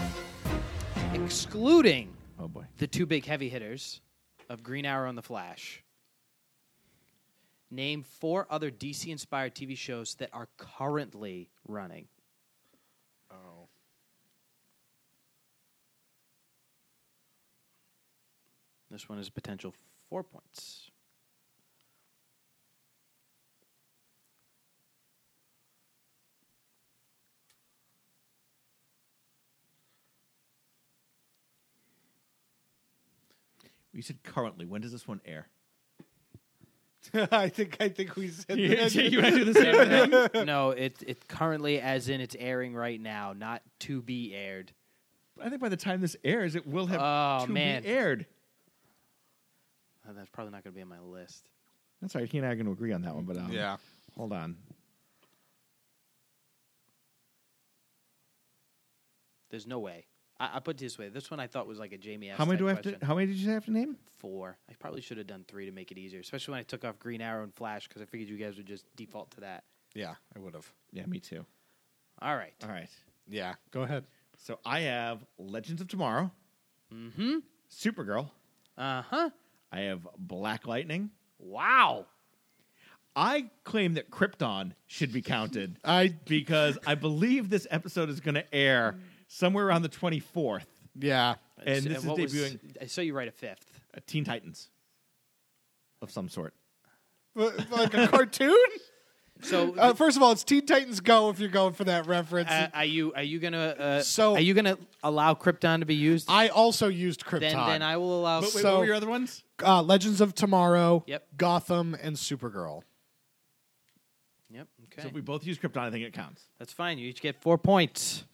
[SPEAKER 2] Excluding
[SPEAKER 3] Oh boy.
[SPEAKER 2] the two big heavy hitters of Green Arrow and the Flash. Name four other DC inspired TV shows that are currently running.
[SPEAKER 4] Oh.
[SPEAKER 2] This one is potential four points.
[SPEAKER 3] You said currently. When does this one air?
[SPEAKER 4] I think I think we said
[SPEAKER 3] you want
[SPEAKER 4] that.
[SPEAKER 3] to do the same thing?
[SPEAKER 2] no, it it currently as in it's airing right now, not to be aired.
[SPEAKER 3] I think by the time this airs, it will have
[SPEAKER 2] Oh,
[SPEAKER 3] to
[SPEAKER 2] man.
[SPEAKER 3] be aired.
[SPEAKER 2] Uh, That's probably not going to be on my list.
[SPEAKER 3] That's all right. He and I are going to agree on that one, but um,
[SPEAKER 4] Yeah.
[SPEAKER 3] hold on.
[SPEAKER 2] There's no way. I, I put it this way. This one I thought was like a Jamie.
[SPEAKER 3] how many
[SPEAKER 2] Ass
[SPEAKER 3] do I
[SPEAKER 2] type
[SPEAKER 3] have to?
[SPEAKER 2] question.
[SPEAKER 3] How many did you have to name?
[SPEAKER 2] Four. I probably should have done three to make it easier, especially when I took off Green Arrow and Flash because I figured you guys would just default to that.
[SPEAKER 4] Yeah, I would have.
[SPEAKER 3] Yeah, me too.
[SPEAKER 2] All right.
[SPEAKER 3] All right.
[SPEAKER 4] Yeah, go ahead.
[SPEAKER 3] So I have Legends of Tomorrow. Mm-hmm. Supergirl.
[SPEAKER 2] Uh huh.
[SPEAKER 3] I have Black Lightning.
[SPEAKER 2] Wow.
[SPEAKER 3] I claim that Krypton should be counted
[SPEAKER 4] I
[SPEAKER 3] because I believe this episode is going to air somewhere around the 24th.
[SPEAKER 4] yeah.
[SPEAKER 3] And this
[SPEAKER 2] what
[SPEAKER 3] is
[SPEAKER 2] was-
[SPEAKER 3] debuting
[SPEAKER 2] I saw you write a fifth.
[SPEAKER 3] uh, Teen Titans of some sort.
[SPEAKER 4] like a cartoon?
[SPEAKER 2] So
[SPEAKER 4] Uh, first of all, it's Teen Titans Go if you're going for that reference.
[SPEAKER 2] uh, are you are you gonna uh,
[SPEAKER 4] So-
[SPEAKER 2] are you gonna allow Krypton to be used?
[SPEAKER 4] I also used Krypton.
[SPEAKER 2] then then I will allow.
[SPEAKER 3] But wait,
[SPEAKER 4] So-
[SPEAKER 3] what were your other ones?
[SPEAKER 4] uh, Legends of Tomorrow,
[SPEAKER 2] Yep.
[SPEAKER 4] Gotham, and Supergirl.
[SPEAKER 2] yep. Okay.
[SPEAKER 3] So if we both use Krypton, I think it counts.
[SPEAKER 2] That's fine. You each get four points.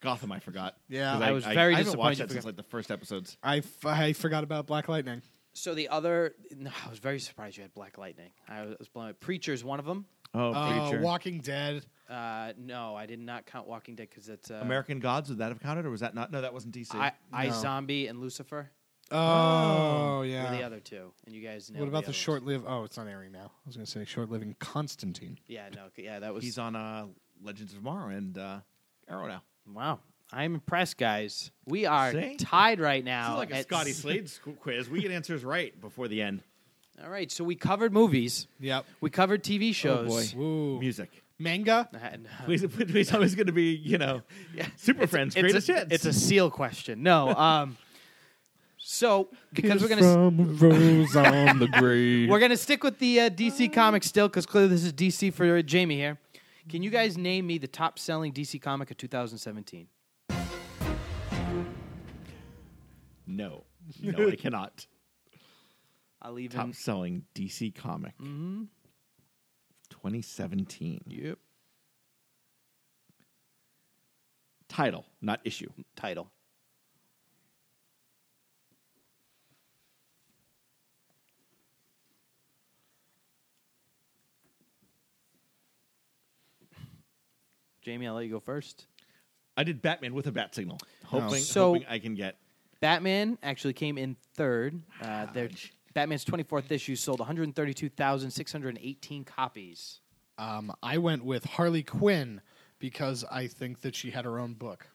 [SPEAKER 3] Gotham, I forgot.
[SPEAKER 4] Yeah.
[SPEAKER 3] 'Cause
[SPEAKER 2] I was very
[SPEAKER 3] I haven't
[SPEAKER 2] disappointed
[SPEAKER 3] watched that since
[SPEAKER 2] for-
[SPEAKER 3] like the first episodes.
[SPEAKER 4] I, f- I forgot about Black Lightning.
[SPEAKER 2] So the other, no, I was very surprised you had Black Lightning. I was, I was blown. away. Preacher's one of them.
[SPEAKER 3] Oh,
[SPEAKER 4] Uh,
[SPEAKER 3] Preacher.
[SPEAKER 4] Walking Dead.
[SPEAKER 2] Uh, no, I did not count Walking Dead because it's uh,
[SPEAKER 3] American Gods would that have counted, or was that not? No, that wasn't DC.
[SPEAKER 2] I, I
[SPEAKER 4] No.
[SPEAKER 2] Zombie and Lucifer
[SPEAKER 4] Oh, yeah.
[SPEAKER 2] were the other two, and you guys. nailed
[SPEAKER 4] what about the,
[SPEAKER 2] others.
[SPEAKER 4] short-lived? Oh, it's not airing now. I was going to say short-living Constantine.
[SPEAKER 2] Yeah, no, yeah, that was.
[SPEAKER 3] He's on uh, Legends of Tomorrow and uh, Arrow now.
[SPEAKER 2] Wow, I'm impressed, guys. We are
[SPEAKER 3] See?
[SPEAKER 2] tied right now. at s-
[SPEAKER 3] Slade quiz. We get answers right before the end.
[SPEAKER 2] All right, so we covered movies.
[SPEAKER 4] Yep.
[SPEAKER 2] We covered TV shows.
[SPEAKER 4] Woo.
[SPEAKER 3] Music.
[SPEAKER 4] Manga.
[SPEAKER 2] And, uh,
[SPEAKER 3] Oh, Please, please, always going to be you know, Super Friends,
[SPEAKER 2] it's
[SPEAKER 3] greatest
[SPEAKER 2] a,
[SPEAKER 3] hits.
[SPEAKER 2] It's a seal question. No. Um, so because we're gonna
[SPEAKER 4] Rose on the grave.
[SPEAKER 2] We're gonna stick with the uh,
[SPEAKER 3] Oh.
[SPEAKER 2] DC comics still, because clearly this is DC for Jamie here. Can you guys name me the top-selling DC comic of 2017?
[SPEAKER 3] no, no, I cannot.
[SPEAKER 2] I'll even. Mm-hmm.
[SPEAKER 3] Top selling DC comic, 2017.
[SPEAKER 2] Yep.
[SPEAKER 3] Title, not issue.
[SPEAKER 2] Title. Jamie, I'll let you go first.
[SPEAKER 3] I did Batman with a bat signal, hoping,
[SPEAKER 2] So-
[SPEAKER 3] hoping I can get.
[SPEAKER 2] Batman actually came in third. Uh, their, Batman's 24th issue sold 132,618 copies.
[SPEAKER 4] Um, I went with Harley Quinn because I think that she had her own book.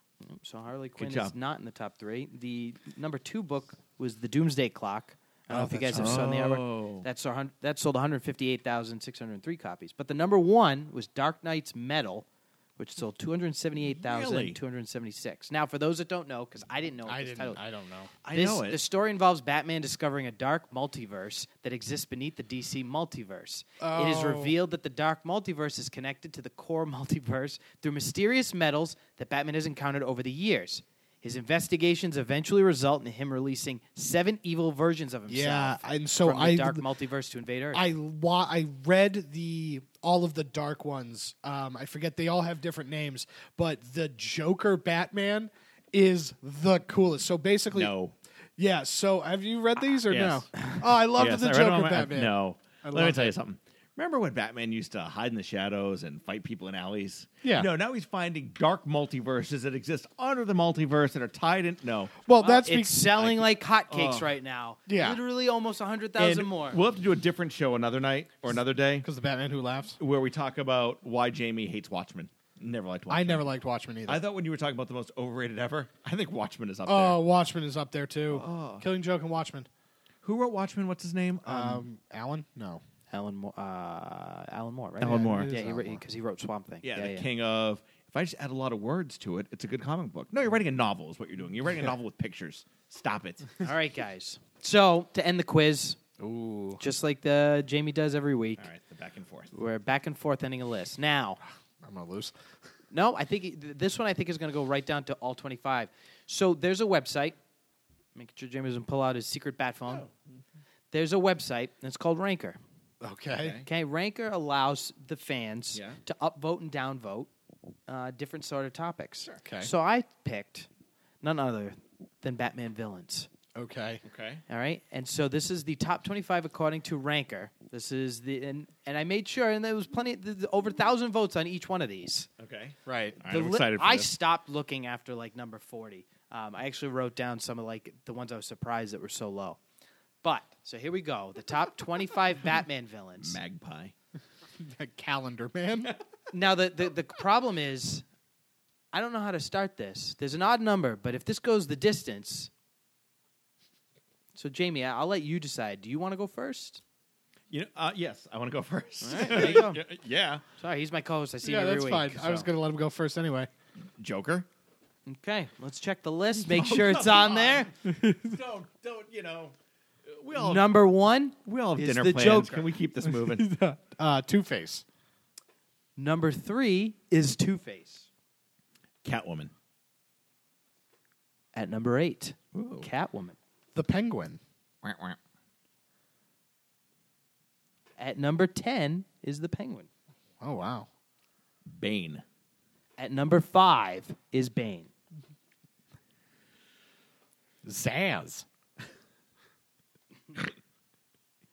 [SPEAKER 2] So Harley Quinn is
[SPEAKER 3] job.
[SPEAKER 2] not in the top three. The number two book was The Doomsday Clock. I don't know if you guys have seen the
[SPEAKER 3] Oh.
[SPEAKER 2] artwork. That's a hun- that sold 158,603 copies. But the number one was Dark Knight's Metal, which sold 278,276. Now, for those that don't know, because I didn't know what Oh,
[SPEAKER 4] I
[SPEAKER 2] this title
[SPEAKER 4] didn't. I don't know.
[SPEAKER 3] I
[SPEAKER 2] this,
[SPEAKER 3] know it.
[SPEAKER 2] The story involves Batman discovering a dark multiverse that exists beneath the DC multiverse. It is
[SPEAKER 4] Oh.
[SPEAKER 2] revealed that the dark multiverse is connected to the core multiverse through mysterious metals that Batman has encountered over the years. His investigations eventually result in him releasing seven evil versions of himself.
[SPEAKER 4] Yeah, and so
[SPEAKER 2] from the
[SPEAKER 4] I-
[SPEAKER 2] dark multiverse to invade Earth.
[SPEAKER 4] I wa- I read the all of the dark ones. Um, I forget they all have different names, but the Joker Batman is the coolest. So basically,
[SPEAKER 3] No.
[SPEAKER 4] Yeah. So have you read these or
[SPEAKER 3] Yes.
[SPEAKER 4] no? Oh, I loved
[SPEAKER 3] Yes,
[SPEAKER 4] the
[SPEAKER 3] I read it
[SPEAKER 4] Joker
[SPEAKER 3] on my-
[SPEAKER 4] Batman.
[SPEAKER 3] No,
[SPEAKER 4] I
[SPEAKER 3] let me
[SPEAKER 4] love
[SPEAKER 3] tell you
[SPEAKER 4] it.
[SPEAKER 3] something. Remember when Batman used to hide in the shadows and fight people in alleys?
[SPEAKER 4] Yeah.
[SPEAKER 3] No, now he's finding dark multiverses that exist under the multiverse that are tied in. No.
[SPEAKER 4] Well, that's
[SPEAKER 3] Uh,
[SPEAKER 2] it's
[SPEAKER 4] because
[SPEAKER 2] selling like hotcakes right now.
[SPEAKER 4] Yeah.
[SPEAKER 2] literally almost hundred
[SPEAKER 3] And
[SPEAKER 2] thousand more.
[SPEAKER 3] We'll have to do a different show another night or another day
[SPEAKER 4] the Batman who laughs.
[SPEAKER 3] where we talk about why Jamie hates Watchmen. Never liked Watchmen.
[SPEAKER 4] I never liked Watchmen either.
[SPEAKER 3] I thought when you were talking about the most overrated ever, I think Watchmen is up
[SPEAKER 4] oh,
[SPEAKER 3] there. Oh.
[SPEAKER 4] Watchmen is up there too. Killing Joke and Watchmen.
[SPEAKER 3] Who wrote Watchmen? What's his name?
[SPEAKER 4] Um, Alan? No.
[SPEAKER 2] Alan Moore, uh, Alan Moore, right?
[SPEAKER 3] Alan
[SPEAKER 2] yeah,
[SPEAKER 3] Moore.
[SPEAKER 2] Yeah,
[SPEAKER 4] Alan Moore.
[SPEAKER 2] because he, wrote Swamp Thing.
[SPEAKER 3] yeah, the
[SPEAKER 2] yeah.
[SPEAKER 3] king of. If I just add a lot of words to it, it's a good comic book. No, you're writing a novel. Is what you're doing. You're writing a novel with pictures. Stop it.
[SPEAKER 2] All right, guys. So to end the quiz,
[SPEAKER 3] Ooh.
[SPEAKER 2] just like the Jamie does every week,
[SPEAKER 3] All right, the back and forth.
[SPEAKER 2] we're back and forth ending a list. Now,
[SPEAKER 4] I'm going to lose.
[SPEAKER 2] no, I think it- th- this one I think is going to go right down to all twenty-five. So there's a website. Make sure Jamie doesn't pull out his secret bat phone. There's a website, and it's called Ranker.
[SPEAKER 4] Okay.
[SPEAKER 2] Okay, Ranker allows the fans
[SPEAKER 3] Yeah.
[SPEAKER 2] to upvote and downvote uh, different sort of topics.
[SPEAKER 4] Okay.
[SPEAKER 2] So I picked none other than Batman villains.
[SPEAKER 4] Okay.
[SPEAKER 3] Okay.
[SPEAKER 2] All right, and so this is the top twenty-five according to Ranker. This is the and, and I made sure, and there was plenty, th- th- over a thousand votes on each one of these.
[SPEAKER 3] Okay.
[SPEAKER 4] Right.
[SPEAKER 3] All right, I'm
[SPEAKER 2] li-
[SPEAKER 3] excited for
[SPEAKER 2] I
[SPEAKER 3] this.
[SPEAKER 2] stopped looking after like number forty. Um, I actually wrote down some of like the ones I was surprised that were so low. But so here we go, the top twenty-five Batman villains.
[SPEAKER 3] Magpie.
[SPEAKER 4] Calendar man.
[SPEAKER 2] Now the, the the problem is, I don't know how to start this. There's an odd number, but if this goes the distance, so Jamie, I- I'll let you decide. Do you want to go first?
[SPEAKER 3] You know, uh, yes, I want to go first.
[SPEAKER 2] there you go.
[SPEAKER 3] yeah,
[SPEAKER 2] Sorry, he's my co-host. I see
[SPEAKER 4] yeah,
[SPEAKER 2] him every
[SPEAKER 4] that's
[SPEAKER 2] week.
[SPEAKER 4] fine. I was
[SPEAKER 2] so-
[SPEAKER 4] going to let him go first anyway.
[SPEAKER 3] Joker.
[SPEAKER 2] Okay, let's check the list. Make sure it's on, there.
[SPEAKER 3] don't don't you know? We all
[SPEAKER 2] Number one.
[SPEAKER 3] we all have
[SPEAKER 2] is
[SPEAKER 3] dinner
[SPEAKER 2] the
[SPEAKER 3] plans.
[SPEAKER 2] Joker.
[SPEAKER 3] Can we keep this moving?
[SPEAKER 4] Uh, Two Face.
[SPEAKER 2] Number three is Two Face.
[SPEAKER 3] Catwoman.
[SPEAKER 2] At number eight,
[SPEAKER 3] Ooh.
[SPEAKER 2] Catwoman.
[SPEAKER 4] The Penguin.
[SPEAKER 2] At number ten is the Penguin.
[SPEAKER 4] Oh, wow.
[SPEAKER 3] Bane.
[SPEAKER 2] At number five is Bane.
[SPEAKER 4] Zaz.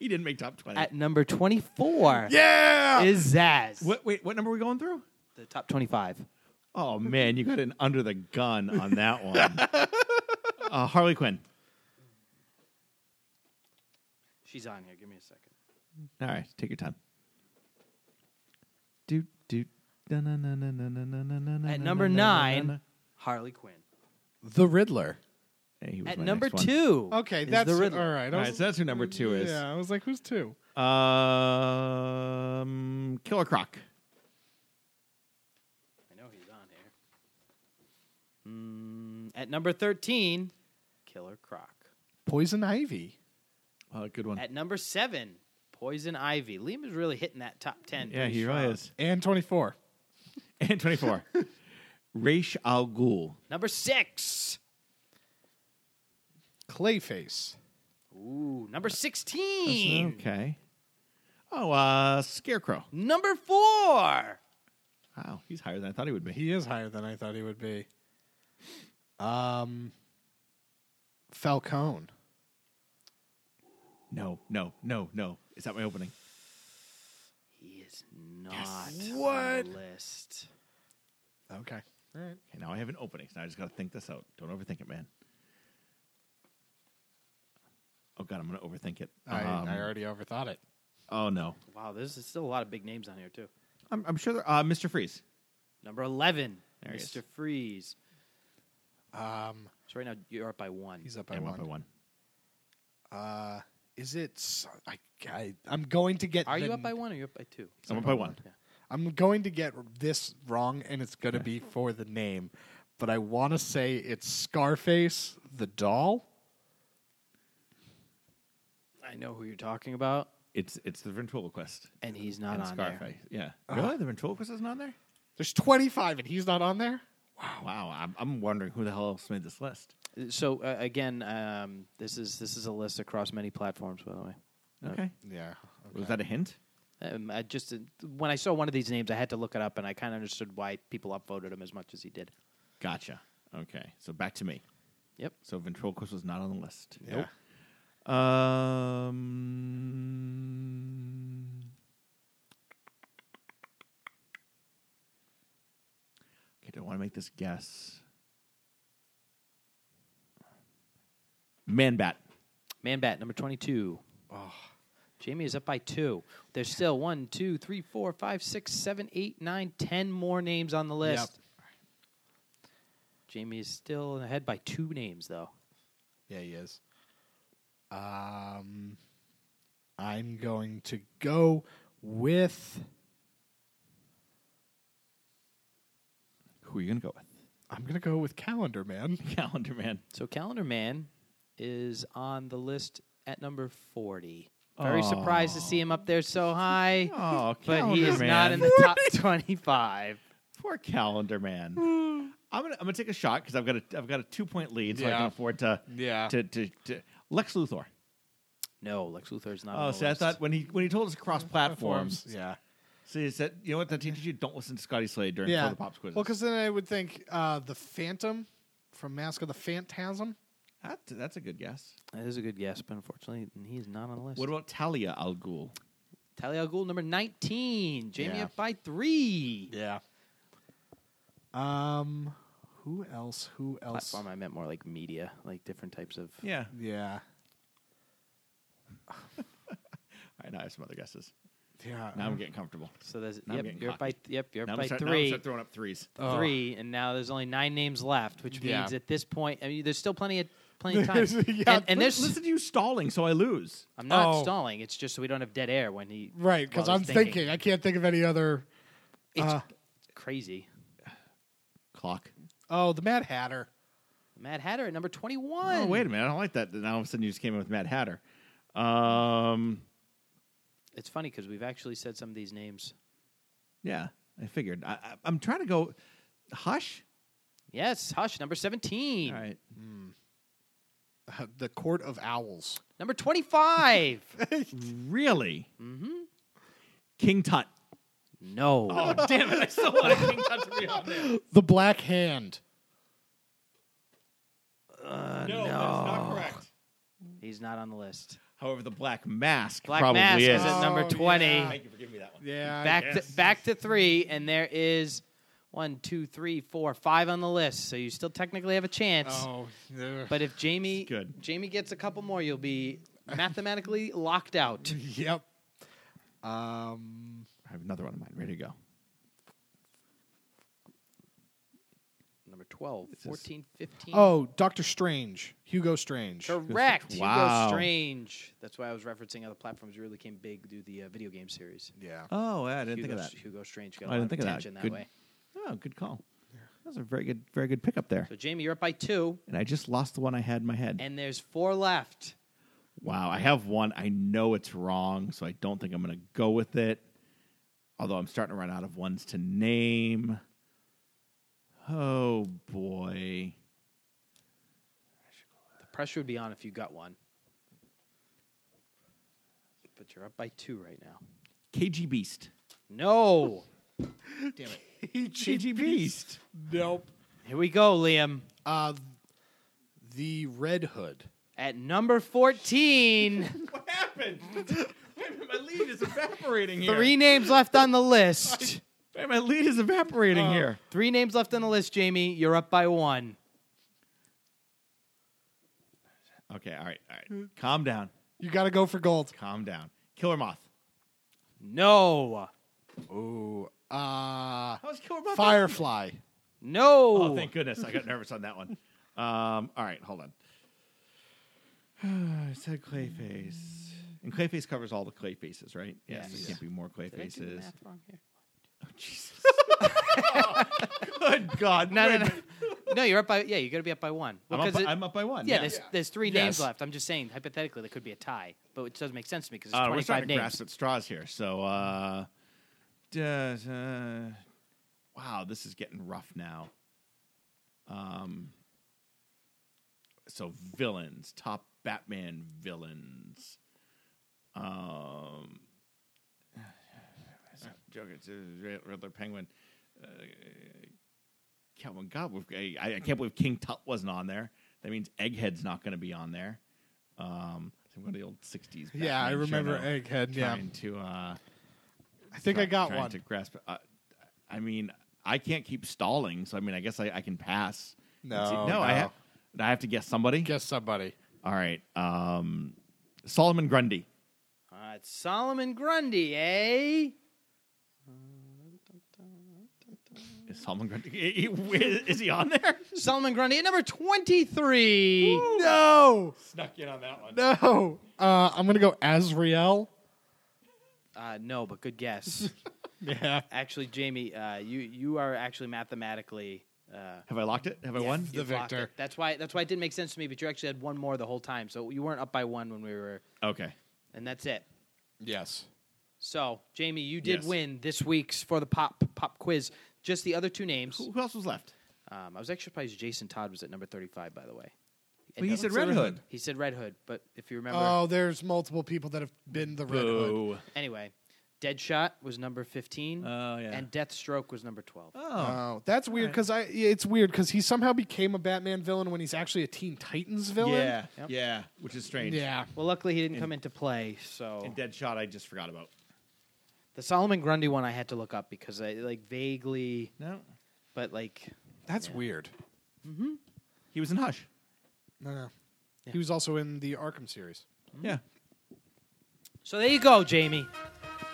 [SPEAKER 3] He didn't make top twenty.
[SPEAKER 2] At number twenty-four
[SPEAKER 3] yeah.
[SPEAKER 2] is Zaz.
[SPEAKER 3] what? Wait. What number are we going through?
[SPEAKER 2] The top twenty-five.
[SPEAKER 3] Oh man, you got an under the gun on that one. uh, Harley Quinn.
[SPEAKER 2] She's on here. Give me a second.
[SPEAKER 3] All right, take your time. Do do. At
[SPEAKER 2] At number nine, Harley Quinn.
[SPEAKER 4] The Riddler.
[SPEAKER 2] At number two,
[SPEAKER 4] Okay,
[SPEAKER 2] is
[SPEAKER 4] that's
[SPEAKER 2] the Riddler.
[SPEAKER 4] all right. I
[SPEAKER 3] All
[SPEAKER 4] was,
[SPEAKER 3] right, so that's who number two is.
[SPEAKER 4] Yeah, I was like, who's two?
[SPEAKER 3] Um, Killer Croc.
[SPEAKER 2] I know he's on here. Mm, at number 13, Killer Croc.
[SPEAKER 4] Poison Ivy.
[SPEAKER 3] Oh, good one.
[SPEAKER 2] At number 7, Poison Ivy. Liam is really hitting that top 10.
[SPEAKER 3] yeah,
[SPEAKER 2] pretty
[SPEAKER 3] he
[SPEAKER 2] strong.
[SPEAKER 3] really is.
[SPEAKER 4] And 24.
[SPEAKER 3] And 24. Raish Al Ghul.
[SPEAKER 2] Number 6.
[SPEAKER 4] Clayface.
[SPEAKER 2] Ooh, number 16.
[SPEAKER 3] Okay. Oh, uh, Scarecrow.
[SPEAKER 2] Number 4.
[SPEAKER 3] Wow, he's higher than I thought he would be.
[SPEAKER 4] He is higher than I thought he would be. Um, Falcone.
[SPEAKER 3] No, no, no, no. Is that my opening?
[SPEAKER 2] He is not on the list.
[SPEAKER 4] Okay. All right.
[SPEAKER 3] Okay, now I have an opening, so I just got to think this out. Don't overthink it, man. Oh, God, I'm going to overthink it.
[SPEAKER 4] I,
[SPEAKER 3] Um,
[SPEAKER 4] I already overthought it.
[SPEAKER 3] oh, no.
[SPEAKER 2] Wow, there's still a lot of big names on here, too.
[SPEAKER 3] I'm, I'm sure. there- Uh, Mr. Freeze.
[SPEAKER 2] Number 11,
[SPEAKER 3] There he is.
[SPEAKER 2] Mr. Freeze.
[SPEAKER 4] Um,
[SPEAKER 2] So right now you're up by one.
[SPEAKER 4] he's up by
[SPEAKER 3] Yeah,
[SPEAKER 4] one.
[SPEAKER 3] one by one.
[SPEAKER 4] Uh, is it? s- I, I I'm going to get.
[SPEAKER 2] Are you
[SPEAKER 4] the-
[SPEAKER 2] up by one or you up by two?
[SPEAKER 3] I'm up by one.
[SPEAKER 2] Yeah.
[SPEAKER 4] I'm going to get this wrong, and it's going to be for the name, but I want to say it's Scarface the doll.
[SPEAKER 2] I know who you're talking about,
[SPEAKER 3] It's it's the ventriloquist
[SPEAKER 2] and he's not
[SPEAKER 3] and
[SPEAKER 2] on there.
[SPEAKER 3] Scarface. Yeah. Really? The ventriloquist isn't on there?
[SPEAKER 4] There's 25, and he's not on there.
[SPEAKER 3] Wow. Wow. I'm, I'm wondering who the hell else made this list.
[SPEAKER 2] So uh, again, um, this is this is a list across many platforms. By the way,
[SPEAKER 3] Okay.
[SPEAKER 4] Yeah.
[SPEAKER 3] Was that a hint?
[SPEAKER 2] um, I just when I saw one of these names, I had to look it up, and I kind of understood why people upvoted him as much as he did.
[SPEAKER 3] Gotcha. Okay. So back to me.
[SPEAKER 2] Yep.
[SPEAKER 3] So ventriloquist was not on the list.
[SPEAKER 4] Yeah.
[SPEAKER 3] Nope. Um. Okay. Don't want to make this guess. Man bat.
[SPEAKER 2] Man Bat number twenty-two. Jamie is up by two. There's still one, two, three, four, five, six, seven, eight, nine, ten more names on the list. Jamie is still ahead by two names, though.
[SPEAKER 4] Yeah, he is. Um, I'm going to go with.
[SPEAKER 3] Who are you gonna go with?
[SPEAKER 4] I'm going to go with Calendar Man.
[SPEAKER 3] Calendar man.
[SPEAKER 2] So Calendar Man is on the list at number 40. Very surprised to see him up there so high,
[SPEAKER 3] Oh,
[SPEAKER 2] but he
[SPEAKER 3] Calendar
[SPEAKER 2] is
[SPEAKER 3] Man.
[SPEAKER 2] not in the top 25.
[SPEAKER 3] Poor Calendar Man. I'm gonna I'm gonna take a shot because I've got a I've got a two point lead, so I
[SPEAKER 4] Yeah.
[SPEAKER 3] can afford to
[SPEAKER 4] Yeah.
[SPEAKER 3] to, to, to Lex Luthor.
[SPEAKER 2] No, Lex Luthor is not.
[SPEAKER 3] Oh,
[SPEAKER 2] on the
[SPEAKER 3] see, I
[SPEAKER 2] list.
[SPEAKER 3] thought when he when he told us across platforms,
[SPEAKER 4] Yeah.
[SPEAKER 3] see, he said, you know what that teaches you? Don't listen to Scotty Slade during
[SPEAKER 4] Yeah.
[SPEAKER 3] the Pops quizzes.
[SPEAKER 4] Well, because then I would think uh, the Phantom from Mask of the Phantasm.
[SPEAKER 3] That- that's a good guess.
[SPEAKER 2] that is a good guess, but unfortunately, he's not on the list.
[SPEAKER 3] What about Talia Al Ghul?
[SPEAKER 2] Talia al Ghul, number 19. Jamie
[SPEAKER 4] Yeah.
[SPEAKER 2] up by three.
[SPEAKER 4] Yeah. Um, who else? Who else?
[SPEAKER 2] Platform, I meant more like media, like different types of.
[SPEAKER 3] Yeah,
[SPEAKER 4] Yeah.
[SPEAKER 3] I know I have some other guesses.
[SPEAKER 4] Yeah.
[SPEAKER 3] Now I'm getting comfortable.
[SPEAKER 2] So there's
[SPEAKER 3] Now I'm
[SPEAKER 2] yep,
[SPEAKER 3] getting
[SPEAKER 2] you're up by
[SPEAKER 3] cocky.
[SPEAKER 2] yep, you're
[SPEAKER 3] Now
[SPEAKER 2] up
[SPEAKER 3] I'm,
[SPEAKER 2] by
[SPEAKER 3] gonna start, now I'm gonna
[SPEAKER 2] three. Oh,
[SPEAKER 3] start throwing up threes.
[SPEAKER 2] three, and now there's only nine names left, which
[SPEAKER 4] Yeah.
[SPEAKER 2] means at this point, I mean, there's still plenty of plenty of time.
[SPEAKER 4] There's- yeah,
[SPEAKER 2] and, and
[SPEAKER 3] Listen,
[SPEAKER 2] there's,
[SPEAKER 3] listen to you stalling, so I lose.
[SPEAKER 2] I'm not
[SPEAKER 4] Oh.
[SPEAKER 2] stalling. It's just so we don't have dead air when he
[SPEAKER 4] Right, because
[SPEAKER 2] while
[SPEAKER 4] I'm
[SPEAKER 2] he's
[SPEAKER 4] thinking. I can't think of any other.
[SPEAKER 2] It's
[SPEAKER 4] uh,
[SPEAKER 2] crazy.
[SPEAKER 3] Clock.
[SPEAKER 4] Oh, the Mad Hatter.
[SPEAKER 2] Mad Hatter at number 21.
[SPEAKER 3] Oh, wait a minute. I don't like that. Now all of a sudden you just came in with Mad Hatter. Um,
[SPEAKER 2] It's funny because we've actually said some of these names.
[SPEAKER 3] yeah, I figured. I, I, I'm trying to go. Hush.
[SPEAKER 2] Yes, Hush, number 17.
[SPEAKER 3] All right.
[SPEAKER 4] Uh, the Court of Owls.
[SPEAKER 2] Number 25.
[SPEAKER 3] Really? Mm-hmm. King Tut.
[SPEAKER 2] no.
[SPEAKER 3] Damn it! I still want a King Tut to be on there.
[SPEAKER 4] The Black Hand.
[SPEAKER 3] no, that's not correct.
[SPEAKER 2] He's not on the list.
[SPEAKER 3] However, the Black Mask
[SPEAKER 2] Black
[SPEAKER 3] probably
[SPEAKER 2] Mask
[SPEAKER 3] is.
[SPEAKER 2] is at number
[SPEAKER 4] Oh,
[SPEAKER 2] 20.
[SPEAKER 4] yeah.
[SPEAKER 3] Thank you for giving me that one.
[SPEAKER 4] Yeah.
[SPEAKER 2] Back, to, back to three, and there is one, two, three, four, five on the list. So you still technically have a chance.
[SPEAKER 4] Oh. yeah.
[SPEAKER 2] But if Jamie
[SPEAKER 3] It's good.
[SPEAKER 2] Jamie gets a couple more, you'll be mathematically locked out.
[SPEAKER 4] Yep. Um.
[SPEAKER 3] I have another one of mine. Ready to go.
[SPEAKER 2] Number 12, 14, 15.
[SPEAKER 4] Oh, Doctor Strange. Hugo Strange.
[SPEAKER 2] Correct.
[SPEAKER 3] Wow.
[SPEAKER 2] Hugo Strange. That's why I was referencing other platforms really came big through the uh, video game series.
[SPEAKER 4] Yeah.
[SPEAKER 3] Oh, yeah, I didn't
[SPEAKER 2] Hugo,
[SPEAKER 3] think of that.
[SPEAKER 2] Hugo Strange got a
[SPEAKER 3] I
[SPEAKER 2] lot
[SPEAKER 3] didn't
[SPEAKER 2] of
[SPEAKER 3] think of that.
[SPEAKER 2] attention that,
[SPEAKER 3] Good.
[SPEAKER 2] way.
[SPEAKER 3] Oh, good call. That was a very good, very good pickup there.
[SPEAKER 2] So Jamie, you're up by two,
[SPEAKER 3] And I just lost the one I had in my head.
[SPEAKER 2] and there's four left.
[SPEAKER 3] Wow, I have one. I know it's wrong, so I don't think I'm going to go with it. Although I'm starting to run out of ones to name. Oh boy,
[SPEAKER 2] The pressure would be on if you got one. But you're up by two right now.
[SPEAKER 3] KG Beast.
[SPEAKER 2] No.
[SPEAKER 3] KG Beast.
[SPEAKER 4] Nope.
[SPEAKER 2] Here we go, Liam.
[SPEAKER 4] Uh, the Red Hood.
[SPEAKER 2] At number 14,
[SPEAKER 3] What happened? Wait a minute, my lead is evaporating here.
[SPEAKER 2] three names left on the list.
[SPEAKER 3] Wait, my lead is evaporating
[SPEAKER 2] Oh.
[SPEAKER 3] here.
[SPEAKER 2] Three names left on the list, Jamie. You're up by one.
[SPEAKER 3] Okay, all right, all right. Calm down.
[SPEAKER 4] You got to go for gold.
[SPEAKER 3] Calm down. Killer Moth.
[SPEAKER 2] No.
[SPEAKER 4] Ooh. Uh,
[SPEAKER 3] How is Killer Moth?
[SPEAKER 4] Firefly.
[SPEAKER 2] No.
[SPEAKER 3] Oh, thank goodness. I got nervous on that one. Um, all right, hold on. I said Clayface. And Clayface covers all the Clayfaces, right? Yes. There can't be more Clayfaces. Jesus. Good God.
[SPEAKER 2] No,
[SPEAKER 3] wait
[SPEAKER 2] no,
[SPEAKER 3] a
[SPEAKER 2] no.
[SPEAKER 3] minute.
[SPEAKER 2] no, you're up by yeah. You got to be up by one.
[SPEAKER 3] I'm up,
[SPEAKER 2] Because
[SPEAKER 3] by,
[SPEAKER 2] it-
[SPEAKER 3] I'm up by one.
[SPEAKER 2] yeah, there's there's three names
[SPEAKER 3] Yes.
[SPEAKER 2] left. I'm just saying hypothetically there could be a tie, but it doesn't make sense to me because it's
[SPEAKER 3] Uh, we're
[SPEAKER 2] 25
[SPEAKER 3] starting to
[SPEAKER 2] names.
[SPEAKER 3] grasp at straws here. So, uh, duh, uh, wow, this is getting rough now. Um, so villains, top Batman villains. Um, Joker, uh, Riddler, Penguin, uh, Calvin God. we've- I, I can't believe King Tut wasn't on there. That means Egghead's not going to be on there. Um, so I'm going to the old '60s. Batman
[SPEAKER 4] Yeah, I remember
[SPEAKER 3] show now
[SPEAKER 4] Egghead. Yeah.
[SPEAKER 3] trying to. Uh,
[SPEAKER 4] I think I got
[SPEAKER 3] trying
[SPEAKER 4] one.
[SPEAKER 3] to grasp. Uh, I mean, I can't keep stalling, so I mean, I guess I, I can pass.
[SPEAKER 4] No,
[SPEAKER 3] See- no,
[SPEAKER 4] no.
[SPEAKER 3] I have. I have to guess somebody.
[SPEAKER 4] Guess somebody.
[SPEAKER 3] All right, um, Solomon Grundy.
[SPEAKER 2] Uh, it's Solomon Grundy, eh?
[SPEAKER 3] Is Solomon Grundy. Is he on there?
[SPEAKER 2] Solomon Grundy at number 23.
[SPEAKER 4] No,
[SPEAKER 3] Snuck in on that one.
[SPEAKER 4] no. Uh, I'm gonna go Azrael.
[SPEAKER 2] Uh, no, but good guess.
[SPEAKER 4] Yeah.
[SPEAKER 2] actually, Jamie, uh, you you are actually mathematically uh,
[SPEAKER 3] Have I locked it? Have I
[SPEAKER 2] yeah,
[SPEAKER 3] won?
[SPEAKER 2] you've
[SPEAKER 4] The
[SPEAKER 2] locked
[SPEAKER 4] victor.
[SPEAKER 2] it. That's why that's why it didn't make sense to me. But you actually had one more the whole time, so you weren't up by one when we were,
[SPEAKER 3] Okay.
[SPEAKER 2] and that's it.
[SPEAKER 4] Yes.
[SPEAKER 2] So, Jamie, you did
[SPEAKER 3] Yes.
[SPEAKER 2] win this week's for the pop pop quiz. Just the other two names.
[SPEAKER 3] Who, who else was left?
[SPEAKER 2] Um, I was actually surprised Jason Todd was at number thirty-five. By the way,
[SPEAKER 3] But he said Red Hood.
[SPEAKER 2] He said Red Hood, but if you remember,
[SPEAKER 4] Oh, there's multiple people that have been the Red Hood.
[SPEAKER 3] Boo.
[SPEAKER 2] anyway, Deadshot was number fifteen,
[SPEAKER 3] Oh, yeah.
[SPEAKER 2] and Deathstroke was number twelve.
[SPEAKER 4] Oh, that's weird because I yeah, it's weird because he somehow became a Batman villain when he's actually a Teen Titans villain.
[SPEAKER 3] Yeah.
[SPEAKER 2] Yep.
[SPEAKER 3] Yeah. Which is strange.
[SPEAKER 4] Yeah.
[SPEAKER 2] Well, luckily he didn't come into play. So
[SPEAKER 3] And Deadshot, I just forgot about.
[SPEAKER 2] the Solomon Grundy one I had to look up because I like vaguely,
[SPEAKER 3] No.
[SPEAKER 2] but like
[SPEAKER 4] That's weird.
[SPEAKER 3] He was in Hush.
[SPEAKER 4] No, no. He was also in the Arkham series.
[SPEAKER 3] Yeah.
[SPEAKER 2] so. There you go, Jamie.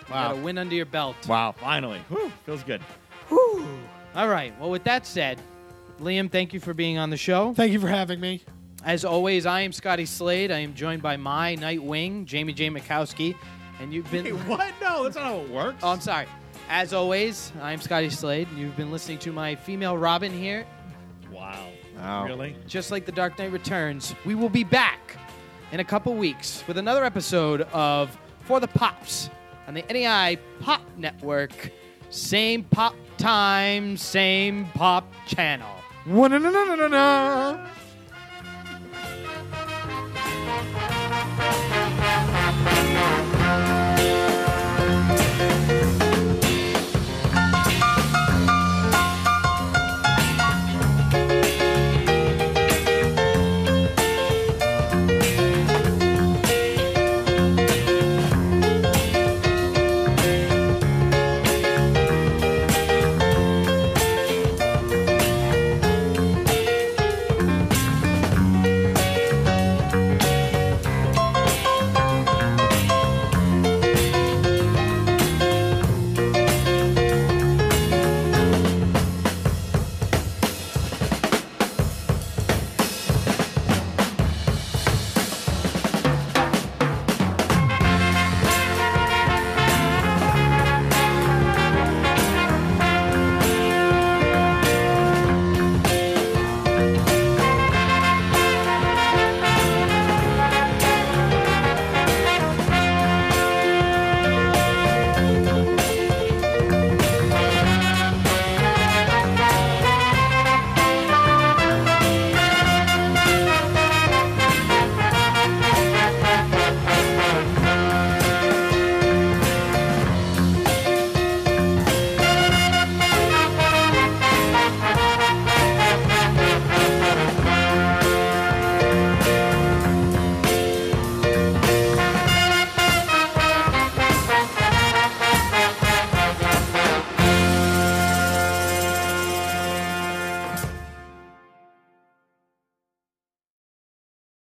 [SPEAKER 2] Wow. Got a win under your belt.
[SPEAKER 3] Wow. Finally. Whew. Feels good.
[SPEAKER 2] All right. Well, with that said, Liam, thank you for being on the show.
[SPEAKER 4] Thank you for having me.
[SPEAKER 2] As always, I am Scotty Slade. I am joined by my Nightwing, Jamie J. Mikowski, and you've been.
[SPEAKER 3] Hey, what? No, that's not how it works.
[SPEAKER 2] Oh, I'm sorry. As always, I'm Scotty Slade. and You've been listening to my female Robin here.
[SPEAKER 3] wow.
[SPEAKER 4] Wow.
[SPEAKER 3] Really?
[SPEAKER 2] Just like The Dark Knight Returns, we will be back in a couple weeks with another episode of For the Pops on the NEI Pop Network. Same pop time, same pop channel.
[SPEAKER 4] Wa-na-na-na-na-na-na.